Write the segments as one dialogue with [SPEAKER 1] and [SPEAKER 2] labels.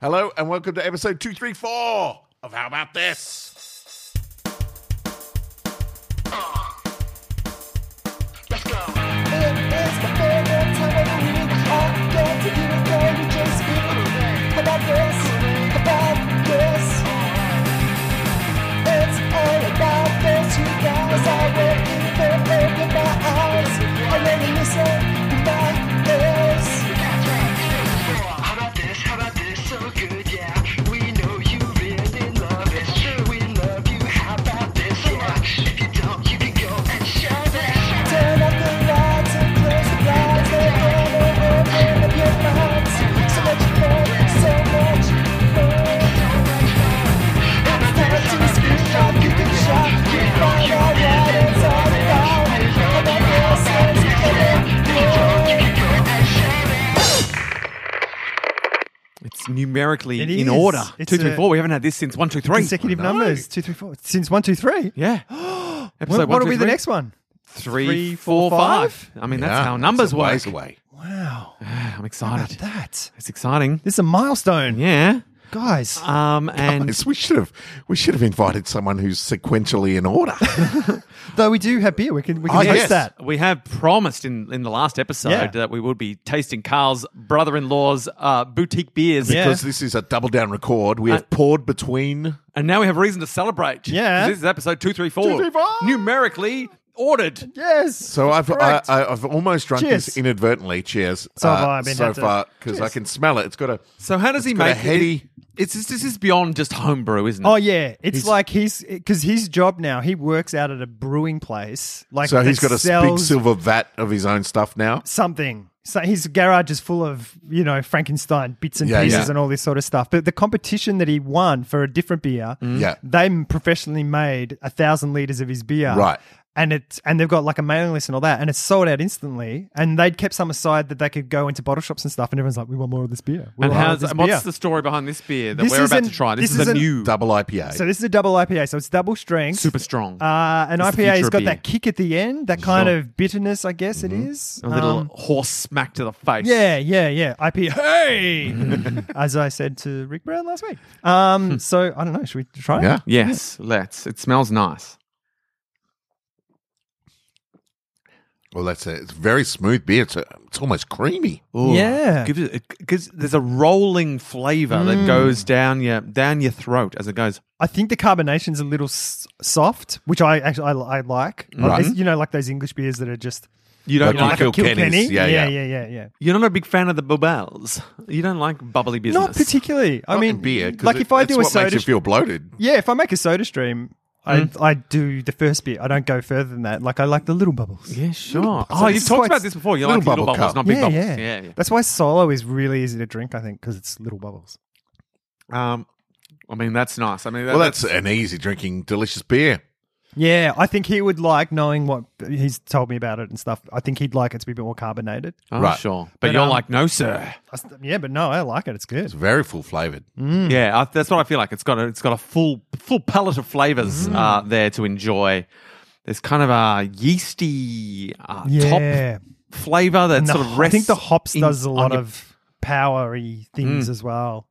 [SPEAKER 1] Hello and welcome to episode 234 of How About This?
[SPEAKER 2] Let's go.
[SPEAKER 3] It is my favorite time of the week. I get to hear it all you just speak. About this, about this. It's all about this, you guys. I will keep it open my eyes. I really listen to my ears.
[SPEAKER 2] How about this? How about this? So good, yeah. We know you really love it. Sure, we love you. How about this? Yeah. If you don't, you can go and shove it.
[SPEAKER 3] Turn up the lights and close the blinds. Let it all open up your minds. So much fun, so much fun.
[SPEAKER 2] How about this? How
[SPEAKER 3] How about
[SPEAKER 2] about this? So
[SPEAKER 3] you
[SPEAKER 2] good,
[SPEAKER 3] can shop,
[SPEAKER 2] yeah.
[SPEAKER 3] you
[SPEAKER 2] We
[SPEAKER 3] can
[SPEAKER 2] know
[SPEAKER 3] find
[SPEAKER 2] you
[SPEAKER 3] out what
[SPEAKER 2] really
[SPEAKER 3] it's all
[SPEAKER 2] love it.
[SPEAKER 3] about.
[SPEAKER 2] We
[SPEAKER 3] How
[SPEAKER 2] love
[SPEAKER 3] about
[SPEAKER 2] you. How
[SPEAKER 3] this,
[SPEAKER 2] about
[SPEAKER 3] it's
[SPEAKER 2] this? Yeah. If you don't, you can go and shove it.
[SPEAKER 4] It's numerically
[SPEAKER 5] It
[SPEAKER 4] in
[SPEAKER 5] is.
[SPEAKER 4] order.
[SPEAKER 5] It's
[SPEAKER 4] two, three,
[SPEAKER 5] a-
[SPEAKER 4] four. We haven't had this since one, two, three.
[SPEAKER 5] consecutive
[SPEAKER 4] No.
[SPEAKER 5] numbers. Two, three, four. Since one, two, three.
[SPEAKER 4] Yeah.
[SPEAKER 5] What,
[SPEAKER 4] Episode
[SPEAKER 5] what will be the
[SPEAKER 4] one?
[SPEAKER 5] next one?
[SPEAKER 4] Three,
[SPEAKER 5] Three,
[SPEAKER 4] four,
[SPEAKER 5] four,
[SPEAKER 4] five. I mean,
[SPEAKER 1] Yeah,
[SPEAKER 4] that's how numbers
[SPEAKER 1] it's a ways
[SPEAKER 4] work.
[SPEAKER 1] away.
[SPEAKER 5] Wow.
[SPEAKER 4] I'm excited.
[SPEAKER 5] That.
[SPEAKER 4] It's exciting.
[SPEAKER 5] This is a milestone.
[SPEAKER 4] Yeah.
[SPEAKER 5] Guys.
[SPEAKER 4] Um, and
[SPEAKER 1] Yes, we should have we should have invited someone who's sequentially in order.
[SPEAKER 5] Though we do have beer. We can, we can
[SPEAKER 1] Oh,
[SPEAKER 5] taste
[SPEAKER 1] yes.
[SPEAKER 5] that.
[SPEAKER 4] we have promised in, in the last episode
[SPEAKER 5] Yeah.
[SPEAKER 4] that we would be tasting Carl's brother in law's uh, boutique beers.
[SPEAKER 5] Yeah.
[SPEAKER 1] Because this is a double down record. We have
[SPEAKER 5] Uh,
[SPEAKER 1] poured between
[SPEAKER 4] And now we have reason to celebrate.
[SPEAKER 5] Yeah.
[SPEAKER 4] This is episode 234.
[SPEAKER 1] 234.
[SPEAKER 4] Numerically ordered.
[SPEAKER 5] Yes.
[SPEAKER 1] So I've I,
[SPEAKER 5] Correct.
[SPEAKER 1] I, I've almost drunk this
[SPEAKER 5] Cheers.
[SPEAKER 1] inadvertently. Cheers. Uh,
[SPEAKER 5] So have I. I've been
[SPEAKER 1] so
[SPEAKER 5] had to-
[SPEAKER 1] far because I can smell it. It's got a
[SPEAKER 4] So, how does he
[SPEAKER 1] got a
[SPEAKER 4] make
[SPEAKER 1] heady-
[SPEAKER 4] it? It's, it's, this is beyond just homebrew, isn't it?
[SPEAKER 5] Oh yeah, it's like he's because his job now. He works out at a brewing place. Like
[SPEAKER 1] so he's
[SPEAKER 5] that
[SPEAKER 1] got a big
[SPEAKER 5] sells
[SPEAKER 1] silver vat of his own stuff now.
[SPEAKER 5] something. So his garage is full of you know Frankenstein bits and
[SPEAKER 1] Yeah,
[SPEAKER 5] pieces
[SPEAKER 1] yeah.
[SPEAKER 5] and all this sort of stuff. But the competition that he won for a different beer,
[SPEAKER 1] Mm. Yeah.
[SPEAKER 5] they professionally made a thousand liters of his beer,
[SPEAKER 1] Right.
[SPEAKER 5] And it's and they've got like a mailing list and all that, and it's sold out instantly. And they'd kept some aside that they could go into bottle shops and stuff. And everyone's like, "We want more of this beer." We
[SPEAKER 4] And
[SPEAKER 5] want more of
[SPEAKER 4] how's,
[SPEAKER 5] this
[SPEAKER 4] and what's
[SPEAKER 5] beer."
[SPEAKER 4] the story behind this beer that
[SPEAKER 5] This
[SPEAKER 4] we're about to
[SPEAKER 5] isn't-
[SPEAKER 4] try? This, is
[SPEAKER 5] this
[SPEAKER 4] a
[SPEAKER 5] isn't-
[SPEAKER 4] new,
[SPEAKER 1] Double IPA.
[SPEAKER 5] So this is a double IPA, so it's double strength,
[SPEAKER 4] super strong,
[SPEAKER 5] Uh, an
[SPEAKER 4] It's the
[SPEAKER 5] IPA's
[SPEAKER 4] future of
[SPEAKER 5] got
[SPEAKER 4] beer.
[SPEAKER 5] that kick at the end, that kind
[SPEAKER 4] Sure.
[SPEAKER 5] of bitterness, I guess it
[SPEAKER 1] Mm-hmm.
[SPEAKER 5] is.
[SPEAKER 4] a little
[SPEAKER 5] Um,
[SPEAKER 4] horse smack to the face.
[SPEAKER 5] yeah, yeah, yeah. IPA, hey, as I said to Rick Brown last week. Um, so I don't know. Should we try? it?
[SPEAKER 1] Hmm. yeah.
[SPEAKER 4] Yes, let's. It smells nice.
[SPEAKER 1] Well, that's it. It's very smooth beer. It's, a, it's almost creamy.
[SPEAKER 5] Yeah. Mm.
[SPEAKER 4] gives it because there's a rolling flavour that goes down your down your throat as it goes.
[SPEAKER 5] I think the carbonation's a little s- soft, which I actually I, I like.
[SPEAKER 1] Right.
[SPEAKER 5] It's, you know, like those English beers that are just
[SPEAKER 4] You don't
[SPEAKER 1] Like
[SPEAKER 4] like.
[SPEAKER 1] you feel- Kilkenny's,
[SPEAKER 5] Kilkenny.
[SPEAKER 1] yeah, yeah.
[SPEAKER 5] yeah, yeah, yeah, yeah.
[SPEAKER 4] You're not a big fan of the bubbles. You don't like bubbly business.
[SPEAKER 5] Not particularly. I
[SPEAKER 1] Not
[SPEAKER 5] mean,
[SPEAKER 1] in beer. 'cause
[SPEAKER 5] like
[SPEAKER 1] it-
[SPEAKER 5] if I
[SPEAKER 1] that's
[SPEAKER 5] do a
[SPEAKER 1] what makes
[SPEAKER 5] soda,
[SPEAKER 1] you feel Hmm. bloated.
[SPEAKER 5] Yeah, if I make a soda stream, I I do the first bit. I don't go further than that. Like I like the little bubbles.
[SPEAKER 4] Yeah, sure.
[SPEAKER 5] bubbles.
[SPEAKER 4] Oh, you've
[SPEAKER 5] It's
[SPEAKER 4] talked
[SPEAKER 5] quite-
[SPEAKER 4] about this before. You
[SPEAKER 1] Little
[SPEAKER 4] like little
[SPEAKER 1] bubble
[SPEAKER 4] bubbles,
[SPEAKER 1] cup.
[SPEAKER 4] not big
[SPEAKER 5] yeah,
[SPEAKER 4] bubbles.
[SPEAKER 5] yeah,
[SPEAKER 4] yeah.
[SPEAKER 5] That's why solo is really easy to drink. I think because it's little bubbles.
[SPEAKER 4] Um, I mean, that's nice. I mean, that,
[SPEAKER 1] Well, that's an easy drinking, delicious beer.
[SPEAKER 5] Yeah, I think he would like knowing what he's told me about it and stuff. I think he'd like it to be a bit more carbonated.
[SPEAKER 4] oh,
[SPEAKER 1] Right.
[SPEAKER 4] sure. But,
[SPEAKER 5] But,
[SPEAKER 4] you're
[SPEAKER 5] um,
[SPEAKER 4] like, no, sir.
[SPEAKER 5] I st- yeah, but no, I like it. It's good.
[SPEAKER 1] It's very full flavored.
[SPEAKER 5] Mm-hmm.
[SPEAKER 4] Yeah, I, that's what I feel like. It's got a, it's got a full full palette of flavors
[SPEAKER 5] Mm.
[SPEAKER 4] uh, there to enjoy. There's kind of a yeasty uh,
[SPEAKER 5] Yeah,
[SPEAKER 4] top flavor that
[SPEAKER 5] And the
[SPEAKER 4] sort of
[SPEAKER 5] ho- I
[SPEAKER 4] rests.
[SPEAKER 5] think the hops
[SPEAKER 4] in-
[SPEAKER 5] does a
[SPEAKER 4] on
[SPEAKER 5] lot
[SPEAKER 4] your-
[SPEAKER 5] of powery things as well.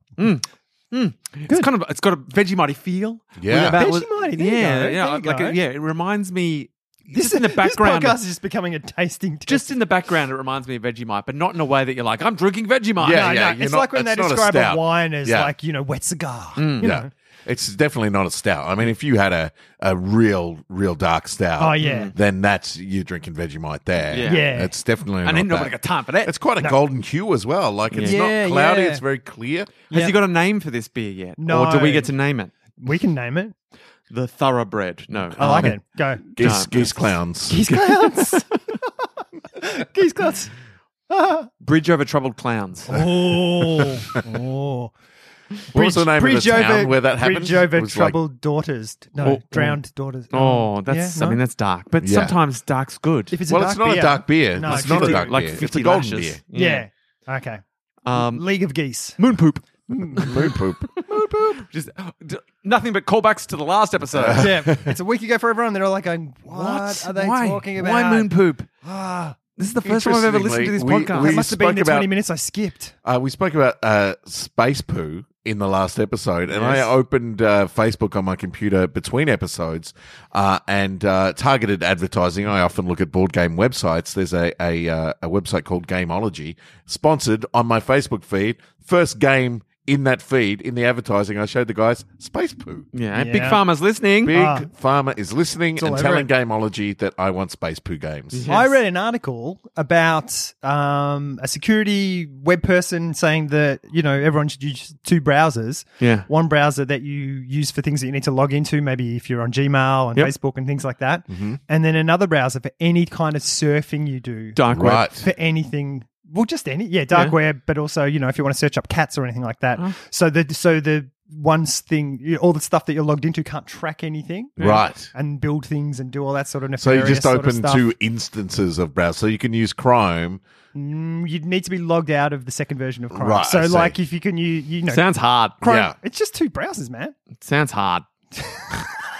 [SPEAKER 4] It's kind of it's got a Vegemite feel.
[SPEAKER 1] Yeah.
[SPEAKER 4] About- with-
[SPEAKER 5] Vegemite, there you
[SPEAKER 4] yeah,
[SPEAKER 5] go,
[SPEAKER 4] yeah,
[SPEAKER 5] there you
[SPEAKER 4] like
[SPEAKER 5] go.
[SPEAKER 4] it- yeah. It reminds me.
[SPEAKER 5] This
[SPEAKER 4] just in the background,
[SPEAKER 5] this podcast is just becoming a tasting test.
[SPEAKER 4] just in the background, it reminds me of Vegemite, but not in a way that you're like, I'm drinking Vegemite.
[SPEAKER 1] Yeah,
[SPEAKER 5] No,
[SPEAKER 1] yeah.
[SPEAKER 5] no,
[SPEAKER 1] you're
[SPEAKER 5] it's
[SPEAKER 1] not-
[SPEAKER 5] like when they
[SPEAKER 1] it's not a
[SPEAKER 5] describe a,
[SPEAKER 1] stout.
[SPEAKER 5] wine as
[SPEAKER 1] Yeah. Mm,
[SPEAKER 5] like you know wet cigar.
[SPEAKER 1] Yeah. It's definitely not a stout. I mean, if you had a, a real, real dark stout,
[SPEAKER 5] Oh, yeah.
[SPEAKER 1] then that's you drinking Vegemite there.
[SPEAKER 4] Yeah.
[SPEAKER 5] Yeah.
[SPEAKER 1] It's definitely
[SPEAKER 4] and then
[SPEAKER 1] not
[SPEAKER 4] nobody
[SPEAKER 1] that.
[SPEAKER 4] got time for that.
[SPEAKER 1] It's quite a golden hue as well. Like it's
[SPEAKER 4] Yeah.
[SPEAKER 5] Yeah,
[SPEAKER 1] not cloudy,
[SPEAKER 5] yeah.
[SPEAKER 1] it's very clear.
[SPEAKER 4] Has
[SPEAKER 5] Yeah.
[SPEAKER 4] he got a name for this beer yet? Or do
[SPEAKER 5] No.
[SPEAKER 4] we get to name it?
[SPEAKER 5] We can name it.
[SPEAKER 4] The Thoroughbred. No.
[SPEAKER 5] I like it. Go.
[SPEAKER 1] Geese,
[SPEAKER 4] No.
[SPEAKER 1] geese clowns.
[SPEAKER 5] Geese clouds. Geese clouds.
[SPEAKER 4] Bridge over Troubled Clowns.
[SPEAKER 5] Oh. oh.
[SPEAKER 1] what was the name of the town where that happened?
[SPEAKER 5] Bridge over
[SPEAKER 1] It was like-
[SPEAKER 5] troubled daughters. No,
[SPEAKER 4] Oh, oh.
[SPEAKER 5] drowned daughters.
[SPEAKER 4] Oh, that's
[SPEAKER 5] Yeah, no.
[SPEAKER 4] I mean that's dark, but
[SPEAKER 1] Yeah.
[SPEAKER 4] sometimes dark's good.
[SPEAKER 5] if it's
[SPEAKER 1] well,
[SPEAKER 5] a dark
[SPEAKER 1] it's not
[SPEAKER 5] beer-
[SPEAKER 1] a dark beer.
[SPEAKER 5] No,
[SPEAKER 1] it's not a
[SPEAKER 4] 50
[SPEAKER 1] dark
[SPEAKER 4] like
[SPEAKER 1] beer. It's
[SPEAKER 4] 50
[SPEAKER 1] a golden
[SPEAKER 4] lashes.
[SPEAKER 1] beer.
[SPEAKER 5] Yeah. Okay.
[SPEAKER 4] um,
[SPEAKER 5] League of Geese.
[SPEAKER 4] moon poop,
[SPEAKER 1] Moon poop.
[SPEAKER 4] just d- nothing but callbacks to the last episode.
[SPEAKER 5] yeah. It's a week ago for everyone. They're all like going, what, are they
[SPEAKER 4] Why?
[SPEAKER 5] talking about?
[SPEAKER 4] Why moon poop?
[SPEAKER 5] Ah,
[SPEAKER 4] This is the first time I've ever listened to this
[SPEAKER 1] Interestingly,
[SPEAKER 4] podcast.
[SPEAKER 1] we-
[SPEAKER 5] that must have been
[SPEAKER 1] Uh, spoke
[SPEAKER 5] the
[SPEAKER 1] about-
[SPEAKER 5] 20 minutes I skipped.
[SPEAKER 1] Uh, we spoke about uh, space poo in the last episode, and I
[SPEAKER 4] Yes.
[SPEAKER 1] opened uh, Facebook on my computer between episodes uh, and uh, targeted advertising. I often look at board game websites. There's a a, uh, a website called Gameology, sponsored on my Facebook feed. First game in that feed in the advertising, I showed the guys Space Poo.
[SPEAKER 4] Yeah, and
[SPEAKER 5] Yeah.
[SPEAKER 4] Big Pharma's listening.
[SPEAKER 1] Big
[SPEAKER 5] Ah.
[SPEAKER 1] Pharma is listening
[SPEAKER 5] all
[SPEAKER 1] and
[SPEAKER 5] over
[SPEAKER 1] telling
[SPEAKER 5] it.
[SPEAKER 1] Gameology that I want Space Poo games.
[SPEAKER 5] I
[SPEAKER 4] Yes.
[SPEAKER 5] read an article about um, a security web person saying that you know everyone should use two browsers.
[SPEAKER 4] Yeah.
[SPEAKER 5] one browser that you use for things that you need to log into, maybe if you're on Gmail and
[SPEAKER 4] Yep. Mm-hmm.
[SPEAKER 5] Facebook and things like that, and then another browser for any kind of surfing you do
[SPEAKER 4] Dark web.
[SPEAKER 1] Right.
[SPEAKER 5] for anything. Well, just any, yeah,
[SPEAKER 4] Yeah.
[SPEAKER 5] dark
[SPEAKER 4] Uh-huh.
[SPEAKER 5] web, but also you know if you want to search up cats or anything like that. So the so the one thing, all the stuff that you're logged into can't track anything.
[SPEAKER 1] Right.
[SPEAKER 5] And build things and do all that sort of
[SPEAKER 1] So you
[SPEAKER 5] nefarious
[SPEAKER 1] just
[SPEAKER 5] sort of
[SPEAKER 1] open
[SPEAKER 5] stuff.
[SPEAKER 1] two instances of browser. So you can use Chrome.
[SPEAKER 5] Mm, you'd need to be logged out of the second version of Chrome.
[SPEAKER 1] Right,
[SPEAKER 5] so,
[SPEAKER 1] I see.
[SPEAKER 5] like, if you can, you you know,
[SPEAKER 4] Sounds hard.
[SPEAKER 5] Chrome,
[SPEAKER 1] Yeah.
[SPEAKER 5] it's just two browsers, man.
[SPEAKER 4] Sounds hard.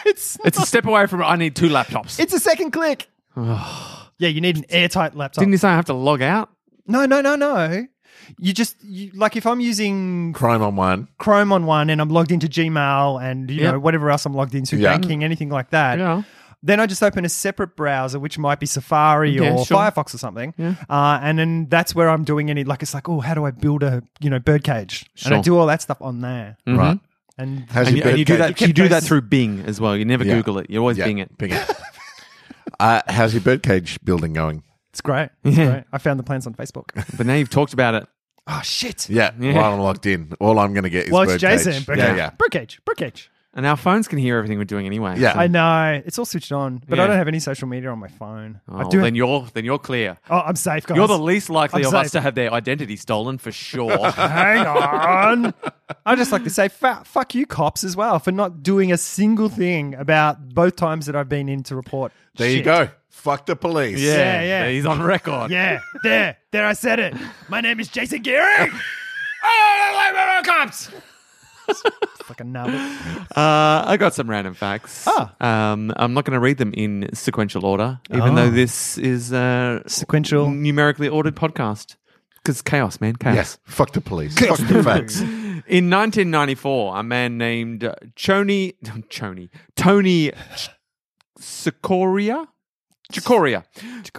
[SPEAKER 5] It's
[SPEAKER 4] It's a step away from I need two laptops.
[SPEAKER 5] it's a second click. yeah, you need an airtight laptop.
[SPEAKER 4] Didn't you say I have to log out?
[SPEAKER 5] no, no, no, no. You just you, like if I'm using
[SPEAKER 1] Chrome on one.
[SPEAKER 5] Chrome on one and I'm logged into Gmail and you
[SPEAKER 4] Yep.
[SPEAKER 5] know whatever else I'm logged into,
[SPEAKER 1] Yeah.
[SPEAKER 5] banking, anything like that.
[SPEAKER 4] Yeah.
[SPEAKER 5] Then I just open a separate browser, which might be Safari
[SPEAKER 4] Yeah,
[SPEAKER 5] or
[SPEAKER 4] sure.
[SPEAKER 5] Firefox or something, uh, and then that's where I'm doing any like it's like oh how do I build a you know bird cage and I
[SPEAKER 4] Sure.
[SPEAKER 5] do all that stuff on there
[SPEAKER 1] Right.
[SPEAKER 5] and
[SPEAKER 1] How's
[SPEAKER 4] Mm-hmm. And
[SPEAKER 1] your
[SPEAKER 4] you, and you do
[SPEAKER 1] birdcage?
[SPEAKER 4] that. You,
[SPEAKER 5] You
[SPEAKER 4] do
[SPEAKER 5] kept
[SPEAKER 4] that
[SPEAKER 5] those-
[SPEAKER 4] through Bing as well. You never
[SPEAKER 1] Yeah.
[SPEAKER 4] Google it. You always Bing it.
[SPEAKER 1] Bing it. uh, how's your birdcage building going?
[SPEAKER 5] it's great. It's
[SPEAKER 4] Yeah.
[SPEAKER 5] great. I found the plans on Facebook.
[SPEAKER 4] But now you've talked about it.
[SPEAKER 5] oh shit!
[SPEAKER 1] Yeah,
[SPEAKER 4] Yeah.
[SPEAKER 1] while I'm locked in, all I'm going to get is
[SPEAKER 5] well, it's
[SPEAKER 1] birdcage.
[SPEAKER 5] Jason. Bird
[SPEAKER 1] Yeah,
[SPEAKER 5] cage.
[SPEAKER 1] yeah.
[SPEAKER 5] Bird cage. Bird cage.
[SPEAKER 4] And our phones can hear everything we're doing anyway.
[SPEAKER 1] Yeah.
[SPEAKER 5] I know it's all switched on, but I
[SPEAKER 4] Yeah.
[SPEAKER 5] don't have any social media on my phone.
[SPEAKER 4] Oh,
[SPEAKER 5] I do.
[SPEAKER 4] then you're then you're clear.
[SPEAKER 5] oh, I'm safe, guys.
[SPEAKER 4] You're the least likely
[SPEAKER 5] I'm
[SPEAKER 4] of us
[SPEAKER 5] safe.
[SPEAKER 4] to have their identity stolen for sure.
[SPEAKER 5] Hang on. I just like to say, fa- fuck you, cops, as well, for not doing a single thing about both times that I've been in to report.
[SPEAKER 1] There you
[SPEAKER 5] shit.
[SPEAKER 1] go. Fuck the police.
[SPEAKER 5] Yeah, yeah.
[SPEAKER 4] He's on record.
[SPEAKER 5] Yeah, there, there. I said it. My name is Jason Gearing.
[SPEAKER 4] Oh, cops.
[SPEAKER 5] Fucking nub.
[SPEAKER 4] Uh, I got some random facts.
[SPEAKER 5] Ah.
[SPEAKER 4] Um, I'm not going to read them in sequential order, even though
[SPEAKER 5] Oh.
[SPEAKER 4] this is a
[SPEAKER 5] Sequential.
[SPEAKER 4] numerically ordered podcast. Because chaos, man, chaos.
[SPEAKER 1] Yes. Fuck the police. Fuck the facts.
[SPEAKER 4] In 1994, a man named Chony, Chony, Tony Ch- Sikoria? Chikoria.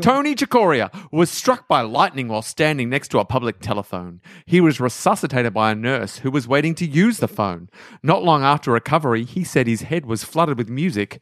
[SPEAKER 4] Tony Chikoria was struck by lightning while standing next to a public telephone. He was resuscitated by a nurse who was waiting to use the phone. Not long after recovery, he said his head was flooded with music.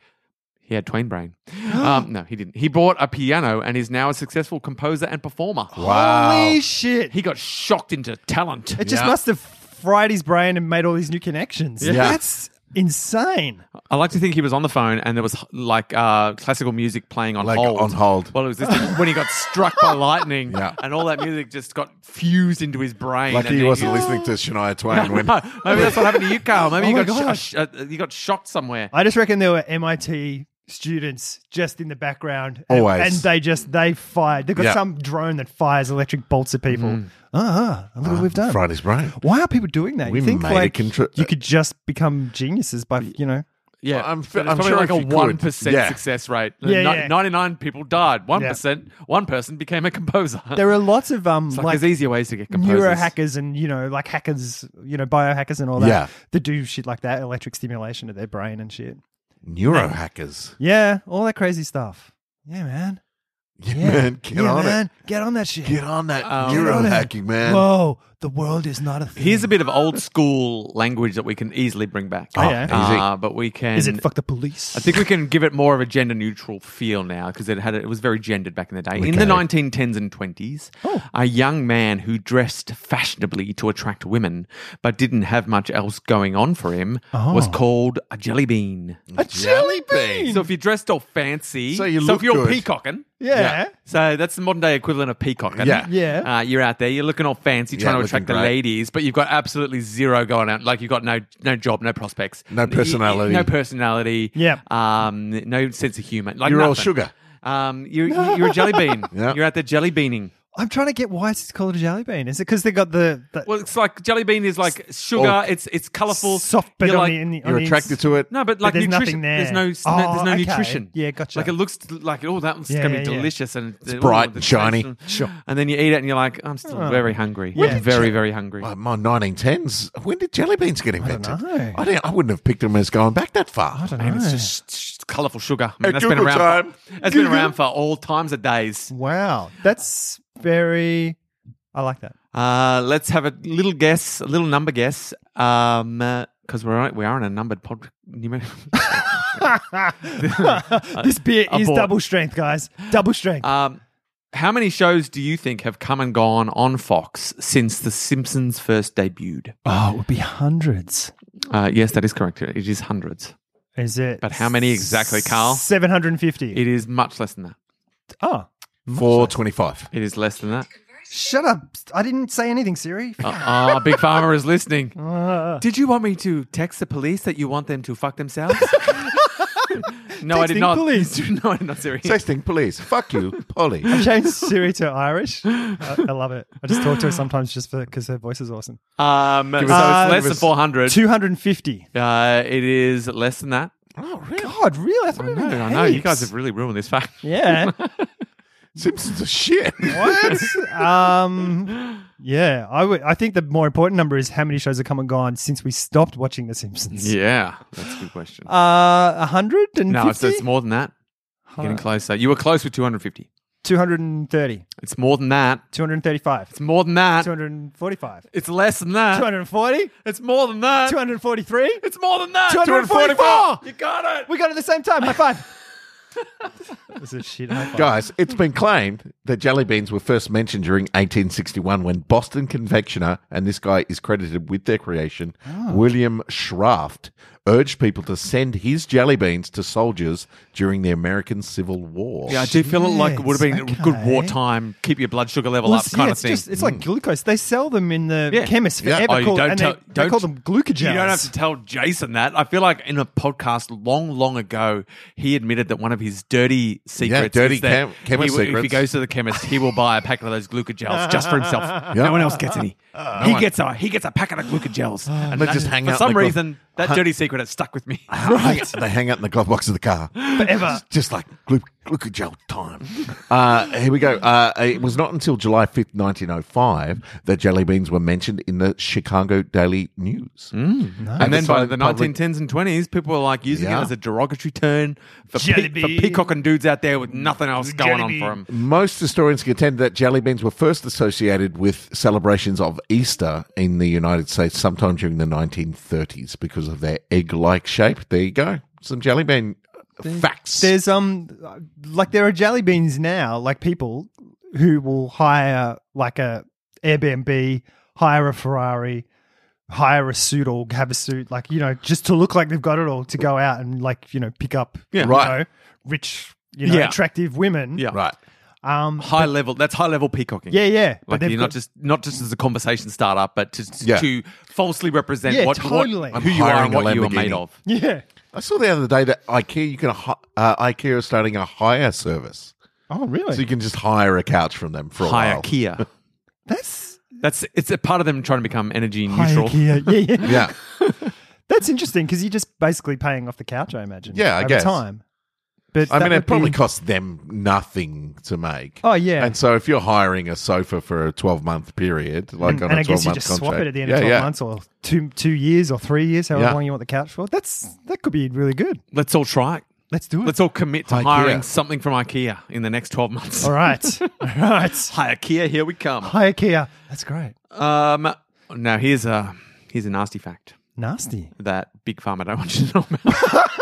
[SPEAKER 4] He had Twain brain. Um, no, he didn't. He bought a piano and is now a successful composer and performer.
[SPEAKER 1] Wow.
[SPEAKER 5] Holy shit!
[SPEAKER 4] He got shocked into talent.
[SPEAKER 5] It just
[SPEAKER 1] Yeah.
[SPEAKER 5] must have fried his brain and made all these new connections.
[SPEAKER 1] Yeah.
[SPEAKER 5] That's insane.
[SPEAKER 4] I like to think he was on the phone and there was like uh, classical music playing on
[SPEAKER 1] Like,
[SPEAKER 4] hold.
[SPEAKER 1] on hold.
[SPEAKER 4] Well, it was just when he got struck by lightning
[SPEAKER 1] Yeah.
[SPEAKER 4] and all that music just got fused into his brain.
[SPEAKER 1] Like
[SPEAKER 4] and
[SPEAKER 1] he
[SPEAKER 4] then
[SPEAKER 1] wasn't listening to Shania Twain when.
[SPEAKER 4] No, maybe that's what happened to you, Carl. Maybe
[SPEAKER 5] Oh
[SPEAKER 4] you,
[SPEAKER 5] my
[SPEAKER 4] got
[SPEAKER 5] gosh.
[SPEAKER 4] sh- uh, you got shocked somewhere.
[SPEAKER 5] I just reckon there were MIT students just in the background. and-
[SPEAKER 1] Always.
[SPEAKER 5] And they just, they fired. They've got
[SPEAKER 1] Yeah. Mm.
[SPEAKER 5] some drone that fires electric bolts at people. Ah, ah, look what we've done.
[SPEAKER 1] Fried his brain.
[SPEAKER 5] Why are people doing that?
[SPEAKER 1] We
[SPEAKER 5] you think
[SPEAKER 1] made a
[SPEAKER 5] like
[SPEAKER 1] contr-
[SPEAKER 5] you could just become geniuses by, you know.
[SPEAKER 4] Yeah,
[SPEAKER 1] I'm fi-
[SPEAKER 4] But it's
[SPEAKER 1] I'm
[SPEAKER 4] probably
[SPEAKER 1] sure
[SPEAKER 4] like
[SPEAKER 1] if
[SPEAKER 4] a
[SPEAKER 1] you could.
[SPEAKER 4] one percent
[SPEAKER 1] Yeah.
[SPEAKER 4] success rate.
[SPEAKER 5] Yeah,
[SPEAKER 4] Ni-
[SPEAKER 5] yeah.
[SPEAKER 4] Ninety-nine people died. One One person became a composer.
[SPEAKER 5] There are lots of um
[SPEAKER 4] It's like,
[SPEAKER 5] like,
[SPEAKER 4] there's easier ways to get composers.
[SPEAKER 5] neuro hackers and you know like hackers, you know biohackers and all that.
[SPEAKER 1] Yeah.
[SPEAKER 5] That do shit like that, electric stimulation to their brain and shit.
[SPEAKER 1] Neurohackers.
[SPEAKER 5] Yeah, all that crazy stuff. Yeah, man.
[SPEAKER 1] Yeah,
[SPEAKER 5] Yeah.
[SPEAKER 1] man. Get
[SPEAKER 5] yeah,
[SPEAKER 1] on
[SPEAKER 5] man. Get on that shit.
[SPEAKER 1] it. Get on that
[SPEAKER 4] Um,
[SPEAKER 1] neurohacking, man.
[SPEAKER 5] Whoa, the world is not a thing.
[SPEAKER 4] Here's a bit of old school language that we can easily bring back.
[SPEAKER 1] Oh,
[SPEAKER 5] yeah.
[SPEAKER 1] easy.
[SPEAKER 4] Uh, but we can.
[SPEAKER 5] Is it fuck the police?
[SPEAKER 4] I think we can give it more of a gender neutral feel now because it had a, it was very gendered back in the day. In the
[SPEAKER 1] Okay.
[SPEAKER 4] 1910s and 20s, a young man who dressed fashionably to attract women but didn't have much else going on for him was called a jelly bean.
[SPEAKER 5] a
[SPEAKER 1] jelly bean.
[SPEAKER 4] So if you dressed all fancy,
[SPEAKER 1] So you
[SPEAKER 4] if
[SPEAKER 1] look
[SPEAKER 4] you're
[SPEAKER 1] good.
[SPEAKER 4] peacocking,
[SPEAKER 5] Yeah.
[SPEAKER 4] so that's the modern day equivalent of peacocking.
[SPEAKER 1] Yeah.
[SPEAKER 5] Yeah.
[SPEAKER 4] Uh, you're out there, you're looking all fancy,
[SPEAKER 1] Yeah,
[SPEAKER 4] trying to
[SPEAKER 1] looking
[SPEAKER 4] attract the
[SPEAKER 1] great.
[SPEAKER 4] ladies, but you've got absolutely zero going out. Like you've got no no job, no prospects,
[SPEAKER 1] No
[SPEAKER 4] Y- y-
[SPEAKER 1] personality.
[SPEAKER 4] no personality.
[SPEAKER 5] Yeah.
[SPEAKER 4] Um, no sense of humor. Like
[SPEAKER 1] You're all
[SPEAKER 4] nothing.
[SPEAKER 1] sugar.
[SPEAKER 4] Um, you're you're a jelly bean.
[SPEAKER 1] Yeah.
[SPEAKER 4] You're out there jelly beaning.
[SPEAKER 5] I'm trying to get why it's called a jelly bean. Is it because they got the, the
[SPEAKER 4] Well, it's like jelly bean is like sugar.
[SPEAKER 1] Oh.
[SPEAKER 4] it's it's colorful,
[SPEAKER 5] soft bit on the, in the, on
[SPEAKER 1] You're
[SPEAKER 5] the
[SPEAKER 1] attracted to it.
[SPEAKER 4] No, but like
[SPEAKER 5] there's
[SPEAKER 4] nutrition.
[SPEAKER 5] nothing there.
[SPEAKER 4] There's no, s- no-
[SPEAKER 5] Oh,
[SPEAKER 4] there's no
[SPEAKER 5] okay.
[SPEAKER 4] nutrition.
[SPEAKER 5] Yeah, gotcha.
[SPEAKER 4] Like it looks t- like oh that one's
[SPEAKER 5] Yeah,
[SPEAKER 4] gonna be
[SPEAKER 5] yeah, yeah.
[SPEAKER 4] delicious and it's
[SPEAKER 1] bright and shiny.
[SPEAKER 4] Sure. And then you eat it and you're like I'm still
[SPEAKER 5] Oh.
[SPEAKER 4] very hungry.
[SPEAKER 5] When
[SPEAKER 4] Yeah.
[SPEAKER 5] did
[SPEAKER 4] Very very hungry.
[SPEAKER 1] Like my 1910s. When did jelly beans get invented?
[SPEAKER 5] know.
[SPEAKER 1] I, didn't, I wouldn't have picked them as going back that far.
[SPEAKER 5] I don't
[SPEAKER 4] and it's
[SPEAKER 5] know.
[SPEAKER 4] just s- s- colorful sugar. I mean,
[SPEAKER 1] At
[SPEAKER 4] that's been
[SPEAKER 1] Google
[SPEAKER 4] around.
[SPEAKER 1] time.
[SPEAKER 4] For, that's been
[SPEAKER 1] Google.
[SPEAKER 4] around for all times of days.
[SPEAKER 5] Wow, that's very. I like that.
[SPEAKER 4] Uh, let's have a little guess, a little number guess, because we're on, we are in a numbered pod.
[SPEAKER 5] this beer is
[SPEAKER 4] Abort.
[SPEAKER 5] double strength, guys. Double strength.
[SPEAKER 4] um, how many shows do you think have come and gone on Fox since The Simpsons first debuted?
[SPEAKER 5] oh, it would be hundreds.
[SPEAKER 4] Uh, yes, that is correct. It is hundreds.
[SPEAKER 5] Is it?
[SPEAKER 4] But how many exactly, Carl?
[SPEAKER 5] Seven hundred and fifty.
[SPEAKER 4] It is much less than that.
[SPEAKER 5] Oh,
[SPEAKER 1] 425.
[SPEAKER 4] It is less than that.
[SPEAKER 5] shut up! I didn't say anything, Siri.
[SPEAKER 4] Uh, oh, Big Farmer is listening.
[SPEAKER 5] Uh,
[SPEAKER 4] Did you want me to text the police that you want them to fuck themselves? no, I
[SPEAKER 5] Texting
[SPEAKER 4] did not.
[SPEAKER 5] police.
[SPEAKER 4] No, I did not, Siri.
[SPEAKER 1] Testing police. Fuck you, Polly.
[SPEAKER 5] Change Siri to Irish. I, I love it. I just talk to her sometimes just because her voice is awesome.
[SPEAKER 4] Um, so it's
[SPEAKER 5] us-
[SPEAKER 4] less
[SPEAKER 5] give
[SPEAKER 4] than
[SPEAKER 5] us
[SPEAKER 4] 400.
[SPEAKER 5] Two hundred and fifty.
[SPEAKER 4] Uh, it is less than that.
[SPEAKER 1] Oh, really?
[SPEAKER 5] God, really? I thought we
[SPEAKER 4] No,
[SPEAKER 5] were in
[SPEAKER 4] I know. You
[SPEAKER 5] heaps.
[SPEAKER 4] guys have really ruined this fact.
[SPEAKER 5] Yeah.
[SPEAKER 1] Simpsons are shit.
[SPEAKER 5] What? um, yeah, I would. I think the more important number is how many shows have come and gone since we stopped watching The Simpsons.
[SPEAKER 4] Yeah, that's a good question.
[SPEAKER 5] Uh, a hundred and
[SPEAKER 4] no, it's,
[SPEAKER 5] fifty.
[SPEAKER 4] it's more than that. Getting closer. You were close with 250.
[SPEAKER 5] Two hundred and thirty.
[SPEAKER 4] It's more than that.
[SPEAKER 5] Two hundred and thirty-five.
[SPEAKER 4] It's more than that.
[SPEAKER 5] Two hundred and forty-five.
[SPEAKER 4] It's less than that.
[SPEAKER 5] Two hundred and forty.
[SPEAKER 4] It's more than that.
[SPEAKER 5] Two hundred and forty-three.
[SPEAKER 4] It's more than that.
[SPEAKER 5] 244.
[SPEAKER 4] 244. You got it.
[SPEAKER 5] We got it at the same time. High five. this is shit. High five.
[SPEAKER 1] Guys, it's been claimed that jelly beans were first mentioned during 1861 when Boston confectioner, and this guy is credited with their creation, William Shraft, urged people to send his jelly beans to soldiers during the American Civil War.
[SPEAKER 4] Yeah, I do feel it like it would have been
[SPEAKER 5] Jeez,
[SPEAKER 4] a good
[SPEAKER 5] okay.
[SPEAKER 4] wartime, keep your blood sugar level
[SPEAKER 5] Well,
[SPEAKER 4] up
[SPEAKER 5] it's-
[SPEAKER 4] kind of
[SPEAKER 5] yeah, it's
[SPEAKER 4] thing. Mm.
[SPEAKER 5] just it's like glucose. They sell them in the
[SPEAKER 4] Yeah.
[SPEAKER 5] chemist
[SPEAKER 1] Yeah.
[SPEAKER 5] forever.
[SPEAKER 4] Oh, you
[SPEAKER 5] called,
[SPEAKER 4] don't
[SPEAKER 5] and
[SPEAKER 4] tell-
[SPEAKER 5] they, they
[SPEAKER 4] don't-
[SPEAKER 5] call them glucogels.
[SPEAKER 4] You don't have to tell Jason that. I feel like in a podcast long, long ago, he admitted that one of his dirty secrets.
[SPEAKER 1] dirty
[SPEAKER 4] is that
[SPEAKER 1] chem- chemist
[SPEAKER 4] he, will- If he
[SPEAKER 1] secrets.
[SPEAKER 4] goes to the chemist, he will buy a packet of those glucogels just for himself. No one else gets any. he
[SPEAKER 1] one.
[SPEAKER 4] gets a he gets a packet of glucogels. and
[SPEAKER 1] They
[SPEAKER 4] that-
[SPEAKER 1] just hang
[SPEAKER 4] for
[SPEAKER 1] out in
[SPEAKER 4] some
[SPEAKER 1] the glove-
[SPEAKER 4] reason that dirty secret has stuck with me.
[SPEAKER 1] Hang- they hang out in the glove box of the car.
[SPEAKER 5] forever.
[SPEAKER 1] Just like glu- glucogel time. Uh, here we go. Uh, it was not until July 5th, 1905, that jelly beans were mentioned in the Chicago Daily News.
[SPEAKER 4] Mm, And then by
[SPEAKER 1] Decided
[SPEAKER 4] the
[SPEAKER 1] public-
[SPEAKER 4] 1910s and 20s, people were like using
[SPEAKER 1] Yeah.
[SPEAKER 4] it as a derogatory turn for,
[SPEAKER 5] Jelly
[SPEAKER 4] pe- for
[SPEAKER 5] bean.
[SPEAKER 4] peacocking dudes out there with nothing else going
[SPEAKER 5] Jelly
[SPEAKER 4] on
[SPEAKER 5] bean.
[SPEAKER 4] for them.
[SPEAKER 1] Most historians contend that jelly beans were first associated with celebrations of Easter in the United States sometime during the 1930s because of their egg like shape. There you go. Some jelly bean facts.
[SPEAKER 5] There's um like there are jelly beans now, like people who will hire like a Airbnb, hire a Ferrari, hire a suit or have a suit, like you know, just to look like they've got it all to go out and like you know pick up you
[SPEAKER 1] Right.
[SPEAKER 5] know, rich you know
[SPEAKER 4] Yeah.
[SPEAKER 5] attractive women.
[SPEAKER 4] Yeah.
[SPEAKER 1] Right.
[SPEAKER 5] Um.
[SPEAKER 4] High level. That's high level peacocking.
[SPEAKER 5] Yeah. Yeah.
[SPEAKER 4] Like
[SPEAKER 5] they've
[SPEAKER 4] you're not
[SPEAKER 5] got-
[SPEAKER 4] just not just as a conversation startup, but to to-
[SPEAKER 1] Yeah.
[SPEAKER 4] to falsely represent
[SPEAKER 5] Yeah,
[SPEAKER 4] what, what-
[SPEAKER 5] totally. I'm
[SPEAKER 4] who you are and
[SPEAKER 1] hiring a
[SPEAKER 4] what you are
[SPEAKER 1] Lamborghini.
[SPEAKER 4] made of.
[SPEAKER 5] yeah.
[SPEAKER 1] I saw the other day that IKEA you can hi- uh, IKEA is starting a hire service,
[SPEAKER 5] Oh
[SPEAKER 1] so you
[SPEAKER 5] really?
[SPEAKER 1] can just hire a couch from them for a
[SPEAKER 4] Higher
[SPEAKER 1] while.
[SPEAKER 4] Kia.
[SPEAKER 5] That's
[SPEAKER 4] That's it's a part of them trying to become energy neutral.
[SPEAKER 5] Ikea. Yeah. Yeah.
[SPEAKER 1] Yeah,
[SPEAKER 5] That's interesting because you're just basically paying off the couch, I imagine.
[SPEAKER 1] Yeah, I
[SPEAKER 5] over
[SPEAKER 1] guess.
[SPEAKER 5] time. But
[SPEAKER 1] I
[SPEAKER 5] that
[SPEAKER 1] mean
[SPEAKER 5] would
[SPEAKER 1] it
[SPEAKER 5] be-
[SPEAKER 1] probably cost them nothing to make.
[SPEAKER 5] Oh yeah,
[SPEAKER 1] And so if you're hiring a sofa for a 12 month period, like
[SPEAKER 5] and,
[SPEAKER 1] on
[SPEAKER 5] and
[SPEAKER 1] a
[SPEAKER 5] I
[SPEAKER 1] 12
[SPEAKER 5] guess you
[SPEAKER 1] month
[SPEAKER 5] just
[SPEAKER 1] contract,
[SPEAKER 5] swap it at the end
[SPEAKER 1] yeah,
[SPEAKER 5] of 12
[SPEAKER 1] yeah.
[SPEAKER 5] months or two two years or three years, however
[SPEAKER 1] Yeah.
[SPEAKER 5] long you want the couch for. That's that could be really good.
[SPEAKER 4] Let's all try it.
[SPEAKER 5] Let's do it.
[SPEAKER 4] Let's all commit to
[SPEAKER 1] Ikea.
[SPEAKER 4] hiring something from IKEA in the next twelve months.
[SPEAKER 5] all right, all right.
[SPEAKER 4] Higher Kia, here we come.
[SPEAKER 5] Hi IKEA. That's great.
[SPEAKER 4] Um, now here's a here's a nasty fact
[SPEAKER 5] Nasty.
[SPEAKER 4] that Big Pharma don't want you to know about.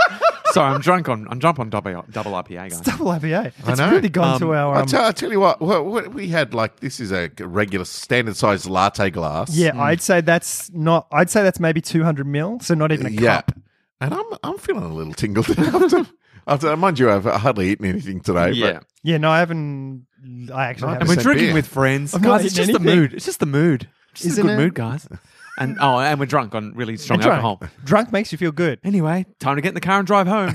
[SPEAKER 4] Sorry, I'm drunk on I'm drunk on double, double IPA, guys.
[SPEAKER 5] It's double IPA. It's
[SPEAKER 1] know.
[SPEAKER 5] really gone to
[SPEAKER 4] Um,
[SPEAKER 5] our.
[SPEAKER 1] I
[SPEAKER 5] Um,
[SPEAKER 1] tell, I tell you what, what, what we had like this is a regular standard size latte glass.
[SPEAKER 5] yeah, I'd say that's not. I'd say that's maybe two hundred mil. So not even a
[SPEAKER 1] yeah.
[SPEAKER 5] cup.
[SPEAKER 1] And I'm I'm feeling a little tingled after. after mind you, I've hardly eaten anything today.
[SPEAKER 4] Yeah.
[SPEAKER 5] Yeah, no, I haven't. I actually
[SPEAKER 1] Not
[SPEAKER 4] And
[SPEAKER 5] haven't.
[SPEAKER 4] we're
[SPEAKER 1] 100%
[SPEAKER 4] drinking
[SPEAKER 1] beer.
[SPEAKER 4] with friends.
[SPEAKER 5] I've not
[SPEAKER 4] guys, it's
[SPEAKER 5] eaten
[SPEAKER 4] just the
[SPEAKER 5] anything.
[SPEAKER 4] mood. It's just the mood. Just
[SPEAKER 5] Isn't
[SPEAKER 4] a good
[SPEAKER 5] it?
[SPEAKER 4] mood, guys. And oh, and we're drunk on really strong
[SPEAKER 5] drunk.
[SPEAKER 4] alcohol.
[SPEAKER 5] Drunk makes you feel good.
[SPEAKER 4] Anyway, time to get in the car and drive home.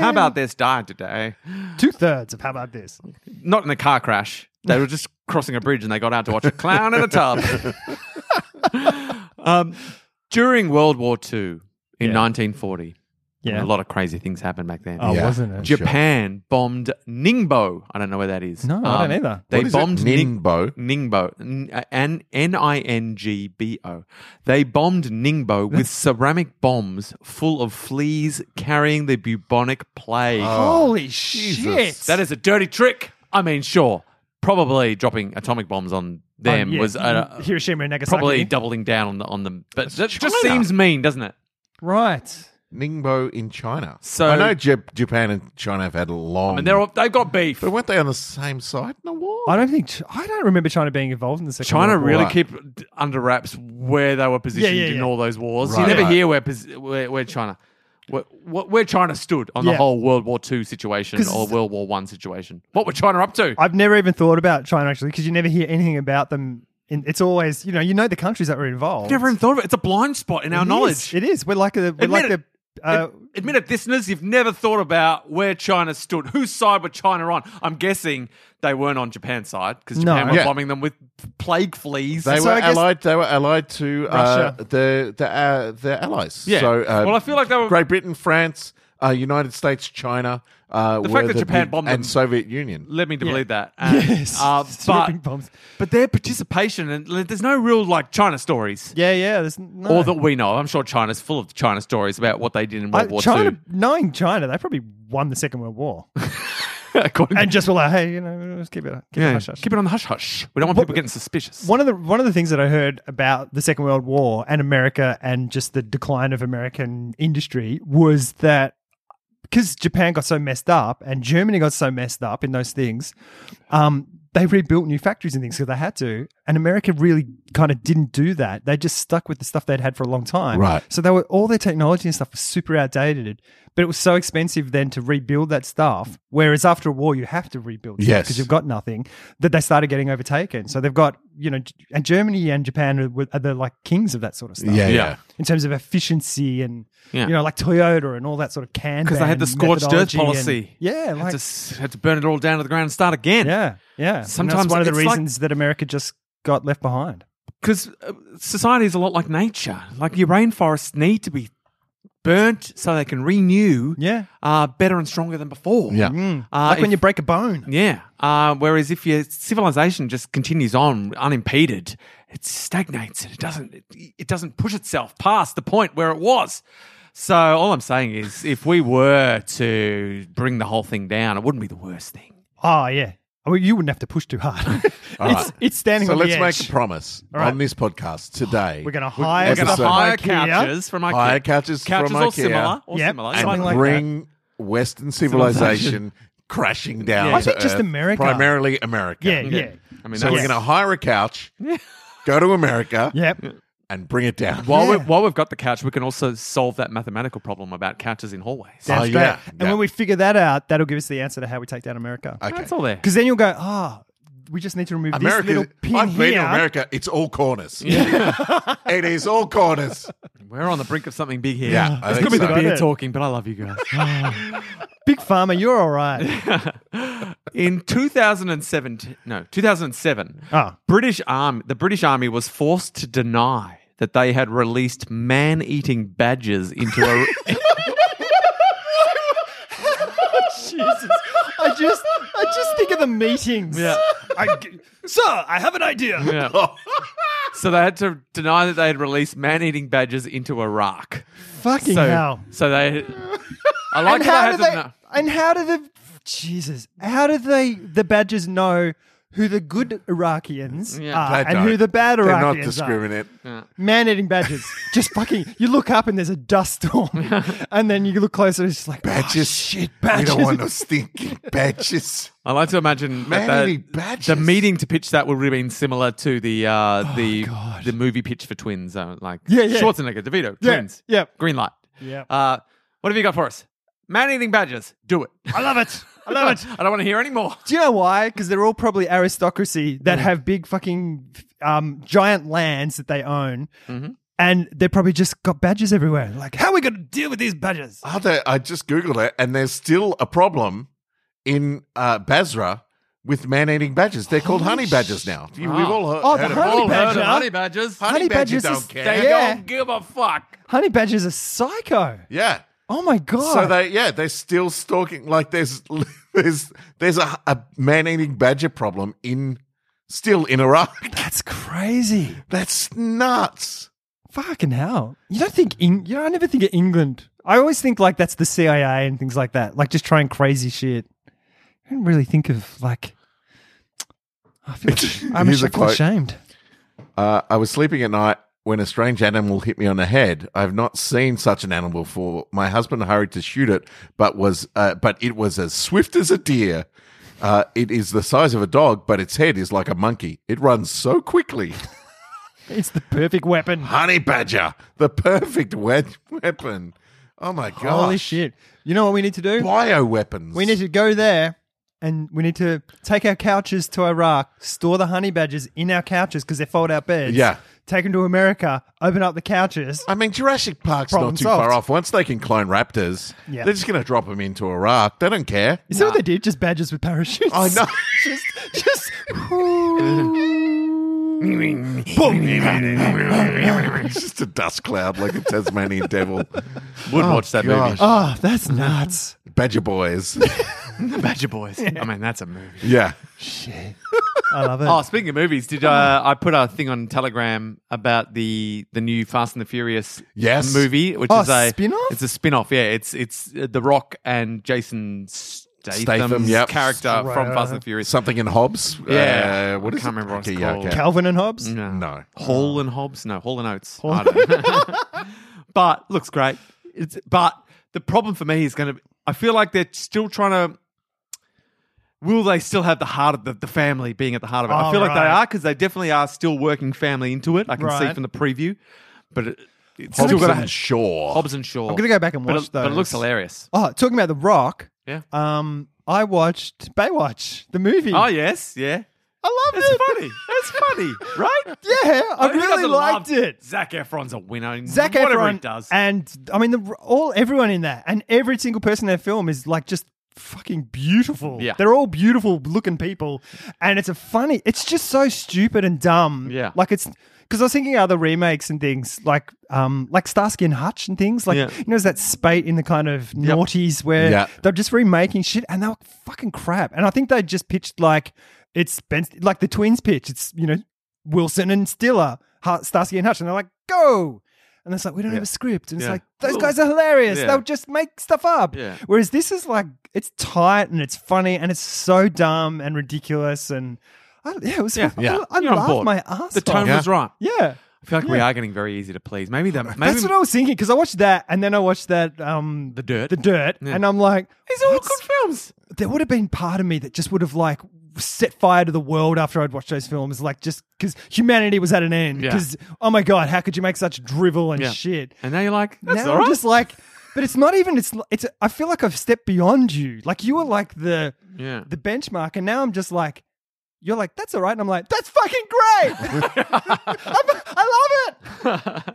[SPEAKER 4] How about this? Died today.
[SPEAKER 5] Two thirds of how about this?
[SPEAKER 4] Not in a car crash. They were just crossing a bridge and they got out to watch a clown in a tub. um, during World War II in
[SPEAKER 5] Yeah.
[SPEAKER 4] 1940,
[SPEAKER 5] Yeah.
[SPEAKER 4] a lot of crazy things happened back then.
[SPEAKER 5] Oh,
[SPEAKER 1] Yeah.
[SPEAKER 5] wasn't it?
[SPEAKER 1] Sure.
[SPEAKER 4] Japan bombed Ningbo. I don't know where that is. Um,
[SPEAKER 5] No, I don't either.
[SPEAKER 4] They
[SPEAKER 1] What is it?
[SPEAKER 4] bombed Ning-
[SPEAKER 1] Ningbo.
[SPEAKER 4] Ningbo. N- uh, N- N-I-N-G-B-O. They bombed Ningbo with ceramic bombs full of fleas carrying the bubonic plague.
[SPEAKER 5] Oh. Holy
[SPEAKER 1] Jesus.
[SPEAKER 5] shit!
[SPEAKER 4] That is a dirty trick. I mean, sure. Probably dropping atomic bombs on them
[SPEAKER 5] Um, yeah,
[SPEAKER 4] was uh,
[SPEAKER 5] Hiroshima and Nagasaki.
[SPEAKER 4] probably doubling down on, the, on them. But that just
[SPEAKER 1] China.
[SPEAKER 4] seems mean, doesn't it?
[SPEAKER 5] right.
[SPEAKER 1] Ningbo in China.
[SPEAKER 4] So-
[SPEAKER 1] I know Jap- Japan and China have had a long.
[SPEAKER 4] And they're all, they've got beef.
[SPEAKER 1] but weren't they on the same side in the war?
[SPEAKER 5] I don't think Ch- I don't remember China being involved in the second.
[SPEAKER 4] China
[SPEAKER 5] World War.
[SPEAKER 4] really
[SPEAKER 1] Right.
[SPEAKER 4] keep d- under wraps where they were positioned
[SPEAKER 5] yeah,
[SPEAKER 4] in
[SPEAKER 5] yeah.
[SPEAKER 4] all those wars.
[SPEAKER 1] Right.
[SPEAKER 4] You never
[SPEAKER 1] Yeah.
[SPEAKER 4] hear where, pos- where where China where, where China stood on the
[SPEAKER 5] Yeah.
[SPEAKER 4] whole World War II situation
[SPEAKER 5] 'Cause-
[SPEAKER 4] or World War One situation. What were China up to?
[SPEAKER 5] I've never even thought about China actually because you never hear anything about them. In, it's always you know you know the countries that were involved.
[SPEAKER 4] never even thought of it. It's a blind spot in our
[SPEAKER 5] It is.
[SPEAKER 4] knowledge.
[SPEAKER 5] It is. We're like a we're
[SPEAKER 4] Admit
[SPEAKER 5] like
[SPEAKER 4] it.
[SPEAKER 5] a. Uh,
[SPEAKER 4] Ad- Admit it, listeners, you've never thought about where China stood. Whose side were China on? I'm guessing they weren't on Japan's side because
[SPEAKER 5] No.
[SPEAKER 4] Japan were
[SPEAKER 1] Yeah.
[SPEAKER 4] bombing them with plague fleas.
[SPEAKER 1] They
[SPEAKER 5] So
[SPEAKER 1] were
[SPEAKER 5] I guess-
[SPEAKER 1] allied. They were allied to uh,
[SPEAKER 5] Russia.
[SPEAKER 1] the the uh, their allies.
[SPEAKER 4] Yeah.
[SPEAKER 1] So, uh,
[SPEAKER 4] Well, I feel like they were-
[SPEAKER 1] Great Britain, France, uh, United States, China. Uh,
[SPEAKER 4] The
[SPEAKER 1] were
[SPEAKER 4] fact that Japan
[SPEAKER 1] big-
[SPEAKER 4] bombed
[SPEAKER 1] and
[SPEAKER 4] them-
[SPEAKER 1] Soviet Union.
[SPEAKER 4] Let me to believe that. And,
[SPEAKER 5] yes.
[SPEAKER 4] uh,
[SPEAKER 5] Swapping
[SPEAKER 4] but,
[SPEAKER 5] bombs.
[SPEAKER 4] but their participation, and like, there's no real like China stories.
[SPEAKER 5] Yeah, yeah. There's no.
[SPEAKER 4] Or that we know. of. I'm sure China's full of China stories about what they did in
[SPEAKER 5] I-
[SPEAKER 4] World War
[SPEAKER 5] China,
[SPEAKER 4] II.
[SPEAKER 5] knowing China, they probably won the Second World War,
[SPEAKER 4] According-
[SPEAKER 5] and just were like, hey, you know, let's keep it, keep it
[SPEAKER 4] yeah,
[SPEAKER 5] hush, hush.
[SPEAKER 4] keep it on the hush hush. We don't want people getting suspicious.
[SPEAKER 5] One of the one of the things that I heard about the Second World War and America and just the decline of American industry was that because Japan got so messed up and Germany got so messed up in those things, um, they rebuilt new factories and things because they had to. And America really kind of didn't do that. They just stuck with the stuff they'd had for a long time.
[SPEAKER 1] Right.
[SPEAKER 5] So they were all their technology and stuff was super outdated. But it was so expensive then to rebuild that stuff. Whereas after a war, you have to rebuild
[SPEAKER 1] Yes.
[SPEAKER 5] because you've got nothing. That they started getting overtaken. So they've got you know, G- and Germany and Japan are, were- are the like kings of that sort of stuff.
[SPEAKER 1] Yeah, yeah.
[SPEAKER 4] Yeah.
[SPEAKER 5] In terms of efficiency and
[SPEAKER 4] Yeah.
[SPEAKER 5] you know, like Toyota and all that sort of can
[SPEAKER 4] because they had the
[SPEAKER 5] ban
[SPEAKER 4] scorched earth
[SPEAKER 5] methodology and-
[SPEAKER 4] policy.
[SPEAKER 5] yeah,
[SPEAKER 4] had,
[SPEAKER 5] like
[SPEAKER 4] to, s- had to burn it all down to the ground and start again.
[SPEAKER 5] yeah, yeah. Sometimes
[SPEAKER 4] Sometimes
[SPEAKER 5] one of the
[SPEAKER 4] it's like-
[SPEAKER 5] reasons that America just got left behind.
[SPEAKER 4] because uh, society is a lot like nature. Like your rainforests need to be burnt so they can renew.
[SPEAKER 5] Yeah.
[SPEAKER 4] uh, better and stronger than before.
[SPEAKER 1] Yeah.
[SPEAKER 4] uh,
[SPEAKER 5] like when you
[SPEAKER 4] if-
[SPEAKER 5] break a bone.
[SPEAKER 4] yeah. Uh, whereas if your civilization just continues on unimpeded, it stagnates and it doesn't it, it doesn't push itself past the point where it was. So all I'm saying is, if we were to bring the whole thing down, it wouldn't be the worst thing.
[SPEAKER 5] Oh yeah. Well, you wouldn't have to push too hard. it's,
[SPEAKER 1] All right.
[SPEAKER 5] it's standing
[SPEAKER 1] So
[SPEAKER 5] on
[SPEAKER 1] let's
[SPEAKER 5] the
[SPEAKER 1] make
[SPEAKER 5] edge.
[SPEAKER 1] a promise
[SPEAKER 5] All right.
[SPEAKER 1] on this podcast today.
[SPEAKER 5] We're gonna
[SPEAKER 1] We-
[SPEAKER 5] hire
[SPEAKER 4] We're going
[SPEAKER 5] Episode.
[SPEAKER 4] to
[SPEAKER 5] someone.
[SPEAKER 4] hire
[SPEAKER 5] From IKEA.
[SPEAKER 4] couches from IKEA.
[SPEAKER 1] Hire couches
[SPEAKER 4] couches
[SPEAKER 1] from
[SPEAKER 4] or
[SPEAKER 1] IKEA.
[SPEAKER 4] similar. Or
[SPEAKER 5] Yep.
[SPEAKER 4] similar.
[SPEAKER 5] And
[SPEAKER 4] Something
[SPEAKER 5] like
[SPEAKER 1] bring Western civilization crashing down.
[SPEAKER 4] Yeah. I
[SPEAKER 1] to
[SPEAKER 5] think just
[SPEAKER 1] Earth,
[SPEAKER 5] America.
[SPEAKER 1] primarily America.
[SPEAKER 5] Yeah,
[SPEAKER 4] that.
[SPEAKER 5] yeah.
[SPEAKER 4] I mean,
[SPEAKER 1] So we're
[SPEAKER 4] that's-
[SPEAKER 1] going to hire a couch, go to America,
[SPEAKER 5] Yep.
[SPEAKER 4] Oh,
[SPEAKER 1] and bring it down.
[SPEAKER 4] While, we,
[SPEAKER 5] Yeah.
[SPEAKER 4] while we've got the couch, we can also solve that mathematical problem about couches in hallways.
[SPEAKER 1] Oh,
[SPEAKER 5] That's great.
[SPEAKER 1] yeah.
[SPEAKER 5] And
[SPEAKER 1] Yeah.
[SPEAKER 5] when we figure that out, that'll give us the answer to how we take down America.
[SPEAKER 1] okay.
[SPEAKER 4] That's all there.
[SPEAKER 5] Because then you'll go, ah, we just need to remove
[SPEAKER 1] America.
[SPEAKER 5] this little pin
[SPEAKER 1] I've
[SPEAKER 5] here.
[SPEAKER 1] been to America. It's all corners. it is all corners.
[SPEAKER 4] We're on the brink of something big here.
[SPEAKER 1] Yeah, I
[SPEAKER 4] it's
[SPEAKER 1] think
[SPEAKER 4] gonna be
[SPEAKER 1] so.
[SPEAKER 4] the beer
[SPEAKER 5] Got it.
[SPEAKER 4] talking, but I love you guys.
[SPEAKER 5] Big farmer, you're all right.
[SPEAKER 4] in 2007, no, 2007,
[SPEAKER 5] Ah.
[SPEAKER 4] British arm, the British army was forced to deny that they had released man-eating badgers into a.
[SPEAKER 5] Jesus. I just I just think of the meetings.
[SPEAKER 4] Yeah.
[SPEAKER 5] I g- Sir, I have an idea.
[SPEAKER 4] Yeah. so they had to deny that they had released man-eating badgers into Iraq.
[SPEAKER 5] Fucking
[SPEAKER 4] so,
[SPEAKER 5] hell.
[SPEAKER 4] so they. I like
[SPEAKER 5] And how
[SPEAKER 4] how they had
[SPEAKER 5] do
[SPEAKER 4] to
[SPEAKER 5] they
[SPEAKER 4] deny-
[SPEAKER 5] and how do the Jesus. How do they the badgers know who the good Iraqians
[SPEAKER 4] Yeah.
[SPEAKER 5] are
[SPEAKER 1] They
[SPEAKER 5] Uh, and
[SPEAKER 1] don't.
[SPEAKER 5] who the bad
[SPEAKER 1] They're
[SPEAKER 5] Iraqians
[SPEAKER 1] not
[SPEAKER 5] are?
[SPEAKER 1] discriminate.
[SPEAKER 5] Man eating badgers. just fucking you look up and there's a dust storm. and then you look closer, it's just like "Oh,
[SPEAKER 1] Badges.
[SPEAKER 5] shit,
[SPEAKER 1] We
[SPEAKER 5] badgers.
[SPEAKER 1] don't want no stinking badges.
[SPEAKER 4] I like to imagine that
[SPEAKER 1] Man-eating
[SPEAKER 4] the-
[SPEAKER 1] badgers.
[SPEAKER 4] the meeting to pitch that would have been similar to the uh, the the movie pitch for twins, uh, like
[SPEAKER 5] Oh, Yeah, yeah.
[SPEAKER 4] Schwarzenegger, DeVito,
[SPEAKER 5] Yeah,
[SPEAKER 4] twins,
[SPEAKER 5] yeah.
[SPEAKER 4] green light.
[SPEAKER 5] Yeah.
[SPEAKER 4] Uh, what have you got for us? Man eating badgers, do it.
[SPEAKER 5] I love it. I love it.
[SPEAKER 4] I don't want to hear any more.
[SPEAKER 5] Do you know why? Because they're all probably
[SPEAKER 1] Mm. Mm-hmm.
[SPEAKER 5] aristocracy that have big fucking um, giant lands that they own. and they probably just got badgers everywhere. Like, how are we going to deal with these badgers?
[SPEAKER 1] Are there, I just Googled it, and there's still a problem in uh, Basra with man eating badgers. They're called honey badgers now. You- We've all heard,
[SPEAKER 5] Oh, the
[SPEAKER 1] heard of
[SPEAKER 5] honey
[SPEAKER 1] all heard of
[SPEAKER 5] badger.
[SPEAKER 1] honey-
[SPEAKER 4] honey badgers.
[SPEAKER 1] Honey,
[SPEAKER 5] Honey
[SPEAKER 1] badgers,
[SPEAKER 5] badgers is-
[SPEAKER 1] don't care.
[SPEAKER 4] They
[SPEAKER 5] Yeah.
[SPEAKER 4] don't give a fuck.
[SPEAKER 5] Honey badgers are psycho.
[SPEAKER 1] Yeah.
[SPEAKER 5] Oh my god!
[SPEAKER 1] So they, yeah, they're still stalking. Like there's, there's, there's a, a man-eating badger problem in, still in Iraq.
[SPEAKER 5] that's crazy.
[SPEAKER 1] That's nuts.
[SPEAKER 5] Fucking hell! You don't think in? You know, I never think of England. I always think like that's the CIA and things like that, like just trying crazy shit. I don't really think of like. I feel I'm
[SPEAKER 1] Here's a
[SPEAKER 5] ash- I feel
[SPEAKER 1] quote.
[SPEAKER 5] ashamed.
[SPEAKER 1] Uh, I was sleeping at night when a strange animal hit me on the head. I have not seen such an animal before. My husband hurried to shoot it, but was uh, but it was as swift as a deer. Uh, it is the size of a dog, but its head is like a monkey. It runs so quickly.
[SPEAKER 5] It's the perfect weapon.
[SPEAKER 1] Honey badger, the perfect we- weapon. Oh my god!
[SPEAKER 5] Holy shit! You know what we need to do?
[SPEAKER 1] Bioweapons.
[SPEAKER 5] We need to go there and we need to take our couches to Iraq, store the honey badgers in our couches because they're fold out beds.
[SPEAKER 1] Yeah.
[SPEAKER 5] Take them to America, open up the couches.
[SPEAKER 1] I mean, Jurassic Park's
[SPEAKER 5] Problem
[SPEAKER 1] not too
[SPEAKER 5] solved.
[SPEAKER 1] far off. Once they can clone raptors,
[SPEAKER 5] Yeah.
[SPEAKER 1] they're just going to drop them into Iraq. They don't care.
[SPEAKER 5] Is that what they did? Just badgers with parachutes?
[SPEAKER 1] I know.
[SPEAKER 5] just, just.
[SPEAKER 1] it's just a dust cloud like a Tasmanian devil.
[SPEAKER 4] Would watch that
[SPEAKER 1] gosh.
[SPEAKER 5] oh, that's nuts.
[SPEAKER 1] Badger boys.
[SPEAKER 4] movie. Badger Boys. I mean, that's a movie.
[SPEAKER 1] Yeah.
[SPEAKER 5] I love it.
[SPEAKER 4] Oh, speaking of movies, did uh, I put a thing on Telegram about the the new Fast and the Furious
[SPEAKER 1] Yes.
[SPEAKER 4] movie, which
[SPEAKER 5] Oh,
[SPEAKER 4] is a
[SPEAKER 5] spin-off?
[SPEAKER 4] It's a spin-off. Yeah, it's it's uh, The Rock and Jason Statham's
[SPEAKER 1] Statham, yep.
[SPEAKER 4] character
[SPEAKER 5] Right.
[SPEAKER 4] from Fast and the Furious.
[SPEAKER 1] Something in Hobbs.
[SPEAKER 4] Yeah.
[SPEAKER 1] Uh, what
[SPEAKER 4] I
[SPEAKER 1] is
[SPEAKER 4] can't
[SPEAKER 1] it?
[SPEAKER 4] remember what it's
[SPEAKER 1] yeah,
[SPEAKER 4] called.
[SPEAKER 5] Calvin and Hobbes?
[SPEAKER 4] No.
[SPEAKER 1] No.
[SPEAKER 4] Hall and Hobbs? No, Oh. Hall and Oates. I don't know. but looks great. It's, but the problem for me is going to. I feel like they're still trying to. Will they still have the heart of the, the family being at the heart of it? I
[SPEAKER 5] Oh,
[SPEAKER 4] feel like they
[SPEAKER 5] right.
[SPEAKER 4] are because they definitely are still working family into it. I can see
[SPEAKER 5] Right.
[SPEAKER 4] from the preview, but it, it's
[SPEAKER 1] Hobbs
[SPEAKER 4] still got
[SPEAKER 1] and
[SPEAKER 4] a
[SPEAKER 1] Shaw.
[SPEAKER 4] Hobbs and Shaw.
[SPEAKER 5] I'm going to go back and
[SPEAKER 4] but
[SPEAKER 5] watch
[SPEAKER 4] it, but it
[SPEAKER 5] those.
[SPEAKER 4] looks hilarious.
[SPEAKER 5] Oh, talking about The Rock,
[SPEAKER 4] Yeah.
[SPEAKER 5] um, I watched Baywatch, the movie.
[SPEAKER 4] Oh yes, yeah.
[SPEAKER 5] I love
[SPEAKER 4] It's
[SPEAKER 5] it.
[SPEAKER 4] funny. It's funny, right?
[SPEAKER 5] Yeah, I
[SPEAKER 4] Who
[SPEAKER 5] really
[SPEAKER 4] doesn't
[SPEAKER 5] liked
[SPEAKER 4] love
[SPEAKER 5] it.
[SPEAKER 4] Zac Efron's a winner.
[SPEAKER 5] Zac
[SPEAKER 4] whatever
[SPEAKER 5] Efron
[SPEAKER 4] he does.
[SPEAKER 5] and I mean the, all everyone in that, and every single person in that film is like just fucking beautiful.
[SPEAKER 4] Yeah.
[SPEAKER 5] they're all beautiful looking people, and it's a funny. It's just so stupid and dumb.
[SPEAKER 4] Yeah.
[SPEAKER 5] like it's because I was thinking other remakes and things like um like Starsky and Hutch and things like
[SPEAKER 4] Yeah.
[SPEAKER 5] you know there's that spate in the kind of noughties where
[SPEAKER 1] Yeah.
[SPEAKER 5] Eh, they're just remaking shit and they're fucking crap. And I think they just pitched like it's ben, like the twins pitch. It's you know Wilson and Stiller, Har- Starsky and Hutch, and they're like go. And it's like we don't have a script, and it's
[SPEAKER 4] Yeah.
[SPEAKER 5] like those
[SPEAKER 4] Well,
[SPEAKER 5] guys are hilarious.
[SPEAKER 4] yeah.
[SPEAKER 5] They'll just make stuff up.
[SPEAKER 4] Yeah.
[SPEAKER 5] Whereas this is like it's tight and it's funny and it's so dumb and ridiculous and I, yeah, it was
[SPEAKER 4] Yeah.
[SPEAKER 5] I,
[SPEAKER 1] Yeah.
[SPEAKER 5] I,
[SPEAKER 4] You're on
[SPEAKER 5] laughed
[SPEAKER 4] board.
[SPEAKER 5] my ass.
[SPEAKER 4] the tone
[SPEAKER 5] off.
[SPEAKER 1] Yeah.
[SPEAKER 4] was right.
[SPEAKER 5] yeah.
[SPEAKER 4] I feel like we are getting very easy to please. Maybe the maybe
[SPEAKER 5] That's what I was thinking because I watched that and then I watched that um
[SPEAKER 4] The Dirt.
[SPEAKER 5] the dirt
[SPEAKER 4] Yeah.
[SPEAKER 5] and I'm like
[SPEAKER 4] these are all
[SPEAKER 5] "What's-
[SPEAKER 4] good films.
[SPEAKER 5] there would have been part of me that just would have like set fire to the world after I'd watched those films, like just because humanity was at an end.
[SPEAKER 4] Yeah.
[SPEAKER 5] Because oh my god, how could you make such drivel and
[SPEAKER 4] Yeah.
[SPEAKER 5] shit?
[SPEAKER 4] And now you're like, that's
[SPEAKER 5] now
[SPEAKER 4] all right.
[SPEAKER 5] I'm just like, but it's not even. It's it's. I feel like I've stepped beyond you. Like you were like the
[SPEAKER 4] yeah.
[SPEAKER 5] the benchmark, and now I'm just like. You're like, that's all right. And I'm like, that's fucking great. I'm- I love it.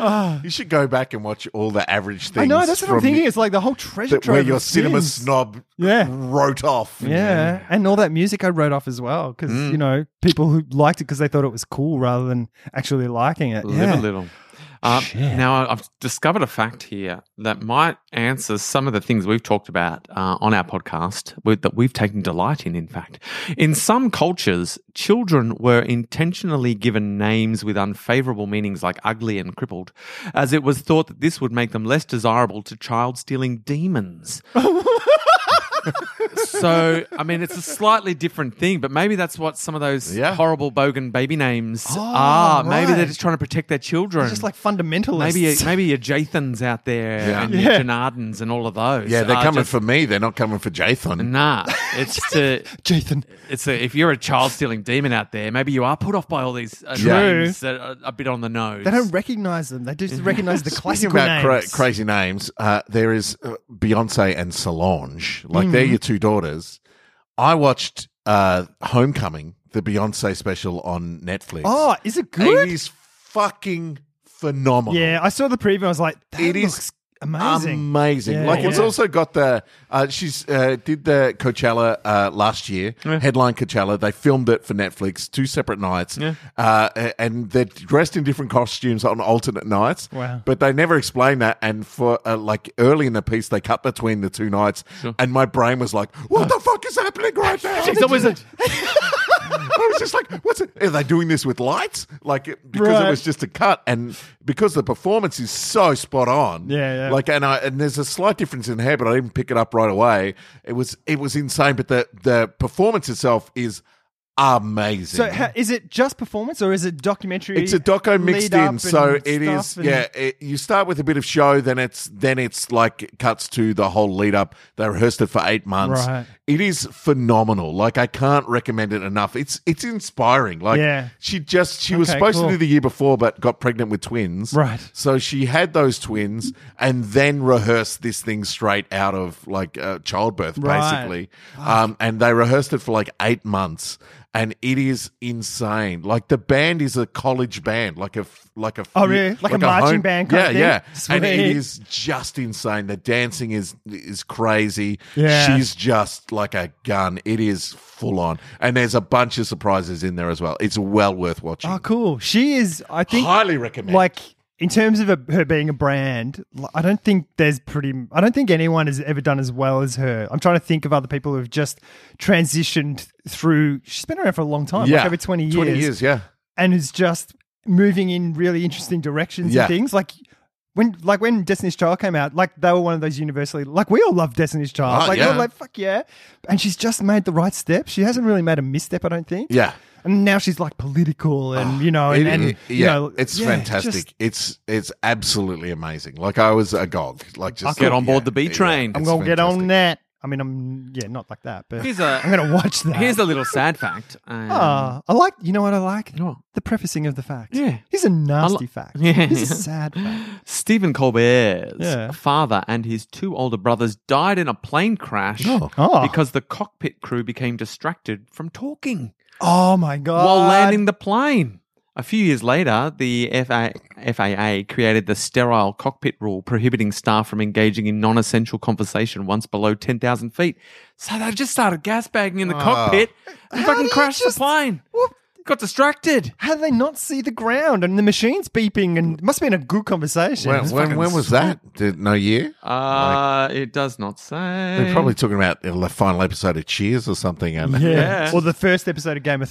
[SPEAKER 5] Ah.
[SPEAKER 1] You should go back and watch all the average things.
[SPEAKER 5] I know. That's what I'm
[SPEAKER 1] from
[SPEAKER 5] thinking. It's like the whole treasure
[SPEAKER 1] That
[SPEAKER 5] trove.
[SPEAKER 1] where
[SPEAKER 5] of
[SPEAKER 1] your cinema
[SPEAKER 5] sins.
[SPEAKER 1] snob
[SPEAKER 5] Yeah.
[SPEAKER 1] wrote off.
[SPEAKER 5] Yeah, and all that music I wrote off as well because
[SPEAKER 1] Mm.
[SPEAKER 5] you know people who liked it because they thought it was cool rather than actually liking it.
[SPEAKER 4] Live
[SPEAKER 5] yeah.
[SPEAKER 4] a little. Uh,
[SPEAKER 5] Shit.
[SPEAKER 4] now I- I've discovered a fact here that might answer some of the things we've talked about uh, on our podcast with, that we've taken delight in. In fact, in some cultures, children were intentionally given names with unfavorable meanings like ugly and crippled, as it was thought that this would make them less desirable to child stealing demons. so, I mean, it's a slightly different thing, but maybe that's what some of those
[SPEAKER 1] Yeah.
[SPEAKER 4] horrible bogan baby names are. Maybe they're
[SPEAKER 5] Oh, right.
[SPEAKER 4] just trying to protect their children.
[SPEAKER 5] It's just like fundamentalists.
[SPEAKER 4] maybe maybe your Jathans out there
[SPEAKER 1] Yeah.
[SPEAKER 4] and your
[SPEAKER 5] Yeah.
[SPEAKER 4] Janardans and all of those.
[SPEAKER 1] Yeah, they're
[SPEAKER 4] are
[SPEAKER 1] coming
[SPEAKER 4] Uh, just-
[SPEAKER 1] for me. They're not coming for Jathan.
[SPEAKER 4] Nah, it's to
[SPEAKER 5] Jathan.
[SPEAKER 4] it's a, if you're a child stealing demon out there, maybe you are put off by all these uh,
[SPEAKER 5] True.
[SPEAKER 4] names that are a bit on the nose.
[SPEAKER 5] They don't recognize them. They just recognize the
[SPEAKER 1] Speaking
[SPEAKER 5] classical
[SPEAKER 1] about cra-
[SPEAKER 5] names.
[SPEAKER 1] crazy names, uh, there is uh, Beyonce and Solange. Like
[SPEAKER 5] Mm-hmm.
[SPEAKER 1] they're your two daughters. I watched uh, Homecoming, the Beyonce special on Netflix.
[SPEAKER 5] oh, is it Oh, good?
[SPEAKER 1] it is fucking phenomenal.
[SPEAKER 5] Yeah, I saw the preview. I was like, that
[SPEAKER 1] It is
[SPEAKER 5] looks amazing.
[SPEAKER 1] Amazing.
[SPEAKER 5] Yeah,
[SPEAKER 1] like it's
[SPEAKER 5] yeah.
[SPEAKER 1] also got the uh, she's uh, did the Coachella uh, last year,
[SPEAKER 4] Yeah.
[SPEAKER 1] headline Coachella. They filmed it for Netflix, two separate nights,
[SPEAKER 4] Yeah.
[SPEAKER 1] uh, a- and they're dressed in different costumes on alternate nights.
[SPEAKER 5] Wow.
[SPEAKER 1] But they never explain that. And for uh, like early in the piece, they cut between the two nights, and my brain was like, "What the fuck is happening right now?"
[SPEAKER 4] It's always a,
[SPEAKER 1] I was just like, "What's it? Are they doing this with lights?" Like it- because
[SPEAKER 5] Right.
[SPEAKER 1] it was just a cut, and because the performance is so spot on.
[SPEAKER 5] Yeah, yeah.
[SPEAKER 1] Like, and I and there's a slight difference in hair, but I didn't pick it up right away. It was it was insane, but the the performance itself is amazing.
[SPEAKER 5] So, ha- is it just performance or is it documentary?
[SPEAKER 1] It's a doco mixed
[SPEAKER 5] lead up
[SPEAKER 1] in, so
[SPEAKER 5] and
[SPEAKER 1] it is.
[SPEAKER 5] stuff and-
[SPEAKER 1] yeah, it, you start with a bit of show, then it's then it's like it cuts to the whole lead up. They rehearsed it for eight months.
[SPEAKER 5] Right.
[SPEAKER 1] It is phenomenal. Like I can't recommend it enough. It's it's inspiring. Like
[SPEAKER 5] Yeah.
[SPEAKER 1] she just she was
[SPEAKER 5] Okay,
[SPEAKER 1] supposed
[SPEAKER 5] cool.
[SPEAKER 1] to do the year before, but got pregnant with twins.
[SPEAKER 5] Right.
[SPEAKER 1] So she had those twins and then rehearsed this thing straight out of like uh, childbirth,
[SPEAKER 5] Right.
[SPEAKER 1] basically. Um, and they rehearsed it for like eight months, and it is insane. Like the band is a college band, like a f- like a
[SPEAKER 5] Oh, really? Like a marching
[SPEAKER 1] home-
[SPEAKER 5] band
[SPEAKER 1] Yeah,
[SPEAKER 5] kind of
[SPEAKER 1] yeah.
[SPEAKER 5] thing?
[SPEAKER 1] And it
[SPEAKER 5] Sweet.
[SPEAKER 1] is just insane. The dancing is is crazy.
[SPEAKER 5] Yeah.
[SPEAKER 1] she's just like a gun. It is full on, and there's a bunch of surprises in there as well. It's well worth watching.
[SPEAKER 5] Oh, cool. She is. I think
[SPEAKER 1] Highly recommend.
[SPEAKER 5] Like in terms of a, her being a brand, l- I don't think there's pretty. I don't think anyone has ever done as well as her. I'm trying to think of other people who've just transitioned through. She's been around for a long time, like over 20 years,
[SPEAKER 1] Twenty years, yeah.
[SPEAKER 5] and is just moving in really interesting directions
[SPEAKER 1] Yeah.
[SPEAKER 5] and things like. When like when Destiny's Child came out, like they were one of those universally like we all love Destiny's Child,
[SPEAKER 1] Oh,
[SPEAKER 5] like
[SPEAKER 1] yeah.
[SPEAKER 5] we're like fuck yeah, and she's just made the right step. She hasn't really made a misstep, I don't think.
[SPEAKER 1] Yeah. Ah,
[SPEAKER 5] and now she's like political and you know Oh, and,
[SPEAKER 1] It-
[SPEAKER 5] and
[SPEAKER 1] it-
[SPEAKER 5] you
[SPEAKER 1] yeah,
[SPEAKER 5] know
[SPEAKER 1] it's
[SPEAKER 5] yeah,
[SPEAKER 1] fantastic.
[SPEAKER 5] just-
[SPEAKER 1] it's it's absolutely amazing. Like I was agog. Like just
[SPEAKER 4] Get on board
[SPEAKER 1] yeah,
[SPEAKER 4] the B
[SPEAKER 1] yeah,
[SPEAKER 4] train.
[SPEAKER 1] it's
[SPEAKER 5] I'm gonna get
[SPEAKER 1] fantastic.
[SPEAKER 5] on that. I mean, I'm yeah, not like that, but
[SPEAKER 4] Here's a-
[SPEAKER 5] I'm gonna watch that.
[SPEAKER 4] here's a little sad fact. Um,
[SPEAKER 5] Ah, I like. You know what I like?
[SPEAKER 4] What?
[SPEAKER 5] The prefacing of the fact.
[SPEAKER 4] Yeah.
[SPEAKER 5] Here's a nasty
[SPEAKER 4] li-
[SPEAKER 5] fact.
[SPEAKER 4] Yeah.
[SPEAKER 5] Here's a sad fact.
[SPEAKER 4] Stephen Colbert's
[SPEAKER 5] Yeah.
[SPEAKER 4] father and his two older brothers died in a plane crash
[SPEAKER 5] Oh.
[SPEAKER 4] because the cockpit crew became distracted from talking
[SPEAKER 5] Oh my god.
[SPEAKER 4] while landing the plane. Uh, A few years later, the FA- FAA created the sterile cockpit rule prohibiting staff from engaging in non essential conversation once below 10,000 feet. So they just started gasbagging in the cockpit and
[SPEAKER 5] How do
[SPEAKER 4] fucking
[SPEAKER 5] you
[SPEAKER 4] crashed
[SPEAKER 5] just-
[SPEAKER 4] the plane.
[SPEAKER 5] What?
[SPEAKER 4] Got distracted.
[SPEAKER 5] How do they not see the ground and the machine's beeping? And it must have been a good conversation. It
[SPEAKER 1] When,
[SPEAKER 5] was
[SPEAKER 1] when,
[SPEAKER 5] fucking
[SPEAKER 1] when was
[SPEAKER 5] sweet.
[SPEAKER 1] that? Did, no year.
[SPEAKER 4] Uh, it does not say.
[SPEAKER 1] They're probably talking about the final episode of Cheers or something. And
[SPEAKER 5] Yeah.
[SPEAKER 4] Yeah.
[SPEAKER 5] Or the first episode of Game of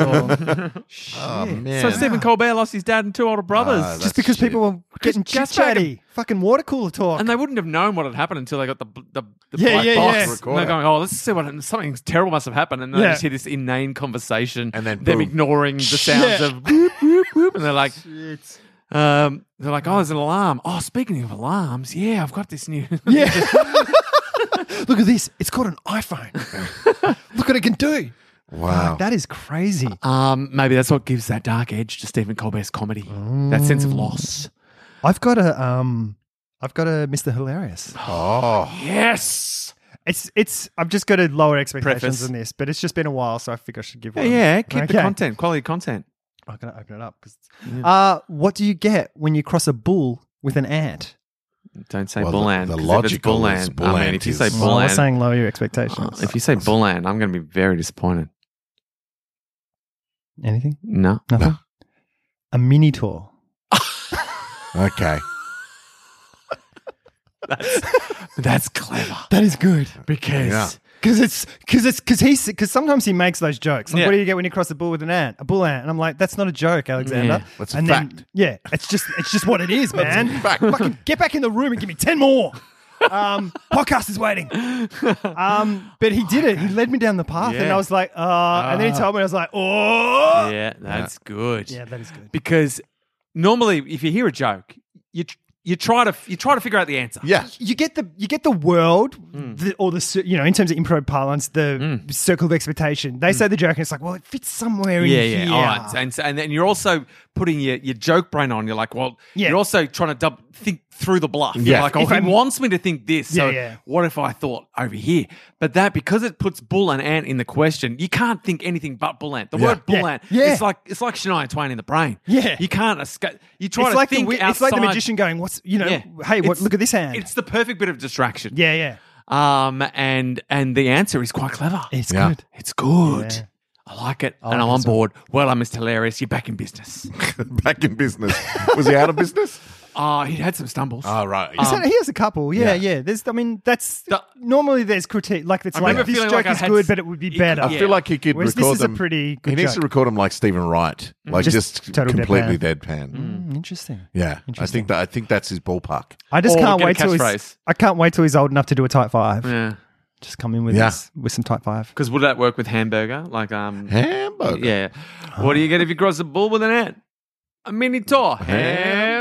[SPEAKER 5] Or,
[SPEAKER 1] oh man,
[SPEAKER 4] So Stephen Colbert lost his dad and two older brothers.
[SPEAKER 1] Ah,
[SPEAKER 5] just because
[SPEAKER 1] shit.
[SPEAKER 5] people were getting chit
[SPEAKER 4] Just back
[SPEAKER 5] chatty, fucking water cooler talk.
[SPEAKER 4] and they wouldn't have known what had happened until they got the the, the
[SPEAKER 5] Yeah,
[SPEAKER 4] black
[SPEAKER 5] yeah,
[SPEAKER 4] box.
[SPEAKER 5] yeah.
[SPEAKER 4] And they're going, "Oh, let's see what something terrible must have happened." And then
[SPEAKER 5] Yeah.
[SPEAKER 4] they just hear this inane conversation,
[SPEAKER 1] And then
[SPEAKER 4] them
[SPEAKER 1] boom.
[SPEAKER 4] ignoring the sounds
[SPEAKER 5] Yeah.
[SPEAKER 4] of whoop whoop whoop, and they're like, um, "They're like, oh, there's an alarm. Oh, speaking of alarms, yeah, I've got this new."
[SPEAKER 5] Yeah. Look at this. It's called an iPhone. Look what it can do.
[SPEAKER 1] Wow.
[SPEAKER 5] Fuck, that is crazy.
[SPEAKER 4] um, maybe that's what gives that dark edge to Stephen Colbert's comedy, that sense of loss.
[SPEAKER 5] I've got a um I've got a Mr. Hilarious.
[SPEAKER 1] oh,
[SPEAKER 4] Yes.
[SPEAKER 5] It's it's I've just got to lower expectations
[SPEAKER 4] Preface.
[SPEAKER 5] than this, but it's just been a while, so I think I should give
[SPEAKER 4] Yeah,
[SPEAKER 5] one.
[SPEAKER 4] yeah. Keep the
[SPEAKER 5] Okay.
[SPEAKER 4] content, quality content.
[SPEAKER 5] I'm gonna open it up 'cause- uh what do you get when you cross a bull with an ant?
[SPEAKER 4] Don't say
[SPEAKER 1] Well, the-
[SPEAKER 4] Bulland.
[SPEAKER 1] the
[SPEAKER 4] 'cause if it's
[SPEAKER 1] logical is
[SPEAKER 4] Bulland, I mean,
[SPEAKER 1] Bulland
[SPEAKER 4] if you
[SPEAKER 1] is-
[SPEAKER 4] say
[SPEAKER 1] Well,
[SPEAKER 5] Well,
[SPEAKER 4] Bulland,
[SPEAKER 5] we're Oh, saying lower your expectations.
[SPEAKER 4] if you say Bulland, I'm going to be very disappointed.
[SPEAKER 5] Anything?
[SPEAKER 4] No.
[SPEAKER 5] Nothing? A mini tour.
[SPEAKER 1] okay.
[SPEAKER 4] That's clever.
[SPEAKER 5] That is good.
[SPEAKER 4] Because
[SPEAKER 1] Yeah.
[SPEAKER 5] Because it's because it's because he's because sometimes he makes those jokes. Like,
[SPEAKER 4] Yeah.
[SPEAKER 5] what do you get when you cross a bull with an ant? A bull ant, and I'm like, that's not a joke, Alexander.
[SPEAKER 4] Yeah.
[SPEAKER 1] That's a
[SPEAKER 5] and
[SPEAKER 1] fact.
[SPEAKER 5] Then, yeah, it's just it's just what it is, man.
[SPEAKER 1] fact.
[SPEAKER 5] Fucking get back in the room and give me ten more. Um, podcast is waiting. Um, but he did it. He led me down the path, and
[SPEAKER 4] Yeah.
[SPEAKER 5] I was like, uh, and then he told me, I was like, oh, yeah,
[SPEAKER 4] yeah, that's good.
[SPEAKER 5] that is good.
[SPEAKER 4] Because normally, if you hear a joke, you tr- you try to f- you try to figure out the answer.
[SPEAKER 1] Yeah.
[SPEAKER 5] you get the you get the world
[SPEAKER 4] Hmm.
[SPEAKER 5] the, or the cir- you know in terms of improv parlance the circle of expectation they say the joke and it's like well it fits somewhere
[SPEAKER 4] Hmm. Yeah,
[SPEAKER 5] in
[SPEAKER 4] yeah.
[SPEAKER 5] here
[SPEAKER 4] All right. And so, and then you're also putting your, your joke brain on. You're like, well,
[SPEAKER 5] Yeah.
[SPEAKER 4] you're also trying to dub, think through the bluff.
[SPEAKER 1] Yeah.
[SPEAKER 4] Like, oh,
[SPEAKER 5] If
[SPEAKER 4] he
[SPEAKER 5] I'm-
[SPEAKER 4] wants me to think this. So
[SPEAKER 5] Yeah, yeah.
[SPEAKER 4] what if I thought over here? But that because it puts bull and ant in the question, you can't think anything but bull ant. The
[SPEAKER 1] Yeah.
[SPEAKER 4] word bull
[SPEAKER 5] Yeah.
[SPEAKER 4] ant,
[SPEAKER 5] Yeah.
[SPEAKER 4] it's like it's like Shania Twain in the brain.
[SPEAKER 5] Yeah.
[SPEAKER 4] You can't escape you try
[SPEAKER 5] It's
[SPEAKER 4] to
[SPEAKER 5] like, the,
[SPEAKER 4] think
[SPEAKER 5] wi- it's
[SPEAKER 4] outside.
[SPEAKER 5] like the magician going, "What's you know?
[SPEAKER 4] Yeah.
[SPEAKER 5] Hey, what?
[SPEAKER 4] It's-
[SPEAKER 5] Look at this hand."
[SPEAKER 4] It's the perfect bit of distraction.
[SPEAKER 5] yeah, yeah.
[SPEAKER 4] Um and and the answer is quite clever.
[SPEAKER 5] It's
[SPEAKER 1] Yeah.
[SPEAKER 5] good.
[SPEAKER 4] It's good.
[SPEAKER 5] Yeah.
[SPEAKER 4] I like it, and I'm on board. Well, I'm Mr. Hilarious. You're back in business.
[SPEAKER 1] Back in business. Was he out of business?
[SPEAKER 4] Ah, he had some stumbles.
[SPEAKER 1] Oh, right.
[SPEAKER 5] So he has a couple. Yeah, yeah. There's, I mean, that's
[SPEAKER 4] Um, The-
[SPEAKER 5] normally there's critique. Like it's
[SPEAKER 4] I
[SPEAKER 5] like
[SPEAKER 4] remember
[SPEAKER 5] this
[SPEAKER 4] feeling
[SPEAKER 5] joke
[SPEAKER 4] like I
[SPEAKER 5] is
[SPEAKER 4] had
[SPEAKER 5] good,
[SPEAKER 4] s-
[SPEAKER 5] but it would be
[SPEAKER 4] it-
[SPEAKER 5] better.
[SPEAKER 1] I
[SPEAKER 4] Yeah.
[SPEAKER 1] feel like he could
[SPEAKER 5] Whereas this
[SPEAKER 1] record
[SPEAKER 5] is a
[SPEAKER 1] them.
[SPEAKER 5] pretty
[SPEAKER 1] he
[SPEAKER 5] good
[SPEAKER 1] needs to
[SPEAKER 5] joke. Mm.
[SPEAKER 1] record them like Stephen Wright, like
[SPEAKER 5] Just
[SPEAKER 1] just,
[SPEAKER 5] total
[SPEAKER 1] completely deadpan.
[SPEAKER 5] Mm, interesting.
[SPEAKER 1] Yeah, I think that I think that's his ballpark.
[SPEAKER 5] I just
[SPEAKER 4] Or
[SPEAKER 5] can't
[SPEAKER 4] get a
[SPEAKER 5] wait till
[SPEAKER 4] catchphrase.
[SPEAKER 5] he's, I can't wait till he's old enough to do a type five.
[SPEAKER 4] yeah.
[SPEAKER 5] Just come in with
[SPEAKER 1] Yeah.
[SPEAKER 5] this, with some type five.
[SPEAKER 4] Because would that work with hamburger? Like, um,
[SPEAKER 1] Hamburger.
[SPEAKER 4] yeah. What do you get if you cross a bull with an ant? A mini tour hamburger.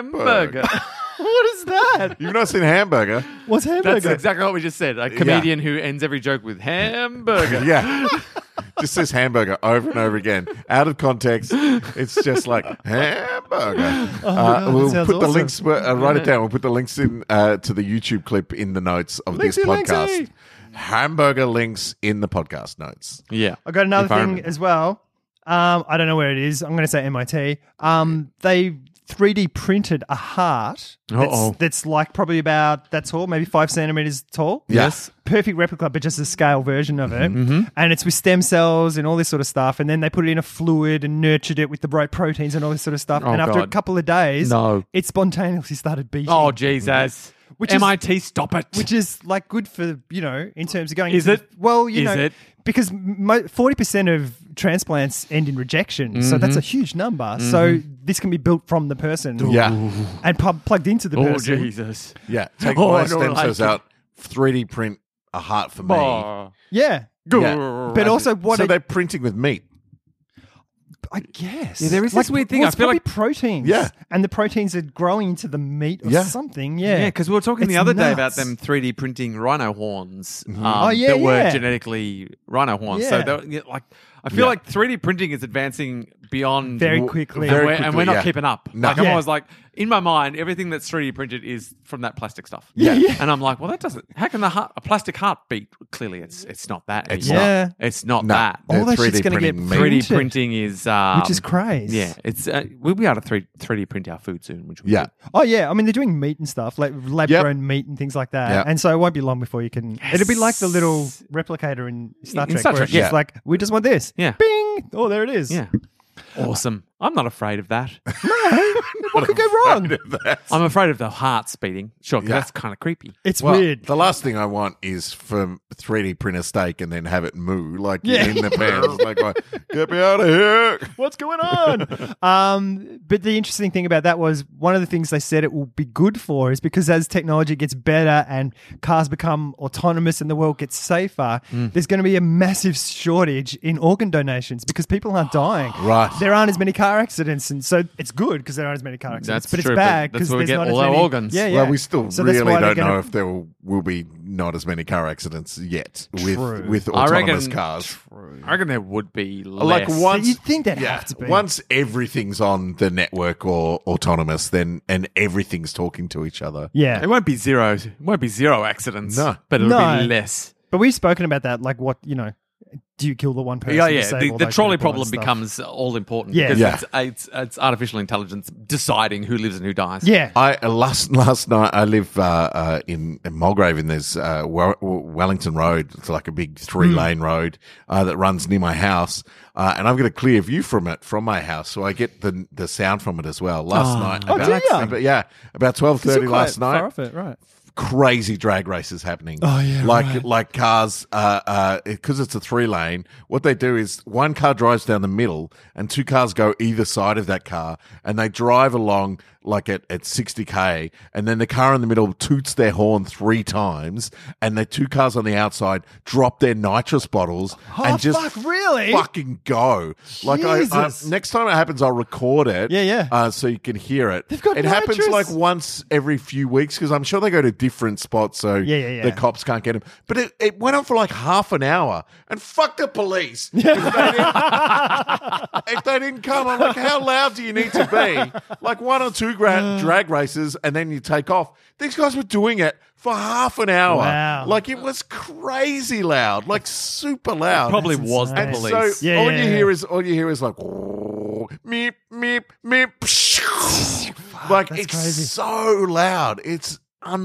[SPEAKER 1] Hamburger.
[SPEAKER 5] What is that?
[SPEAKER 1] You've not seen Hamburger.
[SPEAKER 5] What's hamburger?
[SPEAKER 4] That's exactly what we just said. A comedian who ends every joke with hamburger.
[SPEAKER 1] Yeah. just says hamburger over and over again. Out of context, it's just like hamburger.
[SPEAKER 4] Oh,
[SPEAKER 1] Uh,
[SPEAKER 5] God, that
[SPEAKER 1] we'll
[SPEAKER 5] sounds
[SPEAKER 1] put the
[SPEAKER 5] awesome.
[SPEAKER 1] links, uh, write it down. We'll put the links in uh, to the YouTube clip in the notes of this
[SPEAKER 5] Linksy,
[SPEAKER 1] podcast.
[SPEAKER 5] Linksy.
[SPEAKER 1] Hamburger links in the podcast notes.
[SPEAKER 4] yeah.
[SPEAKER 5] I got another thing
[SPEAKER 4] Environment.
[SPEAKER 5] as well. Um, I don't know where it is. I'm going to say MIT. Um, they 3D printed a heart
[SPEAKER 4] Uh-oh.
[SPEAKER 5] that's, that's like probably about that tall, maybe five centimeters tall.
[SPEAKER 1] Yeah. Yes.
[SPEAKER 5] Perfect replica, but just a scale version of it.
[SPEAKER 4] Mm-hmm.
[SPEAKER 5] And it's with stem cells and all this sort of stuff. And then they put it in a fluid and nurtured it with the right proteins and all this sort of stuff.
[SPEAKER 4] Oh,
[SPEAKER 5] and after a
[SPEAKER 4] God.
[SPEAKER 5] couple of days,
[SPEAKER 4] No.
[SPEAKER 5] it spontaneously started beating.
[SPEAKER 4] Oh, Jesus.
[SPEAKER 5] Which is-
[SPEAKER 4] MIT, stop it.
[SPEAKER 5] which is like good for you know in terms of going.
[SPEAKER 4] Is
[SPEAKER 5] into the-
[SPEAKER 4] it?
[SPEAKER 5] well, you
[SPEAKER 4] Is
[SPEAKER 5] know,
[SPEAKER 4] it?
[SPEAKER 5] because forty percent of transplants end in rejection, so
[SPEAKER 4] Mm-hmm.
[SPEAKER 5] that's a huge number. So this can be built from the person,
[SPEAKER 1] Yeah.
[SPEAKER 5] and pub- plugged into the
[SPEAKER 4] oh,
[SPEAKER 5] person.
[SPEAKER 4] Jesus.
[SPEAKER 1] Yeah. Take
[SPEAKER 4] Oh, I
[SPEAKER 1] my
[SPEAKER 4] don't
[SPEAKER 1] stem
[SPEAKER 4] like
[SPEAKER 1] cells
[SPEAKER 4] it.
[SPEAKER 1] out, 3D print a heart for me.
[SPEAKER 4] Oh.
[SPEAKER 5] Yeah,
[SPEAKER 1] Yeah.
[SPEAKER 5] but also what
[SPEAKER 1] so
[SPEAKER 5] it,
[SPEAKER 1] they're printing with meat.
[SPEAKER 5] I guess
[SPEAKER 4] Yeah, there is this weird thing. I
[SPEAKER 5] well, it's
[SPEAKER 4] feel
[SPEAKER 5] probably
[SPEAKER 4] like-
[SPEAKER 5] proteins,
[SPEAKER 1] Yeah.
[SPEAKER 5] and the proteins are growing into the meat or
[SPEAKER 1] Yeah.
[SPEAKER 5] something. Yeah,
[SPEAKER 4] Yeah, because we were talking the
[SPEAKER 5] It's
[SPEAKER 4] other day about
[SPEAKER 5] nuts.
[SPEAKER 4] them 3D printing rhino horns um,
[SPEAKER 5] Oh, yeah,
[SPEAKER 4] that were
[SPEAKER 5] yeah.
[SPEAKER 4] genetically rhino horns. So
[SPEAKER 5] Yeah.
[SPEAKER 4] So yeah, like, I feel
[SPEAKER 1] Yeah.
[SPEAKER 4] like 3D printing is advancing beyond
[SPEAKER 5] very
[SPEAKER 4] and
[SPEAKER 5] quickly.
[SPEAKER 1] very
[SPEAKER 4] we're- and, we're,
[SPEAKER 1] quickly,
[SPEAKER 4] not
[SPEAKER 1] yeah.
[SPEAKER 4] keeping up.
[SPEAKER 1] No.
[SPEAKER 4] Like I'm
[SPEAKER 5] Yeah.
[SPEAKER 4] always like in my mind, everything that's 3D printed is from that plastic stuff.
[SPEAKER 1] Yeah. Yeah.
[SPEAKER 4] and I'm like, well, that doesn't. How can the heart, a plastic heart beat? Clearly, it's it's not that.
[SPEAKER 1] It's
[SPEAKER 4] anymore.
[SPEAKER 5] not.
[SPEAKER 4] It's not
[SPEAKER 1] No.
[SPEAKER 4] that.
[SPEAKER 5] All
[SPEAKER 1] They're
[SPEAKER 5] that shit's
[SPEAKER 1] 3D
[SPEAKER 5] gonna get
[SPEAKER 1] printing meat.
[SPEAKER 4] 3D
[SPEAKER 5] printed,
[SPEAKER 4] printing is um,
[SPEAKER 5] which is crazy.
[SPEAKER 4] Yeah, it's uh, we'll be able to 3, 3D print our food soon, which will be
[SPEAKER 1] Yeah.
[SPEAKER 4] good.
[SPEAKER 5] Oh yeah, I mean they're doing meat and stuff, like lab
[SPEAKER 1] Yep.
[SPEAKER 5] grown meat and things like that,
[SPEAKER 1] Yep.
[SPEAKER 5] and so it won't be long before you can. It'll be like the little
[SPEAKER 4] Yes.
[SPEAKER 5] replicator in Star
[SPEAKER 4] In
[SPEAKER 5] Trek,
[SPEAKER 4] Star
[SPEAKER 5] where it's
[SPEAKER 4] Trek,
[SPEAKER 5] just
[SPEAKER 1] yeah.
[SPEAKER 5] like we just want this.
[SPEAKER 4] Yeah.
[SPEAKER 5] bing! Oh, there it is.
[SPEAKER 4] Yeah. Awesome. I'm not afraid of that.
[SPEAKER 5] what could go wrong?
[SPEAKER 4] I'm afraid of the hearts beating. Sure, 'cause
[SPEAKER 1] Yeah.
[SPEAKER 4] that's kind of creepy.
[SPEAKER 5] It's
[SPEAKER 1] Well,
[SPEAKER 5] weird.
[SPEAKER 1] The last thing I want is for 3D print a steak and then have it moo like
[SPEAKER 5] Yeah.
[SPEAKER 1] in the pans. like, like, get me out of here.
[SPEAKER 5] What's going on? um, but the interesting thing about that was one of the things they said it will be good for is because as technology gets better and cars become autonomous and the world gets safer,
[SPEAKER 4] Mm.
[SPEAKER 5] there's going to be a massive shortage in organ donations because people aren't dying.
[SPEAKER 1] Right.
[SPEAKER 5] There aren't as many car accidents, and so it's good because there aren't as many car
[SPEAKER 4] That's
[SPEAKER 5] accidents. but
[SPEAKER 4] true,
[SPEAKER 5] it's bad
[SPEAKER 4] but
[SPEAKER 5] because
[SPEAKER 4] that's where we
[SPEAKER 5] there's
[SPEAKER 4] get
[SPEAKER 5] not as
[SPEAKER 4] all our
[SPEAKER 5] many-
[SPEAKER 4] organs.
[SPEAKER 5] Yeah, yeah.
[SPEAKER 1] Well, we still
[SPEAKER 5] So that's
[SPEAKER 1] really
[SPEAKER 5] why
[SPEAKER 1] don't
[SPEAKER 5] they're gonna-
[SPEAKER 1] know if there will, will be not as many car accidents yet with
[SPEAKER 5] True.
[SPEAKER 1] with
[SPEAKER 4] I reckon-
[SPEAKER 1] autonomous cars. Uh,
[SPEAKER 4] I reckon there would be
[SPEAKER 1] Like
[SPEAKER 4] less.
[SPEAKER 1] once,
[SPEAKER 5] you'd think there'd
[SPEAKER 1] yeah,
[SPEAKER 5] have to be.
[SPEAKER 1] once everything's on the network or autonomous, then and everything's talking to each other.
[SPEAKER 5] Yeah,
[SPEAKER 4] It won't be zero. It won't be zero accidents.
[SPEAKER 1] No.
[SPEAKER 4] but it'll
[SPEAKER 5] No.
[SPEAKER 4] be less.
[SPEAKER 5] but we've spoken about that. Like, what you know, do you kill the one person?
[SPEAKER 4] Yeah,
[SPEAKER 5] to
[SPEAKER 4] yeah.
[SPEAKER 5] save
[SPEAKER 4] The,
[SPEAKER 5] all
[SPEAKER 4] the
[SPEAKER 5] those
[SPEAKER 4] trolley
[SPEAKER 5] people and
[SPEAKER 4] problem
[SPEAKER 5] stuff?
[SPEAKER 4] becomes all important.
[SPEAKER 5] Yeah.
[SPEAKER 4] because
[SPEAKER 1] Yeah.
[SPEAKER 4] It's, it's it's artificial intelligence deciding who lives and who dies.
[SPEAKER 5] yeah.
[SPEAKER 1] I uh, last last night I live uh, uh, in, in Mulgrave and there's uh, Wel- Wellington Road. It's like a big three lane
[SPEAKER 5] Hmm.
[SPEAKER 1] road uh, that runs near my house, uh, and I've got a clear view from it from my house, so I get the the sound from it as well. Last night,
[SPEAKER 5] Oh, do ya?
[SPEAKER 1] about- yeah, about twelve thirty last night
[SPEAKER 5] it, right?
[SPEAKER 1] crazy drag races happening.
[SPEAKER 5] Oh, yeah,
[SPEAKER 1] like
[SPEAKER 5] right.
[SPEAKER 1] like cars, because uh, because it's a three lane. What they do is one car drives down the middle, and two cars go either side of that car, and they drive along like at at sixty k, and then the car in the middle toots their horn three times, and the two cars on the outside drop their nitrous bottles
[SPEAKER 5] Oh,
[SPEAKER 1] and just
[SPEAKER 5] fuck, really?
[SPEAKER 1] fucking go. Like I, I
[SPEAKER 5] Jesus.
[SPEAKER 1] next time it happens, I'll record it.
[SPEAKER 5] Yeah, yeah.
[SPEAKER 1] Uh, so you can hear it.
[SPEAKER 5] They've got
[SPEAKER 1] it happens
[SPEAKER 5] nitrous.
[SPEAKER 1] like once every few weeks because I'm sure they go to different spots, so
[SPEAKER 5] Yeah, yeah, yeah.
[SPEAKER 1] the cops can't get them. But it, it went on for like half an hour, and fuck the police. If, they didn't, if they didn't come, I'm like, how loud do you need to be? Like one or two two gra- drag races and then you take off. These guys were doing it for half an hour.
[SPEAKER 5] Wow.
[SPEAKER 1] Like it was crazy loud, like super loud.
[SPEAKER 4] Probably was the
[SPEAKER 1] And
[SPEAKER 5] insane.
[SPEAKER 4] police.
[SPEAKER 1] so
[SPEAKER 5] Yeah,
[SPEAKER 1] all you
[SPEAKER 5] yeah, yeah.
[SPEAKER 1] hear is all you hear is like meep meep meep. pshh. like
[SPEAKER 5] that's
[SPEAKER 1] it's
[SPEAKER 5] crazy.
[SPEAKER 1] so loud. It's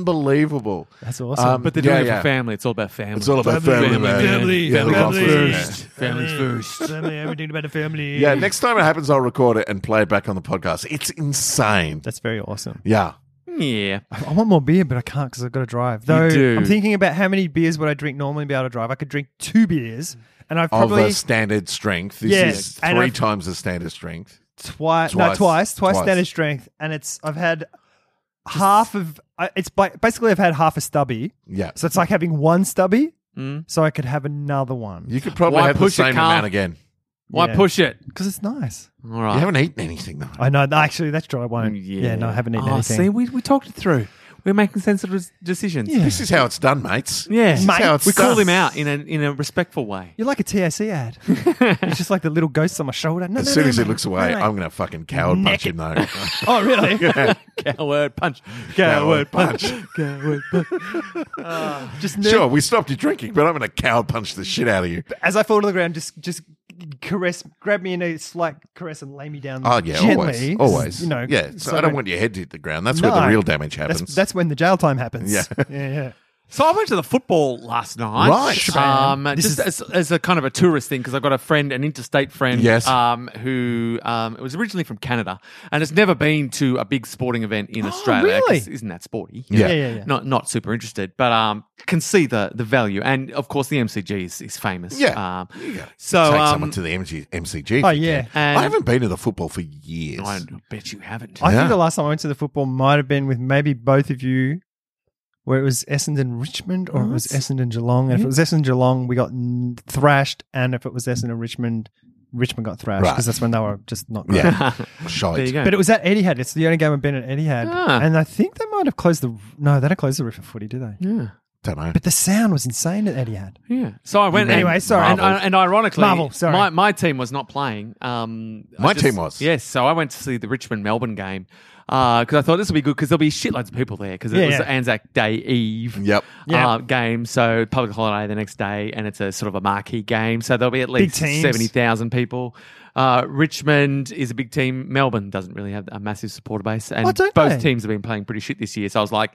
[SPEAKER 1] unbelievable.
[SPEAKER 5] That's awesome.
[SPEAKER 1] Um,
[SPEAKER 4] But they're
[SPEAKER 1] yeah,
[SPEAKER 4] doing it
[SPEAKER 1] yeah.
[SPEAKER 4] for family. It's all about family.
[SPEAKER 1] It's all about family, man.
[SPEAKER 5] Family,
[SPEAKER 1] Yeah,
[SPEAKER 5] family,
[SPEAKER 1] yeah,
[SPEAKER 5] family,
[SPEAKER 1] yeah.
[SPEAKER 4] Family's first.
[SPEAKER 5] family, Mm. everything about the family.
[SPEAKER 1] Yeah, next time it happens, I'll record it and play it back on the podcast. It's insane.
[SPEAKER 5] That's very awesome.
[SPEAKER 1] Yeah.
[SPEAKER 4] Yeah.
[SPEAKER 5] I I want more beer, but I can't because I've got to drive. Though
[SPEAKER 4] do.
[SPEAKER 5] I'm thinking about how many beers would I drink normally to be able to drive. I could drink two beers, and I've
[SPEAKER 1] Of
[SPEAKER 5] probably
[SPEAKER 1] a standard strength. This
[SPEAKER 5] Yeah,
[SPEAKER 1] is
[SPEAKER 5] and
[SPEAKER 1] three
[SPEAKER 5] I've-
[SPEAKER 1] times the standard strength.
[SPEAKER 5] twice, no,
[SPEAKER 1] Twice.
[SPEAKER 5] twice, twice,
[SPEAKER 1] Twice.
[SPEAKER 5] standard strength, and it's I've had half of I- it's bi- basically I've had half a stubby,
[SPEAKER 1] Yeah.
[SPEAKER 5] so it's like having one stubby,
[SPEAKER 4] Mm.
[SPEAKER 5] so I could have another one
[SPEAKER 1] You could probably
[SPEAKER 4] Why
[SPEAKER 1] have the
[SPEAKER 4] push it,
[SPEAKER 1] same
[SPEAKER 4] Carl?
[SPEAKER 1] amount again.
[SPEAKER 4] Why
[SPEAKER 5] Yeah.
[SPEAKER 4] push it?
[SPEAKER 5] because it's nice.
[SPEAKER 4] All
[SPEAKER 1] You
[SPEAKER 4] right.
[SPEAKER 1] haven't eaten anything, though.
[SPEAKER 5] I know. Actually, that's true. I won't. Yeah,
[SPEAKER 4] Yeah.
[SPEAKER 5] no, I haven't eaten
[SPEAKER 4] oh,
[SPEAKER 5] anything.
[SPEAKER 4] See, we, we talked it through. We're making sensitive decisions.
[SPEAKER 5] Yeah.
[SPEAKER 1] This is how it's done, mates.
[SPEAKER 4] Yeah.
[SPEAKER 1] This is
[SPEAKER 5] Mate.
[SPEAKER 1] how it's
[SPEAKER 4] We
[SPEAKER 1] done.
[SPEAKER 4] call him out in a in a respectful way.
[SPEAKER 5] You're like a TAC ad. it's just like the little ghosts on my shoulder. No,
[SPEAKER 1] As
[SPEAKER 5] no,
[SPEAKER 1] soon
[SPEAKER 5] no,
[SPEAKER 1] as he
[SPEAKER 5] mate.
[SPEAKER 1] looks away,
[SPEAKER 5] No, mate.
[SPEAKER 1] I'm going to fucking coward punch him, though.
[SPEAKER 5] oh, really?
[SPEAKER 4] Coward punch.
[SPEAKER 1] Coward punch.
[SPEAKER 4] Coward punch.
[SPEAKER 5] just nerd-
[SPEAKER 1] sure, we stopped you drinking, but I'm going to coward punch the shit out of you.
[SPEAKER 5] as I fall to the ground, just just caress, grab me in a slight caress, and lay me down.
[SPEAKER 1] Oh, yeah, always.
[SPEAKER 5] gently,
[SPEAKER 1] Always.
[SPEAKER 5] You know,
[SPEAKER 1] yeah. So, I don't want your head to hit the ground. That's where
[SPEAKER 5] No.
[SPEAKER 1] the real damage happens.
[SPEAKER 5] That's, that's when the jail time happens.
[SPEAKER 1] Yeah.
[SPEAKER 5] yeah, yeah.
[SPEAKER 4] So I went to the football last night.
[SPEAKER 1] Right.
[SPEAKER 4] Um,
[SPEAKER 5] This
[SPEAKER 4] just as, as a kind of a tourist thing, because I've got a friend, an interstate friend,
[SPEAKER 1] Yes.
[SPEAKER 4] um, who um, was originally from Canada and has never been to a big sporting event in Australia. 'cause
[SPEAKER 5] really?
[SPEAKER 4] Isn't that sporty?
[SPEAKER 1] Yeah.
[SPEAKER 5] Yeah, yeah, yeah.
[SPEAKER 4] Not not super interested, but um, can see the the value. And of course, the MCG is, is famous.
[SPEAKER 1] Yeah.
[SPEAKER 4] Um,
[SPEAKER 1] Yeah.
[SPEAKER 4] so,
[SPEAKER 1] Take
[SPEAKER 4] um,
[SPEAKER 1] someone to the MG, MCG. if
[SPEAKER 5] Oh,
[SPEAKER 1] you
[SPEAKER 5] yeah.
[SPEAKER 1] can.
[SPEAKER 4] And-
[SPEAKER 1] I haven't been to the football for years.
[SPEAKER 4] I bet you haven't.
[SPEAKER 5] I
[SPEAKER 1] Yeah.
[SPEAKER 5] think the last time I went to the football might have been with maybe both of you, where it was Essendon Richmond or it was
[SPEAKER 4] Nice.
[SPEAKER 5] Essendon Geelong. And if it was Essendon Geelong, we got n- thrashed, and if it was Essendon Richmond, Richmond got thrashed
[SPEAKER 1] Right.
[SPEAKER 5] because that's when they were just not good.
[SPEAKER 1] Yeah.
[SPEAKER 4] there you
[SPEAKER 1] Shite.
[SPEAKER 4] go.
[SPEAKER 5] But it was at Etihad. It's the only game I've been at Etihad,
[SPEAKER 4] Ah.
[SPEAKER 5] and I think they might have closed the no, they don't close the roof for footy, do they?
[SPEAKER 4] yeah.
[SPEAKER 1] Don't know.
[SPEAKER 5] But the sound was insane at Etihad.
[SPEAKER 4] Yeah. So I went
[SPEAKER 5] mean Anyway, sorry.
[SPEAKER 4] And,
[SPEAKER 1] Marvel.
[SPEAKER 4] and ironically,
[SPEAKER 5] Marvel, sorry.
[SPEAKER 4] My, my team was not playing. Um, I
[SPEAKER 1] My team was.
[SPEAKER 4] Yes. So I went to see the Richmond Melbourne game because I thought this would be good because there'll be shitloads of people there because it
[SPEAKER 5] Yeah,
[SPEAKER 4] was
[SPEAKER 5] yeah.
[SPEAKER 4] the Anzac Day Eve.
[SPEAKER 1] Yep.
[SPEAKER 4] Uh, game so public holiday the next day, and it's a sort of a marquee game. So there'll be at least
[SPEAKER 5] teams.
[SPEAKER 4] seventy thousand people. Uh, Richmond is a big team. Melbourne doesn't really have a massive supporter base, and
[SPEAKER 5] Oh, don't
[SPEAKER 4] both
[SPEAKER 5] they?
[SPEAKER 4] teams have been playing pretty shit this year. So I was like,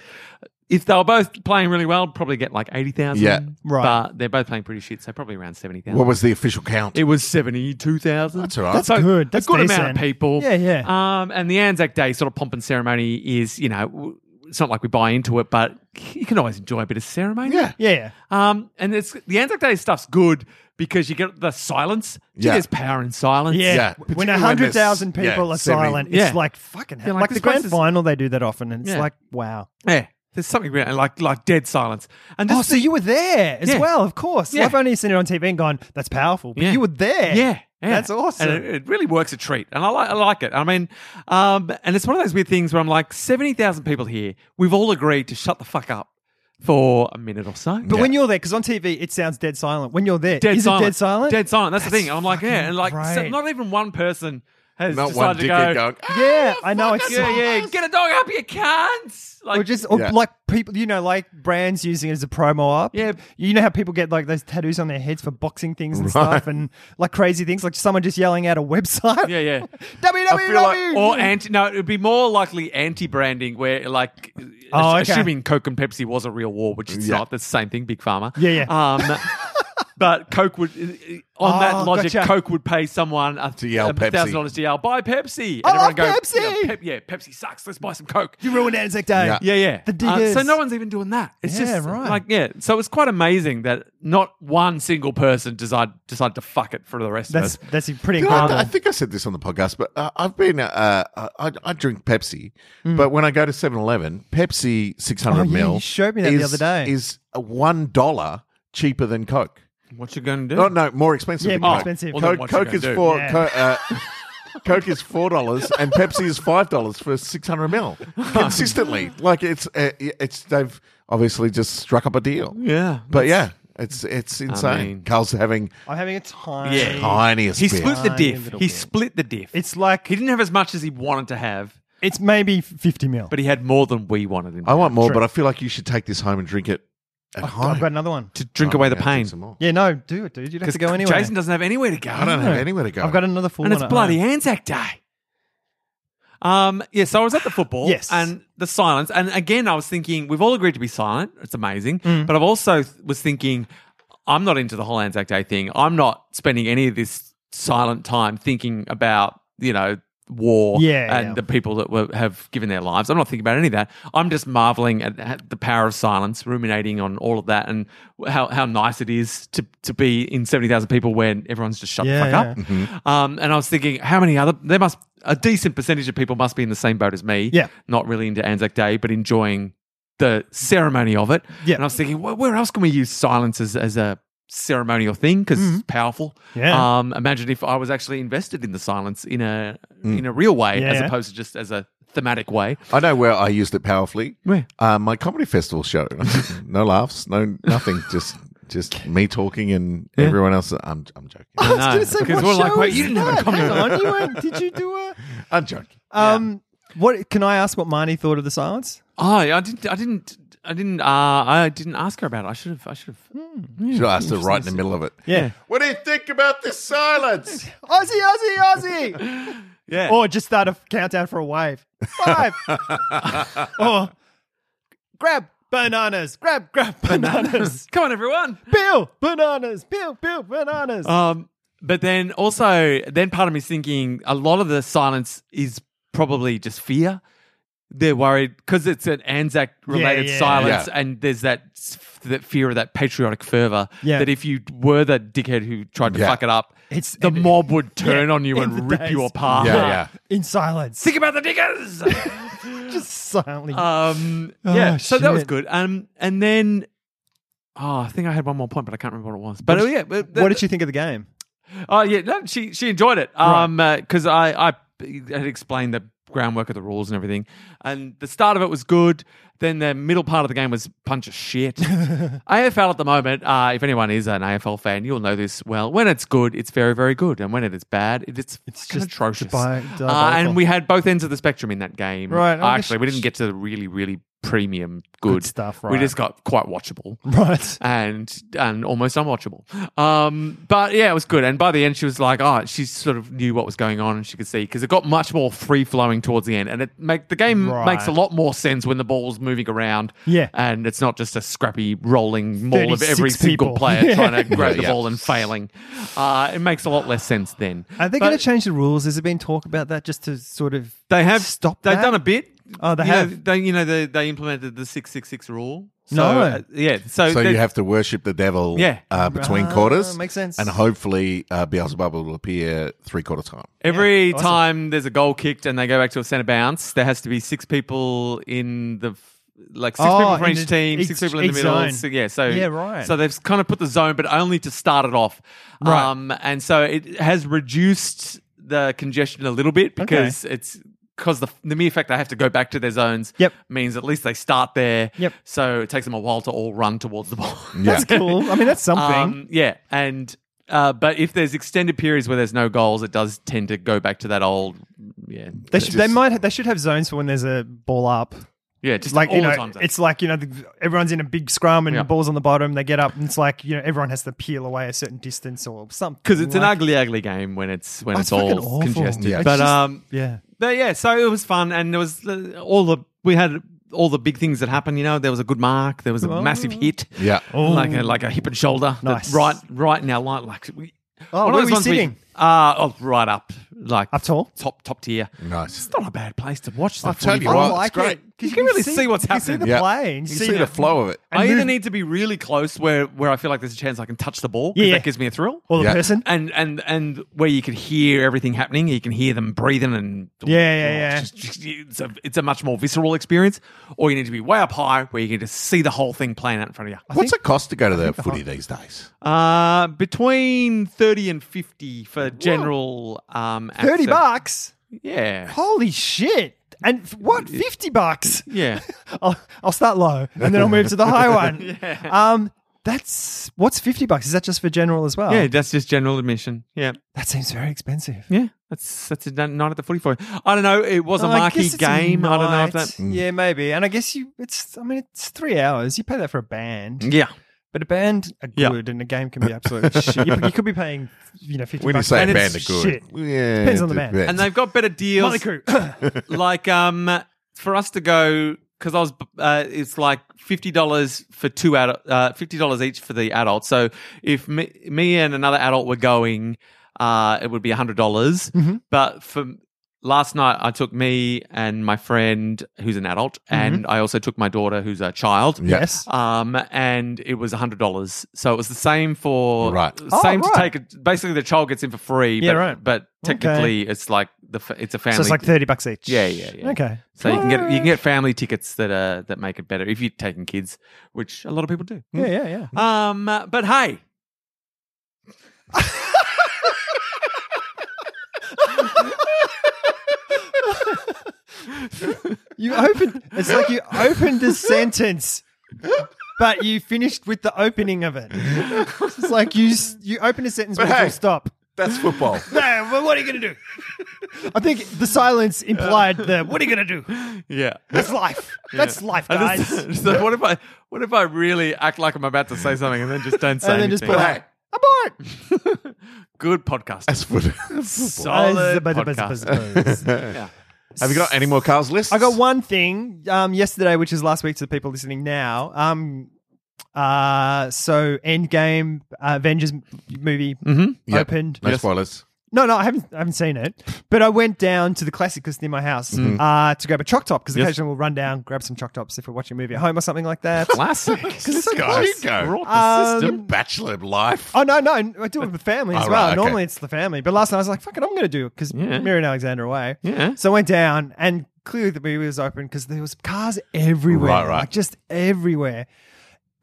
[SPEAKER 4] if they were both playing really well, probably get like eighty thousand.
[SPEAKER 1] Yeah.
[SPEAKER 5] Right.
[SPEAKER 4] But they're both playing pretty shit, so probably around seventy thousand.
[SPEAKER 1] What was the official count?
[SPEAKER 4] It was seventy-two thousand.
[SPEAKER 1] That's all right.
[SPEAKER 5] That's
[SPEAKER 4] So
[SPEAKER 5] good. That's
[SPEAKER 4] Oh, a good amount
[SPEAKER 5] decent.
[SPEAKER 4] of people.
[SPEAKER 5] Yeah, yeah.
[SPEAKER 4] Um, and the Anzac Day sort of pomp and ceremony is, you know, w- it's not like we buy into it, but you can always enjoy a bit of ceremony.
[SPEAKER 1] yeah.
[SPEAKER 5] Yeah.
[SPEAKER 4] Um, and it's the Anzac Day stuff's good because you get the silence. Gee,
[SPEAKER 1] Yeah.
[SPEAKER 4] There's power in silence.
[SPEAKER 5] Yeah.
[SPEAKER 1] Yeah,
[SPEAKER 5] When
[SPEAKER 1] particularly when there's-
[SPEAKER 5] 100,000 people
[SPEAKER 1] yeah, 70
[SPEAKER 5] are silent,
[SPEAKER 4] yeah.
[SPEAKER 5] it's like fucking
[SPEAKER 4] Yeah,
[SPEAKER 5] hell. like,
[SPEAKER 4] like,
[SPEAKER 5] the
[SPEAKER 4] this
[SPEAKER 5] grand
[SPEAKER 4] place is-
[SPEAKER 5] final, they do that often, and it's
[SPEAKER 4] Yeah.
[SPEAKER 5] like, wow.
[SPEAKER 4] Yeah. There's something really, like like dead silence. And
[SPEAKER 5] Oh,
[SPEAKER 4] just
[SPEAKER 5] so
[SPEAKER 4] the-
[SPEAKER 5] you were there as
[SPEAKER 4] Yeah.
[SPEAKER 5] well, of course.
[SPEAKER 4] Yeah.
[SPEAKER 5] I've only seen it on TV and gone, that's powerful. But
[SPEAKER 4] Yeah.
[SPEAKER 5] you were
[SPEAKER 4] Yeah,
[SPEAKER 5] there.
[SPEAKER 4] yeah.
[SPEAKER 5] That's awesome.
[SPEAKER 4] And it, it really works a treat, and I like I like it. I mean, um, and it's one of those weird things where I'm like, seventy thousand people here. We've all agreed to shut the fuck up for a minute or so.
[SPEAKER 5] but
[SPEAKER 1] Yeah.
[SPEAKER 5] when you're there, because on TV it sounds dead silent. When you're there,
[SPEAKER 4] dead
[SPEAKER 5] is
[SPEAKER 4] silent,
[SPEAKER 5] it dead silent?
[SPEAKER 4] Dead silent. That's, the
[SPEAKER 5] That's
[SPEAKER 4] thing. And I'm like, yeah, and like, so-
[SPEAKER 5] great.
[SPEAKER 4] not even one person has
[SPEAKER 1] Not one
[SPEAKER 4] decided to go.
[SPEAKER 1] dickhead going, "Ah,
[SPEAKER 5] Yeah, I know. It's
[SPEAKER 4] Yeah, yeah. Get a dog up, you cunts. Like,
[SPEAKER 5] Or just or
[SPEAKER 1] Yeah.
[SPEAKER 5] like people, you know, like brands using it as a promo up.
[SPEAKER 4] Yeah.
[SPEAKER 5] you know how people get like those tattoos on their heads for boxing things and
[SPEAKER 1] Right.
[SPEAKER 5] stuff, and like crazy things, like someone just yelling out a website.
[SPEAKER 4] yeah, yeah.
[SPEAKER 5] www.
[SPEAKER 4] Or anti? No, it would be more likely anti-branding, where like,
[SPEAKER 5] Oh,
[SPEAKER 4] ass-
[SPEAKER 5] okay.
[SPEAKER 4] assuming Coke and Pepsi was a real war, which it's
[SPEAKER 1] Yeah.
[SPEAKER 4] not. That's the same thing, Big Pharma.
[SPEAKER 5] Yeah, yeah.
[SPEAKER 4] Um, but Coke would, on
[SPEAKER 5] Oh,
[SPEAKER 4] that logic,
[SPEAKER 5] gotcha.
[SPEAKER 4] Coke would pay someone a
[SPEAKER 1] To yell
[SPEAKER 4] a
[SPEAKER 1] Pepsi.
[SPEAKER 4] thousand dollars to yell buy Pepsi. And
[SPEAKER 5] I love
[SPEAKER 4] everyone
[SPEAKER 5] Pepsi!"
[SPEAKER 4] Yeah, Pep- yeah, Pepsi sucks. Let's buy some Coke.
[SPEAKER 5] you ruined Anzac Day.
[SPEAKER 1] Yeah.
[SPEAKER 4] Yeah, yeah.
[SPEAKER 5] The
[SPEAKER 4] Uh,
[SPEAKER 5] diggers.
[SPEAKER 4] so no one's even doing that. It's
[SPEAKER 5] Yeah,
[SPEAKER 4] just
[SPEAKER 5] right.
[SPEAKER 4] like yeah. So it's quite amazing that not one single person decided decided to fuck it for the rest
[SPEAKER 5] that's
[SPEAKER 4] of us.
[SPEAKER 5] that's pretty
[SPEAKER 1] You know, I-
[SPEAKER 5] incredible.
[SPEAKER 1] I think I said this on the podcast, but uh, I've been, uh, uh, I, I drink Pepsi, but when I go to 7 Eleven, Pepsi 600
[SPEAKER 5] Mm. Oh, yeah,
[SPEAKER 1] mil
[SPEAKER 5] you showed me that the
[SPEAKER 1] is-
[SPEAKER 5] other day.
[SPEAKER 1] is $1 cheaper than Coke.
[SPEAKER 4] What you gonna do?
[SPEAKER 1] Oh, no, more expensive
[SPEAKER 5] Yeah,
[SPEAKER 1] than
[SPEAKER 5] more
[SPEAKER 1] Coke.
[SPEAKER 5] expensive.
[SPEAKER 4] Well, then
[SPEAKER 1] Coke,
[SPEAKER 4] what you
[SPEAKER 1] Coke
[SPEAKER 4] gonna
[SPEAKER 1] is
[SPEAKER 4] do?
[SPEAKER 1] four.
[SPEAKER 5] Yeah.
[SPEAKER 1] Co- uh, Coke is four dollars, and Pepsi is five dollars for six hundred mil consistently. Like it's uh, it's they've obviously just struck up a deal.
[SPEAKER 5] Mm.
[SPEAKER 4] Yeah,
[SPEAKER 1] but yeah, it's it's insane.
[SPEAKER 4] mean-
[SPEAKER 1] Carl's having
[SPEAKER 5] I'm having a time.
[SPEAKER 4] Yeah.
[SPEAKER 1] tiniest
[SPEAKER 4] He
[SPEAKER 1] bit.
[SPEAKER 4] split the
[SPEAKER 5] Tiny
[SPEAKER 4] diff.
[SPEAKER 5] little
[SPEAKER 4] He
[SPEAKER 5] bit.
[SPEAKER 4] split the diff.
[SPEAKER 5] It's like
[SPEAKER 4] he didn't have as much as he wanted to have.
[SPEAKER 5] It's maybe 50 mil.
[SPEAKER 4] But he had more than we wanted him
[SPEAKER 1] I want more,
[SPEAKER 5] True.
[SPEAKER 1] but I feel like you should take this home and drink it at
[SPEAKER 5] I've,
[SPEAKER 1] home.
[SPEAKER 5] I've got another one.
[SPEAKER 4] to drink
[SPEAKER 1] Oh,
[SPEAKER 4] away the
[SPEAKER 1] yeah, I'll drink
[SPEAKER 4] pain.
[SPEAKER 1] some more.
[SPEAKER 5] Yeah, no, do it, dude. You don't
[SPEAKER 4] Because
[SPEAKER 5] have to go anywhere.
[SPEAKER 4] Jason doesn't have anywhere to go.
[SPEAKER 1] I don't have anywhere to go.
[SPEAKER 5] I've got another full
[SPEAKER 4] and
[SPEAKER 5] one
[SPEAKER 4] it's
[SPEAKER 5] at
[SPEAKER 4] bloody
[SPEAKER 5] home.
[SPEAKER 4] Anzac Day. Um, yeah, so I was at the football
[SPEAKER 5] Yes.
[SPEAKER 4] and the silence. And again, I was thinking, we've all agreed to be silent. It's amazing.
[SPEAKER 5] Mm.
[SPEAKER 4] But I've also th- was thinking, I'm not into the whole Anzac Day thing. I'm not spending any of this silent time thinking about, you know, war
[SPEAKER 5] Yeah,
[SPEAKER 4] and
[SPEAKER 5] yeah.
[SPEAKER 4] the people that were, have given their lives. I'm not thinking about any of that. I'm just marveling at, at the power of silence, ruminating on all of that and how, how nice it is to, to be in 70,000 people when everyone's just shut
[SPEAKER 5] Yeah,
[SPEAKER 4] the fuck up.
[SPEAKER 5] yeah.
[SPEAKER 4] Um, and I was thinking, how many other? There must a decent percentage of people must be in the same boat as me.
[SPEAKER 5] Yeah.
[SPEAKER 4] not really into Anzac Day, but enjoying the ceremony of it.
[SPEAKER 5] Yeah.
[SPEAKER 4] and I was thinking, well, where else can we use silence as, as a ceremonial thing because it's powerful.
[SPEAKER 5] Mm-hmm. Yeah.
[SPEAKER 4] Um, imagine if I was actually invested in the silence in a in a real way as
[SPEAKER 5] Mm. Yeah.
[SPEAKER 4] opposed to just as a thematic way.
[SPEAKER 1] I know where I used it powerfully.
[SPEAKER 4] Where?
[SPEAKER 1] Uh, my comedy festival show. no laughs, no nothing. Just just me talking and everyone else. I'm I'm joking.
[SPEAKER 5] I was
[SPEAKER 4] No,
[SPEAKER 5] going to
[SPEAKER 4] because
[SPEAKER 5] say,
[SPEAKER 4] we're
[SPEAKER 5] what
[SPEAKER 4] like,
[SPEAKER 5] show
[SPEAKER 4] wait,
[SPEAKER 5] is
[SPEAKER 4] you didn't have a
[SPEAKER 5] that?
[SPEAKER 4] comment.
[SPEAKER 5] Hang on, you weren't, did you do a...
[SPEAKER 1] I'm joking.
[SPEAKER 5] Um, What Can I ask what Marnie thought of the silence?
[SPEAKER 4] Oh, yeah, I didn't. I didn't. I didn't. Uh, I didn't ask her about it. I should have. I should have.
[SPEAKER 1] Should I ask her right in the middle of it?
[SPEAKER 5] Yeah.
[SPEAKER 1] What do you think about this silence?
[SPEAKER 5] Aussie, Aussie, Aussie!
[SPEAKER 4] Yeah.
[SPEAKER 5] or just start a countdown for a wave. Five. or grab bananas. Grab, grab bananas.
[SPEAKER 4] Come on, everyone.
[SPEAKER 5] Bill, bananas. Bill, Bill, bananas.
[SPEAKER 4] Um, but then also, then part of me's thinking a lot of the silence is probably just fear. They're worried because it's an Anzac related
[SPEAKER 5] Yeah, yeah.
[SPEAKER 4] silence,
[SPEAKER 1] Yeah.
[SPEAKER 4] and there's that s- that fear of that patriotic fervor.
[SPEAKER 5] Yeah.
[SPEAKER 4] That if you were the dickhead who tried to
[SPEAKER 1] Yeah.
[SPEAKER 4] fuck it up,
[SPEAKER 5] It's-
[SPEAKER 4] the
[SPEAKER 5] it-
[SPEAKER 4] mob would turn
[SPEAKER 5] Yeah,
[SPEAKER 4] on you
[SPEAKER 5] in
[SPEAKER 4] and
[SPEAKER 5] the
[SPEAKER 4] rip you
[SPEAKER 5] days.
[SPEAKER 4] apart.
[SPEAKER 1] Yeah, yeah.
[SPEAKER 5] In silence.
[SPEAKER 4] Think about the diggers.
[SPEAKER 5] Just silently.
[SPEAKER 4] um,
[SPEAKER 5] Oh,
[SPEAKER 4] yeah, so that was
[SPEAKER 5] shit.
[SPEAKER 4] good. Um, and then. Oh, I think I had one more point, but I can't remember what it was. But oh, yeah, but
[SPEAKER 5] what did you think of the game?
[SPEAKER 4] Oh yeah, no, she she enjoyed it. Um, because I I had explained the groundwork of the rules and everything, and the start of it was good. Then the middle part of the game was punch of shit. AFL at the moment, uh, if anyone is an AFL fan, you'll know this well. When it's good, it's very very good, and when it is bad, it, it's it's
[SPEAKER 5] just
[SPEAKER 4] atrocious.
[SPEAKER 5] diabi-
[SPEAKER 4] uh,
[SPEAKER 5] diabolical.
[SPEAKER 4] and we had both ends of the spectrum in that game. Uh,
[SPEAKER 5] Right, I guess-
[SPEAKER 4] Actually, we didn't get to the really really premium good,
[SPEAKER 5] Good stuff,
[SPEAKER 4] We
[SPEAKER 5] right.
[SPEAKER 4] just got quite watchable
[SPEAKER 5] Right.
[SPEAKER 4] and and almost unwatchable. Um, but yeah, it was good. And by the end, she was like, "Oh, she sort of knew what was going on, and she could see because it got much more free flowing towards the end, and it make the game
[SPEAKER 5] Right.
[SPEAKER 4] makes a lot more sense when the ball's moving around.
[SPEAKER 5] Yeah.
[SPEAKER 4] and it's not just a scrappy rolling maul of
[SPEAKER 5] 36
[SPEAKER 4] every single
[SPEAKER 5] people.
[SPEAKER 4] player
[SPEAKER 5] Yeah.
[SPEAKER 4] trying to grab the
[SPEAKER 1] yeah.
[SPEAKER 4] ball and failing. Uh, it makes a lot less sense then.
[SPEAKER 5] Are they
[SPEAKER 4] But
[SPEAKER 5] going to change the rules? Has there been talk about that just to sort of.
[SPEAKER 4] They have
[SPEAKER 5] stop
[SPEAKER 4] They've
[SPEAKER 5] that?
[SPEAKER 4] done a bit.
[SPEAKER 5] Oh, they
[SPEAKER 4] You know,
[SPEAKER 5] have?
[SPEAKER 4] they you know they they implemented the six six six rule. So,
[SPEAKER 5] No.
[SPEAKER 4] uh, yeah. So,
[SPEAKER 1] So
[SPEAKER 4] they-
[SPEAKER 1] you have to worship the devil
[SPEAKER 4] Yeah.
[SPEAKER 1] uh, between
[SPEAKER 5] Ah,
[SPEAKER 1] quarters.
[SPEAKER 5] makes sense.
[SPEAKER 1] And hopefully uh, Beelzebub will appear three quarter time.
[SPEAKER 4] Every
[SPEAKER 5] Yeah, awesome.
[SPEAKER 4] time there's a goal kicked and they go back to a centre bounce, there has to be six people in the f- like six
[SPEAKER 5] Oh,
[SPEAKER 4] people from
[SPEAKER 5] in
[SPEAKER 4] each
[SPEAKER 5] the-
[SPEAKER 4] team,
[SPEAKER 5] each-
[SPEAKER 4] six people in the
[SPEAKER 5] each
[SPEAKER 4] middle.
[SPEAKER 5] zone.
[SPEAKER 4] So, yeah, so
[SPEAKER 5] Yeah, right.
[SPEAKER 4] So they've kind of put the zone, but only to start it off.
[SPEAKER 5] Right.
[SPEAKER 4] Um, and so it has reduced the congestion a little bit because it's because the, the mere fact they have to go back to their zones
[SPEAKER 5] Yep.
[SPEAKER 4] means at least they start there.
[SPEAKER 5] Yep.
[SPEAKER 4] So it takes them a while to all run towards the ball.
[SPEAKER 5] That's cool. I mean, that's something.
[SPEAKER 4] Um, yeah, and uh, but if there's extended periods where there's no goals, it does tend to go back to that old yeah.
[SPEAKER 5] they should. they might. They should have zones for when there's a ball up.
[SPEAKER 4] yeah, just
[SPEAKER 5] like
[SPEAKER 4] all
[SPEAKER 5] you
[SPEAKER 4] the
[SPEAKER 5] know,
[SPEAKER 4] time.
[SPEAKER 5] it's like you know, the, everyone's in a big scrum and
[SPEAKER 4] Yeah.
[SPEAKER 5] the balls on the bottom. They get up and it's like you know, everyone has to peel away a certain distance or something.
[SPEAKER 4] because it's an
[SPEAKER 5] like-
[SPEAKER 4] ugly, ugly game when it's when
[SPEAKER 5] Oh,
[SPEAKER 4] it's
[SPEAKER 5] it's fucking
[SPEAKER 4] all
[SPEAKER 5] awful.
[SPEAKER 4] congested.
[SPEAKER 1] Yeah. It's
[SPEAKER 4] But
[SPEAKER 5] just-
[SPEAKER 4] um,
[SPEAKER 5] yeah.
[SPEAKER 4] but yeah, so it was fun, and there was uh, all the we had all the big things that happened. You know, there was a good mark, there was a massive hit,
[SPEAKER 1] Yeah.
[SPEAKER 4] like a, like a hip and shoulder, that
[SPEAKER 5] Oh. Nice.
[SPEAKER 4] right, right now, like like. We,
[SPEAKER 5] Oh,
[SPEAKER 4] one of
[SPEAKER 5] where
[SPEAKER 4] those
[SPEAKER 5] were you
[SPEAKER 4] ones where you-
[SPEAKER 5] sitting?
[SPEAKER 4] uh, oh, right up, like
[SPEAKER 5] Up tall?
[SPEAKER 4] top top tier.
[SPEAKER 1] Nice.
[SPEAKER 4] It's not a bad place to watch. The
[SPEAKER 1] tell you
[SPEAKER 4] footy.
[SPEAKER 1] what,
[SPEAKER 5] I
[SPEAKER 1] it's
[SPEAKER 5] like
[SPEAKER 1] great.
[SPEAKER 5] it. 'Cause
[SPEAKER 4] You can really see what's
[SPEAKER 5] You can see
[SPEAKER 4] happening.
[SPEAKER 5] the
[SPEAKER 1] Yeah.
[SPEAKER 5] play. And
[SPEAKER 1] You see the flow of it.
[SPEAKER 5] and
[SPEAKER 4] I either
[SPEAKER 5] move-
[SPEAKER 4] need to be really close where, where I feel like there's a chance I can touch the ball 'cause
[SPEAKER 5] Yeah, yeah.
[SPEAKER 4] that gives me a thrill.
[SPEAKER 5] Or the
[SPEAKER 1] Yeah.
[SPEAKER 5] person.
[SPEAKER 4] and and and where you can hear everything happening, you can hear them breathing, and
[SPEAKER 5] Yeah, yeah, yeah.
[SPEAKER 4] It's just- it's a it's a much more visceral experience. Or you need to be way up high where you can just see the whole thing playing out in front of you.
[SPEAKER 1] What's it cost to go to the footy these days?
[SPEAKER 4] Uh, between thirty and fifty for general um
[SPEAKER 5] Thirty
[SPEAKER 4] access.
[SPEAKER 5] bucks.
[SPEAKER 4] Yeah,
[SPEAKER 5] Holy shit! And f- what? Fifty bucks.
[SPEAKER 4] yeah.
[SPEAKER 5] I'll, I'll start low and then I'll move to the high one. Um, That's what's fifty bucks. Is that just for general as well?
[SPEAKER 4] Yeah, that's just general admission. Yeah,
[SPEAKER 5] that seems very expensive.
[SPEAKER 4] yeah, that's that's a night at the footy for you. I don't know. It was a
[SPEAKER 5] Oh, I
[SPEAKER 4] marquee
[SPEAKER 5] guess it's
[SPEAKER 4] game. I don't know if that.
[SPEAKER 5] night.
[SPEAKER 4] Mm.
[SPEAKER 5] Yeah, maybe. And I guess you. It's. I mean, it's three hours. You pay that for a band,
[SPEAKER 4] Yeah,
[SPEAKER 5] but a band are
[SPEAKER 4] Yeah.
[SPEAKER 5] good, and a game can be absolute shit. You, you could be paying, you know, fifty.
[SPEAKER 1] When you
[SPEAKER 5] bucks
[SPEAKER 1] say
[SPEAKER 5] and
[SPEAKER 1] band are
[SPEAKER 5] it's
[SPEAKER 1] good,
[SPEAKER 5] shit.
[SPEAKER 1] yeah,
[SPEAKER 5] Depends on the man.
[SPEAKER 1] depends.
[SPEAKER 4] and they've got better deals.
[SPEAKER 5] Motley Crue.
[SPEAKER 4] like um for us to go because I was uh, it's like fifty dollars for two adult uh, fifty dollars each for the adult. So if me, me and another adult were going, uh, it would be hundred dollars.
[SPEAKER 5] Mhm.
[SPEAKER 4] But for last night, I took me and my friend who's an adult, and I also took my daughter who's a child.
[SPEAKER 1] Yeah.
[SPEAKER 5] Yes.
[SPEAKER 4] Um, and it was hundred dollars. So it was the same for
[SPEAKER 1] Right.
[SPEAKER 4] same
[SPEAKER 5] Oh,
[SPEAKER 4] to
[SPEAKER 5] right.
[SPEAKER 4] take. it basically, the child gets in for free.
[SPEAKER 5] Yeah,
[SPEAKER 4] but,
[SPEAKER 5] right.
[SPEAKER 4] But technically, it's like the fa- it's a family.
[SPEAKER 5] So it's like thirty bucks each.
[SPEAKER 4] Yeah, yeah, yeah.
[SPEAKER 5] Okay.
[SPEAKER 4] So you can get you can get family tickets that uh that make it better if you're taking kids, which a lot of people do.
[SPEAKER 5] Yeah, yeah, yeah.
[SPEAKER 4] Um, uh, but hey,
[SPEAKER 5] You opened. It's like you opened the sentence, but you finished with the opening of it. It's like you s- you open a sentence but
[SPEAKER 1] hey.
[SPEAKER 5] you stop.
[SPEAKER 1] That's football.
[SPEAKER 5] No, well, what are you going to do? I think the silence implied the what are you going to do?
[SPEAKER 4] yeah.
[SPEAKER 5] That's life. That's life,
[SPEAKER 4] And
[SPEAKER 5] guys.
[SPEAKER 4] this- so what if I what if I really act like I'm about to say something and then just don't say
[SPEAKER 5] and then just
[SPEAKER 4] anything?
[SPEAKER 5] put like, abort.
[SPEAKER 4] Good podcast.
[SPEAKER 1] That's foot- that's football.
[SPEAKER 4] Solid
[SPEAKER 5] Buzz, buzz, buzz,
[SPEAKER 4] podcast.
[SPEAKER 5] buzz, buzz.
[SPEAKER 1] Have you got any more Carl's list?
[SPEAKER 5] I got one thing um, yesterday, which is last week to the people listening now. Um, uh, so Endgame uh, Avengers m- movie
[SPEAKER 1] Yep.
[SPEAKER 5] opened.
[SPEAKER 1] No spoilers.
[SPEAKER 5] No, no, I haven't, I haven't seen it. But I went down to the classic because near my house uh, to grab a choc top because
[SPEAKER 4] Yes.
[SPEAKER 5] occasionally we'll run down, grab some choc tops if we're watching a movie at home or something like that.
[SPEAKER 4] Classic.
[SPEAKER 1] This guy, you go.
[SPEAKER 5] Um,
[SPEAKER 1] Bachelor life.
[SPEAKER 5] Oh no, no, I do it with family as
[SPEAKER 1] Oh,
[SPEAKER 5] well.
[SPEAKER 1] right, okay.
[SPEAKER 5] Normally it's the family, but last night I was like, "Fuck it, I'm going to do it" because
[SPEAKER 4] Yeah.
[SPEAKER 5] Mary and Alexander are away.
[SPEAKER 4] Yeah.
[SPEAKER 5] So I went down, and clearly the movie was open because there was cars everywhere,
[SPEAKER 1] Right, right.
[SPEAKER 5] like just everywhere.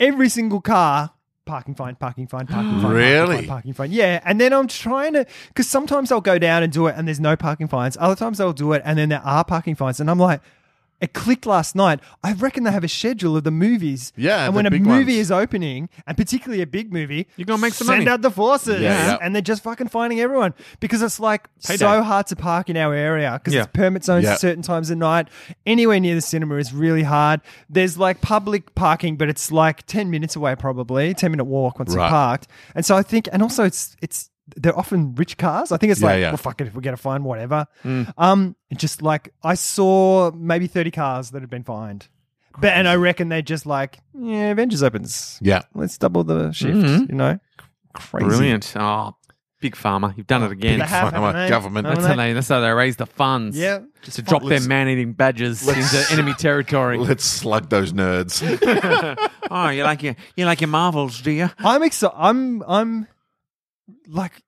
[SPEAKER 5] Every single car, parking fine, parking fine, parking fine,
[SPEAKER 1] Really?
[SPEAKER 5] parking fine, parking fine. Yeah, and then I'm trying to because sometimes I'll go down and do it, and there's no parking fines. Other times I'll do it, and then there are parking fines, and I'm like. It clicked last night. I reckon they have a schedule of the movies.
[SPEAKER 1] Yeah,
[SPEAKER 5] and
[SPEAKER 1] the
[SPEAKER 5] when a
[SPEAKER 1] big
[SPEAKER 5] movie
[SPEAKER 1] ones.
[SPEAKER 5] is is opening, and particularly a big movie,
[SPEAKER 4] You're gonna make some
[SPEAKER 5] send
[SPEAKER 4] money.
[SPEAKER 5] out the forces,
[SPEAKER 1] Yeah. Yeah.
[SPEAKER 5] and they're just fucking finding everyone because it's like
[SPEAKER 4] Payday.
[SPEAKER 5] so hard to park in our area because
[SPEAKER 4] Yeah.
[SPEAKER 5] it's permit zones
[SPEAKER 1] Yeah.
[SPEAKER 5] certain times of night. Anywhere near the cinema is really hard. There's like public parking, but it's like ten minutes away, probably ten minute walk once
[SPEAKER 1] Right.
[SPEAKER 5] you parked. And so I think, and also it's it's they're often rich cars. I think it's
[SPEAKER 1] Yeah,
[SPEAKER 5] like
[SPEAKER 1] yeah.
[SPEAKER 5] well, fuck it, if we get a fine, whatever. Um, just like I saw maybe thirty cars that had been fined. But, and I reckon they're just like, yeah, Avengers opens
[SPEAKER 1] Yeah.
[SPEAKER 5] let's double the shift. You know, crazy.
[SPEAKER 4] Brilliant. Oh, big farmer. You've done it again.
[SPEAKER 5] They have,
[SPEAKER 1] Farmer
[SPEAKER 5] haven't they?
[SPEAKER 1] government.
[SPEAKER 5] Haven't
[SPEAKER 4] That's how, they, that's how they raise the funds.
[SPEAKER 5] Yeah.
[SPEAKER 4] Just to drop their man eating badges into enemy territory.
[SPEAKER 1] Let's slug those nerds.
[SPEAKER 4] oh, you like your you like your marvels, do you?
[SPEAKER 5] they? I'm excited. I'm I'm like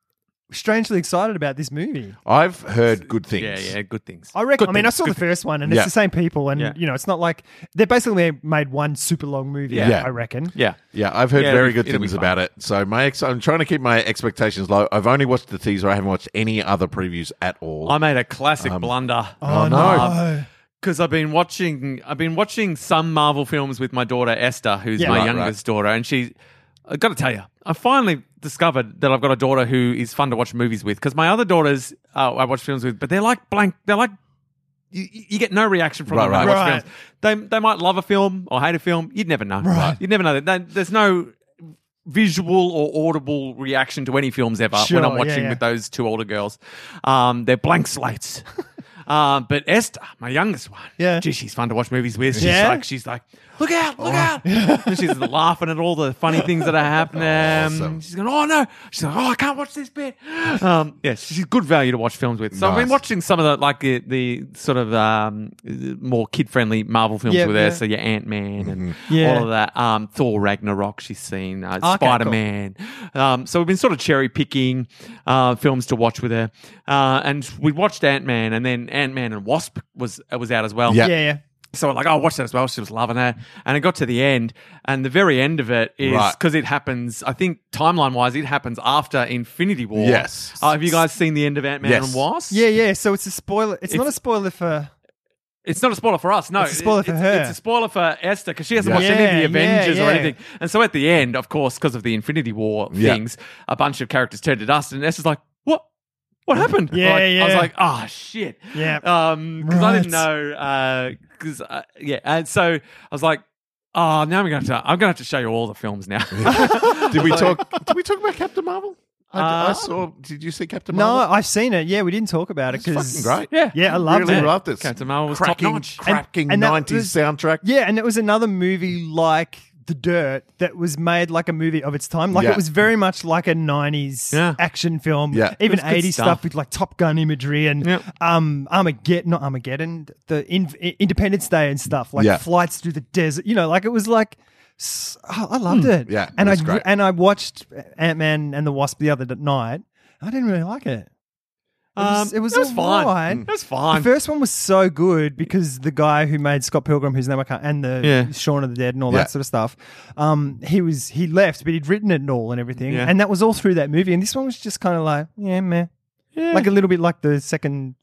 [SPEAKER 5] strangely excited about this movie.
[SPEAKER 1] I've heard good things.
[SPEAKER 4] Yeah, yeah, good things.
[SPEAKER 5] I reckon.
[SPEAKER 4] Good
[SPEAKER 5] I mean, I
[SPEAKER 4] things,
[SPEAKER 5] saw the
[SPEAKER 4] good
[SPEAKER 5] first one, and
[SPEAKER 1] Yeah.
[SPEAKER 5] it's the same people, and
[SPEAKER 4] Yeah.
[SPEAKER 5] you know, it's not like they basically made one super long movie.
[SPEAKER 1] Yeah.
[SPEAKER 5] I reckon.
[SPEAKER 4] Yeah.
[SPEAKER 1] Yeah, I've heard
[SPEAKER 4] Yeah,
[SPEAKER 1] very
[SPEAKER 4] it'll
[SPEAKER 1] good
[SPEAKER 4] be- it'll be
[SPEAKER 1] things
[SPEAKER 4] fun.
[SPEAKER 1] about it. So my ex- I'm trying to keep my expectations low. I've only watched the teaser. I haven't watched any other previews at all.
[SPEAKER 4] I made a classic blunder. Uh,
[SPEAKER 5] Oh, no.
[SPEAKER 4] no. Because I've been watching, I've been watching some Marvel films with my daughter Esther, who's
[SPEAKER 5] Yeah.
[SPEAKER 4] my
[SPEAKER 5] Right,
[SPEAKER 4] youngest daughter, and she. I got to tell you, I finally discovered that I've got a daughter who is fun to watch movies with. Because my other daughters, uh, I watch films with, but they're like blank. They're like you, you get no reaction from
[SPEAKER 1] Right,
[SPEAKER 4] them. when I
[SPEAKER 1] right.
[SPEAKER 4] watch
[SPEAKER 5] Right.
[SPEAKER 4] films. They they might love a film or hate a film. You'd never know.
[SPEAKER 5] Right.
[SPEAKER 4] You'd never know that. They- There's no visual or audible reaction to any films ever
[SPEAKER 5] Sure,
[SPEAKER 4] when
[SPEAKER 5] yeah,
[SPEAKER 4] I'm watching
[SPEAKER 5] yeah.
[SPEAKER 4] with those two older girls. Um, they're blank slates. um, but Esther, my youngest one,
[SPEAKER 5] Yeah.
[SPEAKER 4] gee, she's fun to watch movies with. She's
[SPEAKER 5] Yeah? Oh.
[SPEAKER 4] like, she's like, look out, look out. and she's laughing at all the funny things that are happening.
[SPEAKER 1] Awesome.
[SPEAKER 4] She's going, oh no. She's like, oh, I can't watch this bit. Um, yeah, she's good value to watch films with. So I've been
[SPEAKER 1] Nice.
[SPEAKER 4] watching some of the like the, the sort of um, more kid friendly Marvel films
[SPEAKER 5] Yeah,
[SPEAKER 4] with her.
[SPEAKER 5] yeah. Mm-hmm.
[SPEAKER 4] So your Ant Man and
[SPEAKER 5] Yeah.
[SPEAKER 4] all of that. Um, Thor Ragnarok, she's seen uh,
[SPEAKER 5] cool.
[SPEAKER 4] Spider Man. Um, so we've been sort of cherry picking uh, films to watch with her, uh, and we watched Ant Man, and then Ant Man and Wasp was uh, was out as well.
[SPEAKER 1] Yeah.
[SPEAKER 5] Yeah, yeah.
[SPEAKER 4] So we're like, oh, watch that as well. She was loving it, and it got to the end, and the very end of it is
[SPEAKER 1] Right.
[SPEAKER 4] because it happens. I think timeline wise, it happens after Infinity War.
[SPEAKER 1] Yes.
[SPEAKER 4] Uh, have you guys seen the end of Ant Man
[SPEAKER 1] Yes.
[SPEAKER 4] and Wasp?
[SPEAKER 5] Yeah, yeah. So it's a spoiler. It's, not
[SPEAKER 4] It's-
[SPEAKER 5] a spoiler for.
[SPEAKER 4] It's not a spoiler for us. No,
[SPEAKER 5] It's a spoiler for her.
[SPEAKER 4] It's a spoiler for Esther because she hasn't
[SPEAKER 1] Yeah.
[SPEAKER 4] watched any of the
[SPEAKER 5] Yeah,
[SPEAKER 4] Avengers
[SPEAKER 5] yeah,
[SPEAKER 4] or
[SPEAKER 5] yeah.
[SPEAKER 4] anything. And so at the end, of course, because of the Infinity War
[SPEAKER 1] Yeah.
[SPEAKER 4] things, a bunch of characters turned to dust, and Esther's like, "What? What happened?"
[SPEAKER 5] Yeah,
[SPEAKER 4] Like, I was
[SPEAKER 5] yeah.
[SPEAKER 4] like, "Ah, shit."
[SPEAKER 5] Yeah.
[SPEAKER 4] Um, because I didn't
[SPEAKER 5] Right.
[SPEAKER 4] know. Because uh, yeah, and so I was like, "Oh, now I'm gonna have to. I'm gonna have to show you all the films now."
[SPEAKER 1] Did we talk? Did we talk about Captain Marvel? I, I
[SPEAKER 4] Uh,
[SPEAKER 1] saw. Did you see Captain
[SPEAKER 5] No,
[SPEAKER 1] Marvel?
[SPEAKER 5] I've seen it. Yeah, we didn't talk about it
[SPEAKER 1] fucking
[SPEAKER 5] because
[SPEAKER 1] great.
[SPEAKER 4] yeah.
[SPEAKER 5] Yeah, I
[SPEAKER 1] I
[SPEAKER 5] loved
[SPEAKER 1] really
[SPEAKER 5] it.
[SPEAKER 1] loved this.
[SPEAKER 4] Captain Marvel was top
[SPEAKER 1] cracking,
[SPEAKER 4] notch.
[SPEAKER 1] cracking
[SPEAKER 5] And- and that
[SPEAKER 1] nineties
[SPEAKER 5] was-
[SPEAKER 1] soundtrack.
[SPEAKER 5] Yeah, and it was another movie like The Dirt that was made like a movie of its time. Like
[SPEAKER 1] Yeah.
[SPEAKER 5] it was very much like a '90s
[SPEAKER 4] Yeah.
[SPEAKER 5] action film,
[SPEAKER 1] Yeah.
[SPEAKER 5] even
[SPEAKER 4] It was good
[SPEAKER 5] '80s stuff.
[SPEAKER 4] stuff.
[SPEAKER 5] with like Top Gun imagery and
[SPEAKER 4] Yeah.
[SPEAKER 5] um, Armageddon, not Armageddon, the in- Independence Day and stuff, like
[SPEAKER 1] Yeah.
[SPEAKER 5] flights through the desert. You know, like it was like. s- oh, I loved it.
[SPEAKER 1] Hmm. Yeah, it
[SPEAKER 5] and I
[SPEAKER 1] was great.
[SPEAKER 5] and I watched Ant Man and the Wasp the other d- night. I didn't really like it. It was, it was,
[SPEAKER 4] fine.
[SPEAKER 5] alright.
[SPEAKER 4] Um, It was fine.
[SPEAKER 5] The first one was so good because the guy who made Scott Pilgrim, whose name I can't, and the
[SPEAKER 4] Yeah.
[SPEAKER 5] Shaun of the Dead and all
[SPEAKER 1] Yeah.
[SPEAKER 5] that sort of stuff, um, he was he left, but he'd written it and all and everything,
[SPEAKER 4] Yeah.
[SPEAKER 5] and that was all through that movie. And this one was just kind of like, yeah, meh, like a little bit like the second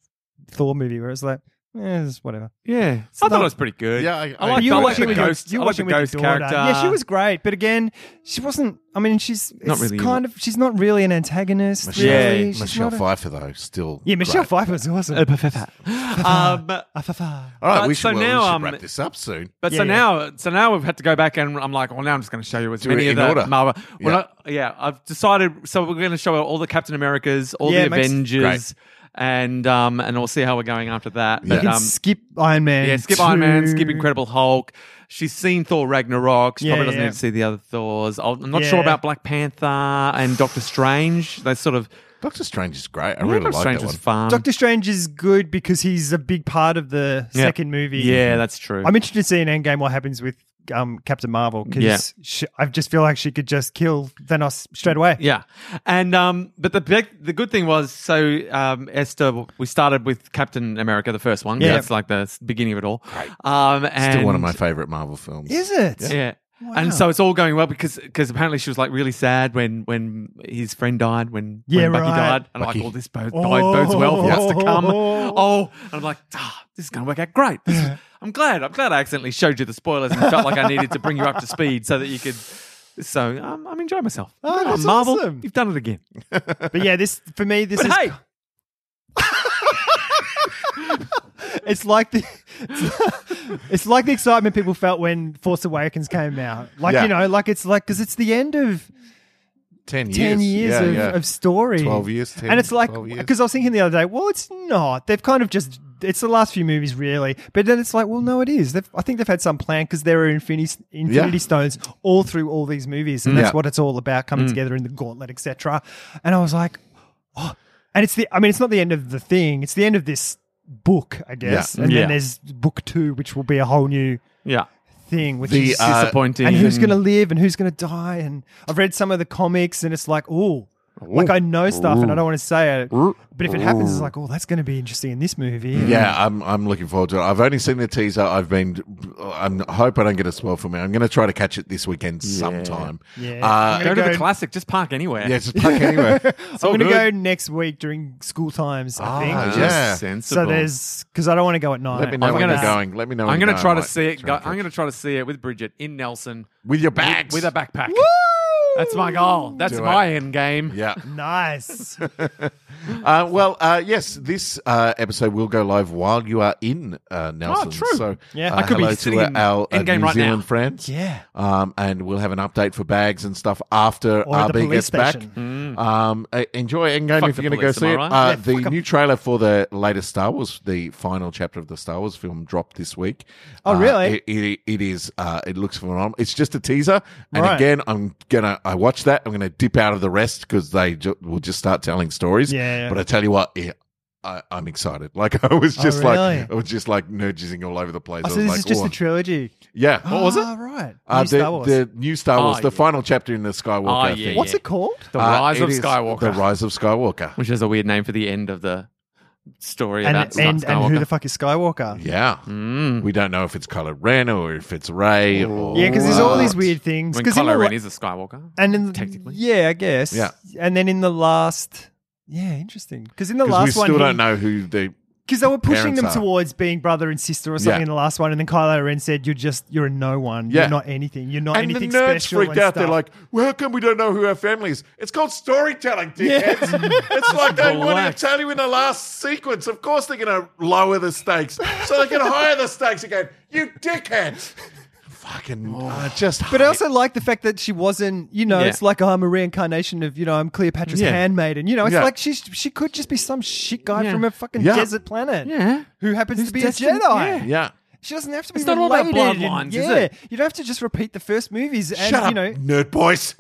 [SPEAKER 5] Thor movie, where it's like, yeah, it's whatever.
[SPEAKER 4] yeah, I thought
[SPEAKER 5] not-
[SPEAKER 4] it was pretty good.
[SPEAKER 1] Yeah, I-
[SPEAKER 4] I
[SPEAKER 1] I-
[SPEAKER 4] like
[SPEAKER 1] You
[SPEAKER 4] the
[SPEAKER 1] were
[SPEAKER 4] ghost-
[SPEAKER 1] watching
[SPEAKER 4] the
[SPEAKER 1] with your-
[SPEAKER 4] ghost.
[SPEAKER 5] you
[SPEAKER 4] I
[SPEAKER 5] were
[SPEAKER 4] like the
[SPEAKER 5] watching with your
[SPEAKER 4] ghost
[SPEAKER 5] daughter.
[SPEAKER 4] character.
[SPEAKER 5] Yeah, she was great, but again, she wasn't. I mean, she's
[SPEAKER 4] Not
[SPEAKER 5] it's
[SPEAKER 4] really-
[SPEAKER 5] kind of she's not really an antagonist.
[SPEAKER 1] Michelle,
[SPEAKER 5] really. She's
[SPEAKER 1] Michelle
[SPEAKER 5] not a-
[SPEAKER 1] Pfeiffer though, still.
[SPEAKER 5] Yeah, Michelle
[SPEAKER 1] great. Uh,
[SPEAKER 5] Pfeiffer was awesome.
[SPEAKER 4] um,
[SPEAKER 5] Ah, fa- fa.
[SPEAKER 1] All right,
[SPEAKER 4] But
[SPEAKER 1] we should,
[SPEAKER 4] so
[SPEAKER 1] well, we
[SPEAKER 4] now,
[SPEAKER 1] should
[SPEAKER 4] um,
[SPEAKER 1] wrap this up soon.
[SPEAKER 4] But
[SPEAKER 5] Yeah,
[SPEAKER 4] so
[SPEAKER 5] yeah.
[SPEAKER 4] now, so now we've had to go back, and I'm like, well, now I'm just going to show you as
[SPEAKER 1] Do
[SPEAKER 4] many
[SPEAKER 1] it
[SPEAKER 4] of
[SPEAKER 1] in
[SPEAKER 4] the
[SPEAKER 1] order.
[SPEAKER 4] Marvel. Well,
[SPEAKER 1] Yeah.
[SPEAKER 4] yeah. yeah, I've decided. So we're going to show all the Captain Americas, all
[SPEAKER 5] Yeah,
[SPEAKER 4] the
[SPEAKER 5] it makes-
[SPEAKER 4] Avengers, and um, and we'll see how we're going after that.
[SPEAKER 1] You
[SPEAKER 4] But,
[SPEAKER 5] You can
[SPEAKER 4] um,
[SPEAKER 5] skip Iron Man.
[SPEAKER 4] yeah, skip Iron Man,
[SPEAKER 5] to-
[SPEAKER 4] skip Incredible Hulk. She's seen Thor Ragnarok. She
[SPEAKER 5] Yeah,
[SPEAKER 4] probably doesn't
[SPEAKER 5] yeah.
[SPEAKER 4] need to see the other Thors. I'll- I'm not
[SPEAKER 5] Yeah.
[SPEAKER 4] sure about Black Panther and Doctor Strange. They sort of
[SPEAKER 1] Doctor Strange is great. I
[SPEAKER 4] Yeah,
[SPEAKER 1] really
[SPEAKER 4] Doctor
[SPEAKER 1] like
[SPEAKER 4] Strange
[SPEAKER 1] that
[SPEAKER 4] was
[SPEAKER 1] one.
[SPEAKER 4] fun.
[SPEAKER 5] Doctor Strange is good because he's a big part of the
[SPEAKER 4] Yeah.
[SPEAKER 5] second movie.
[SPEAKER 4] Yeah, that's true.
[SPEAKER 5] I'm interested to see in Endgame what happens with um, Captain Marvel
[SPEAKER 4] Yeah.
[SPEAKER 5] because I just feel like she could just kill Thanos straight away.
[SPEAKER 4] Yeah, and um, but the big, the good thing was so um, Esther. We started with Captain America, the first one.
[SPEAKER 5] Yeah.
[SPEAKER 4] Yeah, that's like the s- beginning of it all. Um, and
[SPEAKER 1] Still one of my favorite Marvel films.
[SPEAKER 5] Is it?
[SPEAKER 4] yeah.
[SPEAKER 5] Wow.
[SPEAKER 4] And so it's all going well because because apparently she was like really sad when when his friend died when,
[SPEAKER 5] Yeah,
[SPEAKER 4] when Bucky
[SPEAKER 5] right.
[SPEAKER 4] died and
[SPEAKER 1] Bucky.
[SPEAKER 4] like all this bodes,
[SPEAKER 5] Oh.
[SPEAKER 4] bodes well for us to come
[SPEAKER 5] Yeah.
[SPEAKER 4] oh and I'm like ah, this is going to work out great This is- I'm glad I'm glad I accidentally showed you the spoilers and felt like I needed to bring you up to speed so that you could so um, I'm enjoying myself
[SPEAKER 5] Oh, that's
[SPEAKER 4] Marvel
[SPEAKER 5] awesome.
[SPEAKER 4] you've done it again
[SPEAKER 5] But yeah, this for me, this
[SPEAKER 4] but
[SPEAKER 5] is
[SPEAKER 4] hey
[SPEAKER 5] it's like the it's, like the excitement people felt when Force Awakens came out. Like
[SPEAKER 1] Yeah.
[SPEAKER 5] you know, like it's like because it's the end of
[SPEAKER 1] Ten years.
[SPEAKER 5] 10 years
[SPEAKER 1] Yeah,
[SPEAKER 5] of,
[SPEAKER 1] yeah.
[SPEAKER 5] of story
[SPEAKER 1] 12 years, 10,
[SPEAKER 5] and it's like
[SPEAKER 1] 12 years.
[SPEAKER 5] because i was thinking the other day well it's not they've kind of just it's the last few movies really but then it's like well no it is they've, i think they've had some plan because there are infinity, infinity
[SPEAKER 1] Yeah.
[SPEAKER 5] stones all through all these movies and that's
[SPEAKER 1] Yeah. Mm.
[SPEAKER 5] what it's all about coming together in the gauntlet etc and i was like oh. and it's the i mean it's not the end of the thing it's the end of this book i guess and
[SPEAKER 4] Yeah.
[SPEAKER 5] then there's book two which will be a whole new
[SPEAKER 4] yeah
[SPEAKER 5] thing which
[SPEAKER 1] The,
[SPEAKER 5] is
[SPEAKER 1] uh,
[SPEAKER 4] disappointing
[SPEAKER 5] and who's
[SPEAKER 4] Mm.
[SPEAKER 5] going to live and who's going to die. And I've read some of the comics, and it's like, oh, like I know stuff, and I don't want to say it, but if it happens, it's like, oh, that's going to be interesting in this movie.
[SPEAKER 1] Yeah, I'm I'm looking forward to it. I've only seen the teaser. I've been I'm I hope I don't get a spoil for me. I'm going to try to catch it this weekend sometime.
[SPEAKER 5] Yeah.
[SPEAKER 1] Uh,
[SPEAKER 4] go to
[SPEAKER 5] go-
[SPEAKER 4] the classic just park anywhere
[SPEAKER 1] yeah, just park anywhere.
[SPEAKER 5] So I'm
[SPEAKER 4] all
[SPEAKER 5] going to go
[SPEAKER 4] good.
[SPEAKER 5] next week during school times. I think.
[SPEAKER 1] Ah,
[SPEAKER 4] That's
[SPEAKER 1] yeah.
[SPEAKER 4] sensible.
[SPEAKER 5] So there's because I don't want to go at night.
[SPEAKER 1] Let me know
[SPEAKER 4] I'm
[SPEAKER 1] when
[SPEAKER 4] gonna-
[SPEAKER 1] you're going. Let me know.
[SPEAKER 4] I'm
[SPEAKER 1] going
[SPEAKER 4] gonna try to see it. Go, I'm gonna try to see it with Bridget in Nelson
[SPEAKER 1] with your bags
[SPEAKER 4] with a backpack. That's my goal. That's
[SPEAKER 1] Do
[SPEAKER 4] my
[SPEAKER 1] it.
[SPEAKER 4] end game.
[SPEAKER 1] Yeah.
[SPEAKER 5] Nice.
[SPEAKER 1] Uh, well, uh, yes, this uh, episode will go live while you are in uh, Nelson.
[SPEAKER 4] Oh, true.
[SPEAKER 1] So,
[SPEAKER 5] Yeah.
[SPEAKER 1] uh,
[SPEAKER 5] I
[SPEAKER 4] could be
[SPEAKER 1] hello
[SPEAKER 4] sitting
[SPEAKER 1] to uh,
[SPEAKER 4] in
[SPEAKER 1] our uh,
[SPEAKER 4] Endgame
[SPEAKER 1] New
[SPEAKER 4] right now.
[SPEAKER 1] Zealand friends.
[SPEAKER 5] Yeah.
[SPEAKER 1] Um, and we'll have an update for bags and stuff after
[SPEAKER 5] Or at the
[SPEAKER 1] RB gets
[SPEAKER 5] police
[SPEAKER 1] back.
[SPEAKER 5] station.
[SPEAKER 1] Um, uh, enjoy Endgame
[SPEAKER 4] Mm. Fuck
[SPEAKER 1] if
[SPEAKER 4] the
[SPEAKER 1] you're going to go
[SPEAKER 4] police,
[SPEAKER 1] see
[SPEAKER 4] am I
[SPEAKER 1] it.
[SPEAKER 4] right?
[SPEAKER 1] Uh,
[SPEAKER 5] Yeah,
[SPEAKER 1] the
[SPEAKER 5] fuck 'em.
[SPEAKER 1] new trailer for the latest Star Wars, the final chapter of the Star Wars film, dropped this week.
[SPEAKER 5] Oh,
[SPEAKER 1] Uh,
[SPEAKER 5] really?
[SPEAKER 1] it- it, it is. Uh, it looks phenomenal. It's just a teaser, and
[SPEAKER 5] Right.
[SPEAKER 1] again, I'm gonna. I watch that. I'm gonna dip out of the rest because they ju- will just start telling stories.
[SPEAKER 5] Yeah, yeah.
[SPEAKER 1] But I tell you what. It, I, I'm excited. Like I was just
[SPEAKER 5] Oh, really?
[SPEAKER 1] like I was just like nerdging all over the place. I
[SPEAKER 5] Oh, so
[SPEAKER 1] was
[SPEAKER 5] this
[SPEAKER 1] like,
[SPEAKER 5] is just
[SPEAKER 1] "Oh."
[SPEAKER 5] the trilogy.
[SPEAKER 1] yeah. What was it?
[SPEAKER 5] Ah, right.
[SPEAKER 1] Uh,
[SPEAKER 5] New
[SPEAKER 1] the,
[SPEAKER 5] Star Wars.
[SPEAKER 1] the new Star Wars,
[SPEAKER 4] Oh,
[SPEAKER 1] the
[SPEAKER 4] yeah.
[SPEAKER 1] final chapter in the Skywalker
[SPEAKER 4] Oh, yeah,
[SPEAKER 1] thing.
[SPEAKER 5] What's
[SPEAKER 4] yeah.
[SPEAKER 5] it called?
[SPEAKER 4] The
[SPEAKER 1] Uh,
[SPEAKER 4] Rise
[SPEAKER 1] it
[SPEAKER 4] of
[SPEAKER 1] is
[SPEAKER 4] Skywalker,
[SPEAKER 1] The Rise of Skywalker.
[SPEAKER 4] which is a weird name for the end of the story about
[SPEAKER 5] And,
[SPEAKER 4] Skywalker.
[SPEAKER 5] and, and who the fuck is Skywalker?
[SPEAKER 1] Yeah.
[SPEAKER 4] Mm.
[SPEAKER 1] We don't know if it's Kylo Ren or if it's Ray or
[SPEAKER 5] Yeah, because there's all
[SPEAKER 1] what.
[SPEAKER 5] these weird things.
[SPEAKER 4] when
[SPEAKER 5] 'Cause in
[SPEAKER 4] Kylo
[SPEAKER 5] the
[SPEAKER 4] Ren
[SPEAKER 5] la-
[SPEAKER 4] is a Skywalker.
[SPEAKER 5] And in
[SPEAKER 4] Technically.
[SPEAKER 5] yeah, I guess.
[SPEAKER 1] Yeah.
[SPEAKER 5] and then in the last, yeah, interesting. Because in the
[SPEAKER 1] 'Cause
[SPEAKER 5] last
[SPEAKER 1] we still
[SPEAKER 5] one,
[SPEAKER 1] don't
[SPEAKER 5] he-
[SPEAKER 1] know who the
[SPEAKER 5] because they were pushing
[SPEAKER 1] Parents
[SPEAKER 5] them
[SPEAKER 1] are.
[SPEAKER 5] towards being brother and sister or something
[SPEAKER 1] Yeah.
[SPEAKER 5] in the last one, and then Kylo Ren said, "You're just you're a no one.
[SPEAKER 1] Yeah.
[SPEAKER 5] You're not anything. You're not
[SPEAKER 1] And the
[SPEAKER 5] anything
[SPEAKER 1] nerds
[SPEAKER 5] special."
[SPEAKER 1] freaked
[SPEAKER 5] and
[SPEAKER 1] out. They're
[SPEAKER 5] stuff."
[SPEAKER 1] like, well, "How come we don't know who our family is?" It's called storytelling, dickheads. it's like they wanted to
[SPEAKER 4] Relax.
[SPEAKER 1] tell you in the last sequence. Of course, they're going to lower the stakes so they can higher the stakes again. You dickheads! Fucking uh, just.
[SPEAKER 5] But I also like the fact that she wasn't, you know,
[SPEAKER 4] Yeah.
[SPEAKER 5] it's like oh, I'm a reincarnation of, you know, I'm Cleopatra's
[SPEAKER 1] Yeah.
[SPEAKER 5] handmaid, and you know, it's
[SPEAKER 1] Yeah.
[SPEAKER 5] like she's she could just be some shit guy
[SPEAKER 4] Yeah.
[SPEAKER 5] from a fucking
[SPEAKER 1] Yeah.
[SPEAKER 5] desert planet,
[SPEAKER 4] Yeah.
[SPEAKER 5] who happens
[SPEAKER 4] Who's
[SPEAKER 5] to be
[SPEAKER 4] destined-
[SPEAKER 5] a Jedi.
[SPEAKER 1] yeah.
[SPEAKER 5] She doesn't have to be
[SPEAKER 4] It's not all about
[SPEAKER 5] related.
[SPEAKER 4] bloodlines,
[SPEAKER 5] yeah,
[SPEAKER 4] is it?
[SPEAKER 5] you don't have to just repeat the first movies and
[SPEAKER 1] Shut
[SPEAKER 5] you
[SPEAKER 1] up,
[SPEAKER 5] know,
[SPEAKER 1] nerd boys.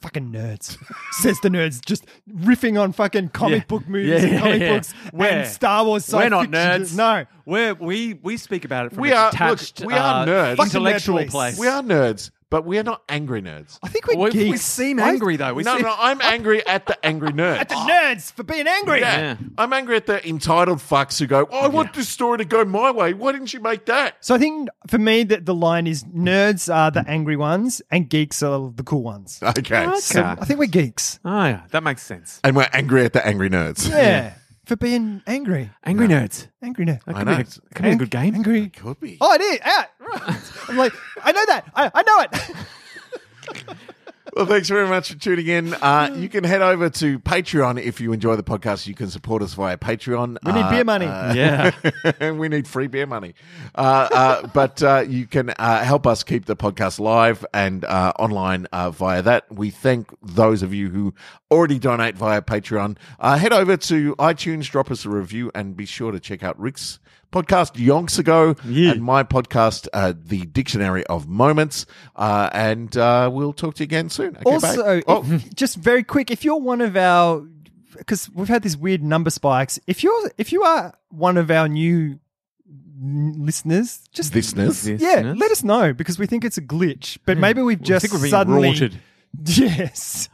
[SPEAKER 5] fucking nerds. Says the nerds, just riffing on fucking comic
[SPEAKER 4] Yeah.
[SPEAKER 5] book movies
[SPEAKER 4] Yeah,
[SPEAKER 5] and
[SPEAKER 4] yeah,
[SPEAKER 5] comic
[SPEAKER 4] yeah.
[SPEAKER 5] books
[SPEAKER 4] We're-
[SPEAKER 5] and Star Wars.
[SPEAKER 4] We're
[SPEAKER 5] science
[SPEAKER 4] not
[SPEAKER 5] fiction.
[SPEAKER 4] nerds.
[SPEAKER 5] No,
[SPEAKER 4] We're, we we speak about it from
[SPEAKER 1] We
[SPEAKER 4] a
[SPEAKER 1] are-
[SPEAKER 4] detached,
[SPEAKER 1] look, we are
[SPEAKER 4] uh,
[SPEAKER 1] nerds. Fucking
[SPEAKER 4] intellectual
[SPEAKER 5] nerds.
[SPEAKER 4] place.
[SPEAKER 1] We are nerds, but we are not angry nerds.
[SPEAKER 5] I think we're
[SPEAKER 4] We,
[SPEAKER 5] geeks.
[SPEAKER 4] we seem
[SPEAKER 5] I-
[SPEAKER 4] angry though. We
[SPEAKER 1] no,
[SPEAKER 4] seem,
[SPEAKER 1] no, I'm angry at the angry nerds.
[SPEAKER 5] at the nerds for being angry.
[SPEAKER 1] Yeah.
[SPEAKER 4] Yeah.
[SPEAKER 1] I'm angry at the entitled fucks who go, oh, I want this story to go my way. Why didn't you make that?
[SPEAKER 5] So I think for me that the line is nerds are the angry ones and geeks are the cool ones.
[SPEAKER 4] Ah.
[SPEAKER 1] Okay.
[SPEAKER 5] So I think we're geeks.
[SPEAKER 4] Oh yeah, that makes sense.
[SPEAKER 1] And we're angry at the angry nerds.
[SPEAKER 5] Yeah. For being angry.
[SPEAKER 4] Angry nerds.
[SPEAKER 5] Angry nerd.
[SPEAKER 4] That
[SPEAKER 1] I
[SPEAKER 4] could be,
[SPEAKER 1] know.
[SPEAKER 4] a, could be a good game.
[SPEAKER 5] Angry.
[SPEAKER 1] Could be.
[SPEAKER 5] Oh, it is. Ah, right. I'm like, I know that. I, I know it.
[SPEAKER 1] Well, thanks very much for tuning in. Uh, you can head over to Patreon if you enjoy the podcast. You can support us via Patreon.
[SPEAKER 5] We need
[SPEAKER 1] Uh,
[SPEAKER 5] beer money.
[SPEAKER 4] Yeah.
[SPEAKER 1] and we need free beer money. Uh, uh, but uh, you can uh, help us keep the podcast live and uh, online uh, via that. We thank those of you who already donate via Patreon. Uh, head over to iTunes, drop us a review, and be sure to check out Rick's podcast yonks ago
[SPEAKER 4] Yeah.
[SPEAKER 1] and my podcast uh, the dictionary of moments uh, and uh, we'll talk to you again soon okay, bye.
[SPEAKER 5] also,
[SPEAKER 1] Oh.
[SPEAKER 5] if- just very quick, if you're one of our, because we've had these weird number spikes. If you're, if you are one of our new n- listeners, just
[SPEAKER 1] listeners
[SPEAKER 5] yeah, let us know because we think it's a glitch. But maybe we've just
[SPEAKER 4] think we're being
[SPEAKER 5] suddenly,
[SPEAKER 4] rorted.
[SPEAKER 5] yes,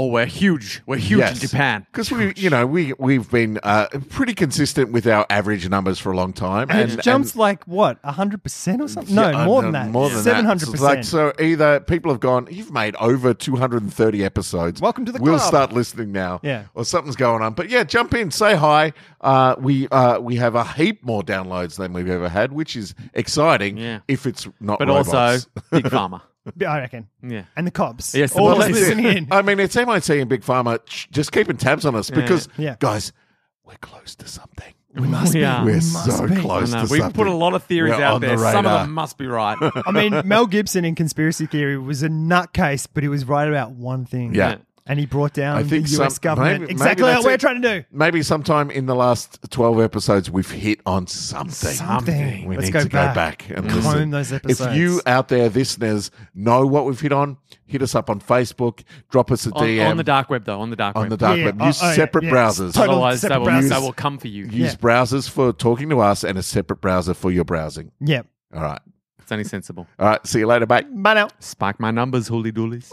[SPEAKER 4] Oh, we're huge. We're huge
[SPEAKER 1] Yes.
[SPEAKER 4] in Japan.
[SPEAKER 1] Because we, you know, we we've been uh, pretty consistent with our average numbers for a long time,
[SPEAKER 5] and, it jumps like what hundred percent or something? No,
[SPEAKER 1] Yeah,
[SPEAKER 5] more
[SPEAKER 1] uh,
[SPEAKER 5] than that.
[SPEAKER 1] More than
[SPEAKER 5] seven hundred
[SPEAKER 1] that. So, Like
[SPEAKER 5] percent.
[SPEAKER 1] so, either people have gone, you've made over two hundred and thirty episodes.
[SPEAKER 5] Welcome to the
[SPEAKER 1] We'll
[SPEAKER 5] club."
[SPEAKER 1] start listening now.
[SPEAKER 5] Yeah.
[SPEAKER 1] or something's going on. But yeah, jump in, say hi. Uh, we uh, we have a heap more downloads than we've ever had, which is exciting.
[SPEAKER 4] Yeah.
[SPEAKER 1] if it's not,
[SPEAKER 4] But
[SPEAKER 1] robots.
[SPEAKER 4] also Big Pharma.
[SPEAKER 5] I reckon.
[SPEAKER 4] Yeah.
[SPEAKER 5] And the cops.
[SPEAKER 4] Yes, the
[SPEAKER 5] all
[SPEAKER 4] cops.
[SPEAKER 5] listening in.
[SPEAKER 1] I mean, it's MIT and Big Pharma sh- just keeping tabs on us because,
[SPEAKER 5] Yeah.
[SPEAKER 1] guys, we're close to something.
[SPEAKER 4] We must
[SPEAKER 5] be.
[SPEAKER 1] We're
[SPEAKER 5] Must
[SPEAKER 1] so
[SPEAKER 5] be.
[SPEAKER 4] I
[SPEAKER 1] close
[SPEAKER 4] know.
[SPEAKER 1] to something.
[SPEAKER 4] We've uh, put a lot of theories
[SPEAKER 1] We're
[SPEAKER 4] out
[SPEAKER 1] on the
[SPEAKER 4] there. Some of
[SPEAKER 1] radar.
[SPEAKER 4] them must be right.
[SPEAKER 5] I mean, Mel Gibson in Conspiracy Theory was a nutcase, but he was right about one thing.
[SPEAKER 1] Yeah.
[SPEAKER 5] And he brought down
[SPEAKER 4] um,
[SPEAKER 1] I think
[SPEAKER 5] the US
[SPEAKER 1] some-
[SPEAKER 5] government.
[SPEAKER 1] maybe- maybe
[SPEAKER 5] exactly what
[SPEAKER 1] that's
[SPEAKER 5] we're
[SPEAKER 1] it.
[SPEAKER 5] trying to do.
[SPEAKER 1] Maybe sometime in the last 12 episodes, we've hit on something.
[SPEAKER 5] Something.
[SPEAKER 1] We
[SPEAKER 5] Let's
[SPEAKER 1] need
[SPEAKER 5] go
[SPEAKER 1] to
[SPEAKER 5] back.
[SPEAKER 1] go back and
[SPEAKER 5] Comb
[SPEAKER 1] listen.
[SPEAKER 5] those
[SPEAKER 1] If
[SPEAKER 5] episodes.
[SPEAKER 1] you out there, listeners, know what we've hit on, hit us up on Facebook, drop us a
[SPEAKER 4] on,
[SPEAKER 1] DM
[SPEAKER 4] on the dark web, though. On the dark
[SPEAKER 1] on
[SPEAKER 4] web.
[SPEAKER 1] the dark
[SPEAKER 5] Yeah,
[SPEAKER 1] web.
[SPEAKER 5] yeah.
[SPEAKER 1] Use
[SPEAKER 5] Oh, oh, yeah,
[SPEAKER 1] separate
[SPEAKER 5] yeah.
[SPEAKER 1] browsers.
[SPEAKER 5] Total
[SPEAKER 4] Otherwise, they
[SPEAKER 5] separate
[SPEAKER 4] will,
[SPEAKER 5] browsers.
[SPEAKER 4] they will come for you.
[SPEAKER 1] Use
[SPEAKER 5] yeah.
[SPEAKER 1] browsers for talking to us and a separate browser for your browsing.
[SPEAKER 5] Yeah.
[SPEAKER 1] All right.
[SPEAKER 4] It's only sensible.
[SPEAKER 1] All right. See you later. Bye.
[SPEAKER 5] Bye now.
[SPEAKER 4] Spike my numbers, hooly doolies.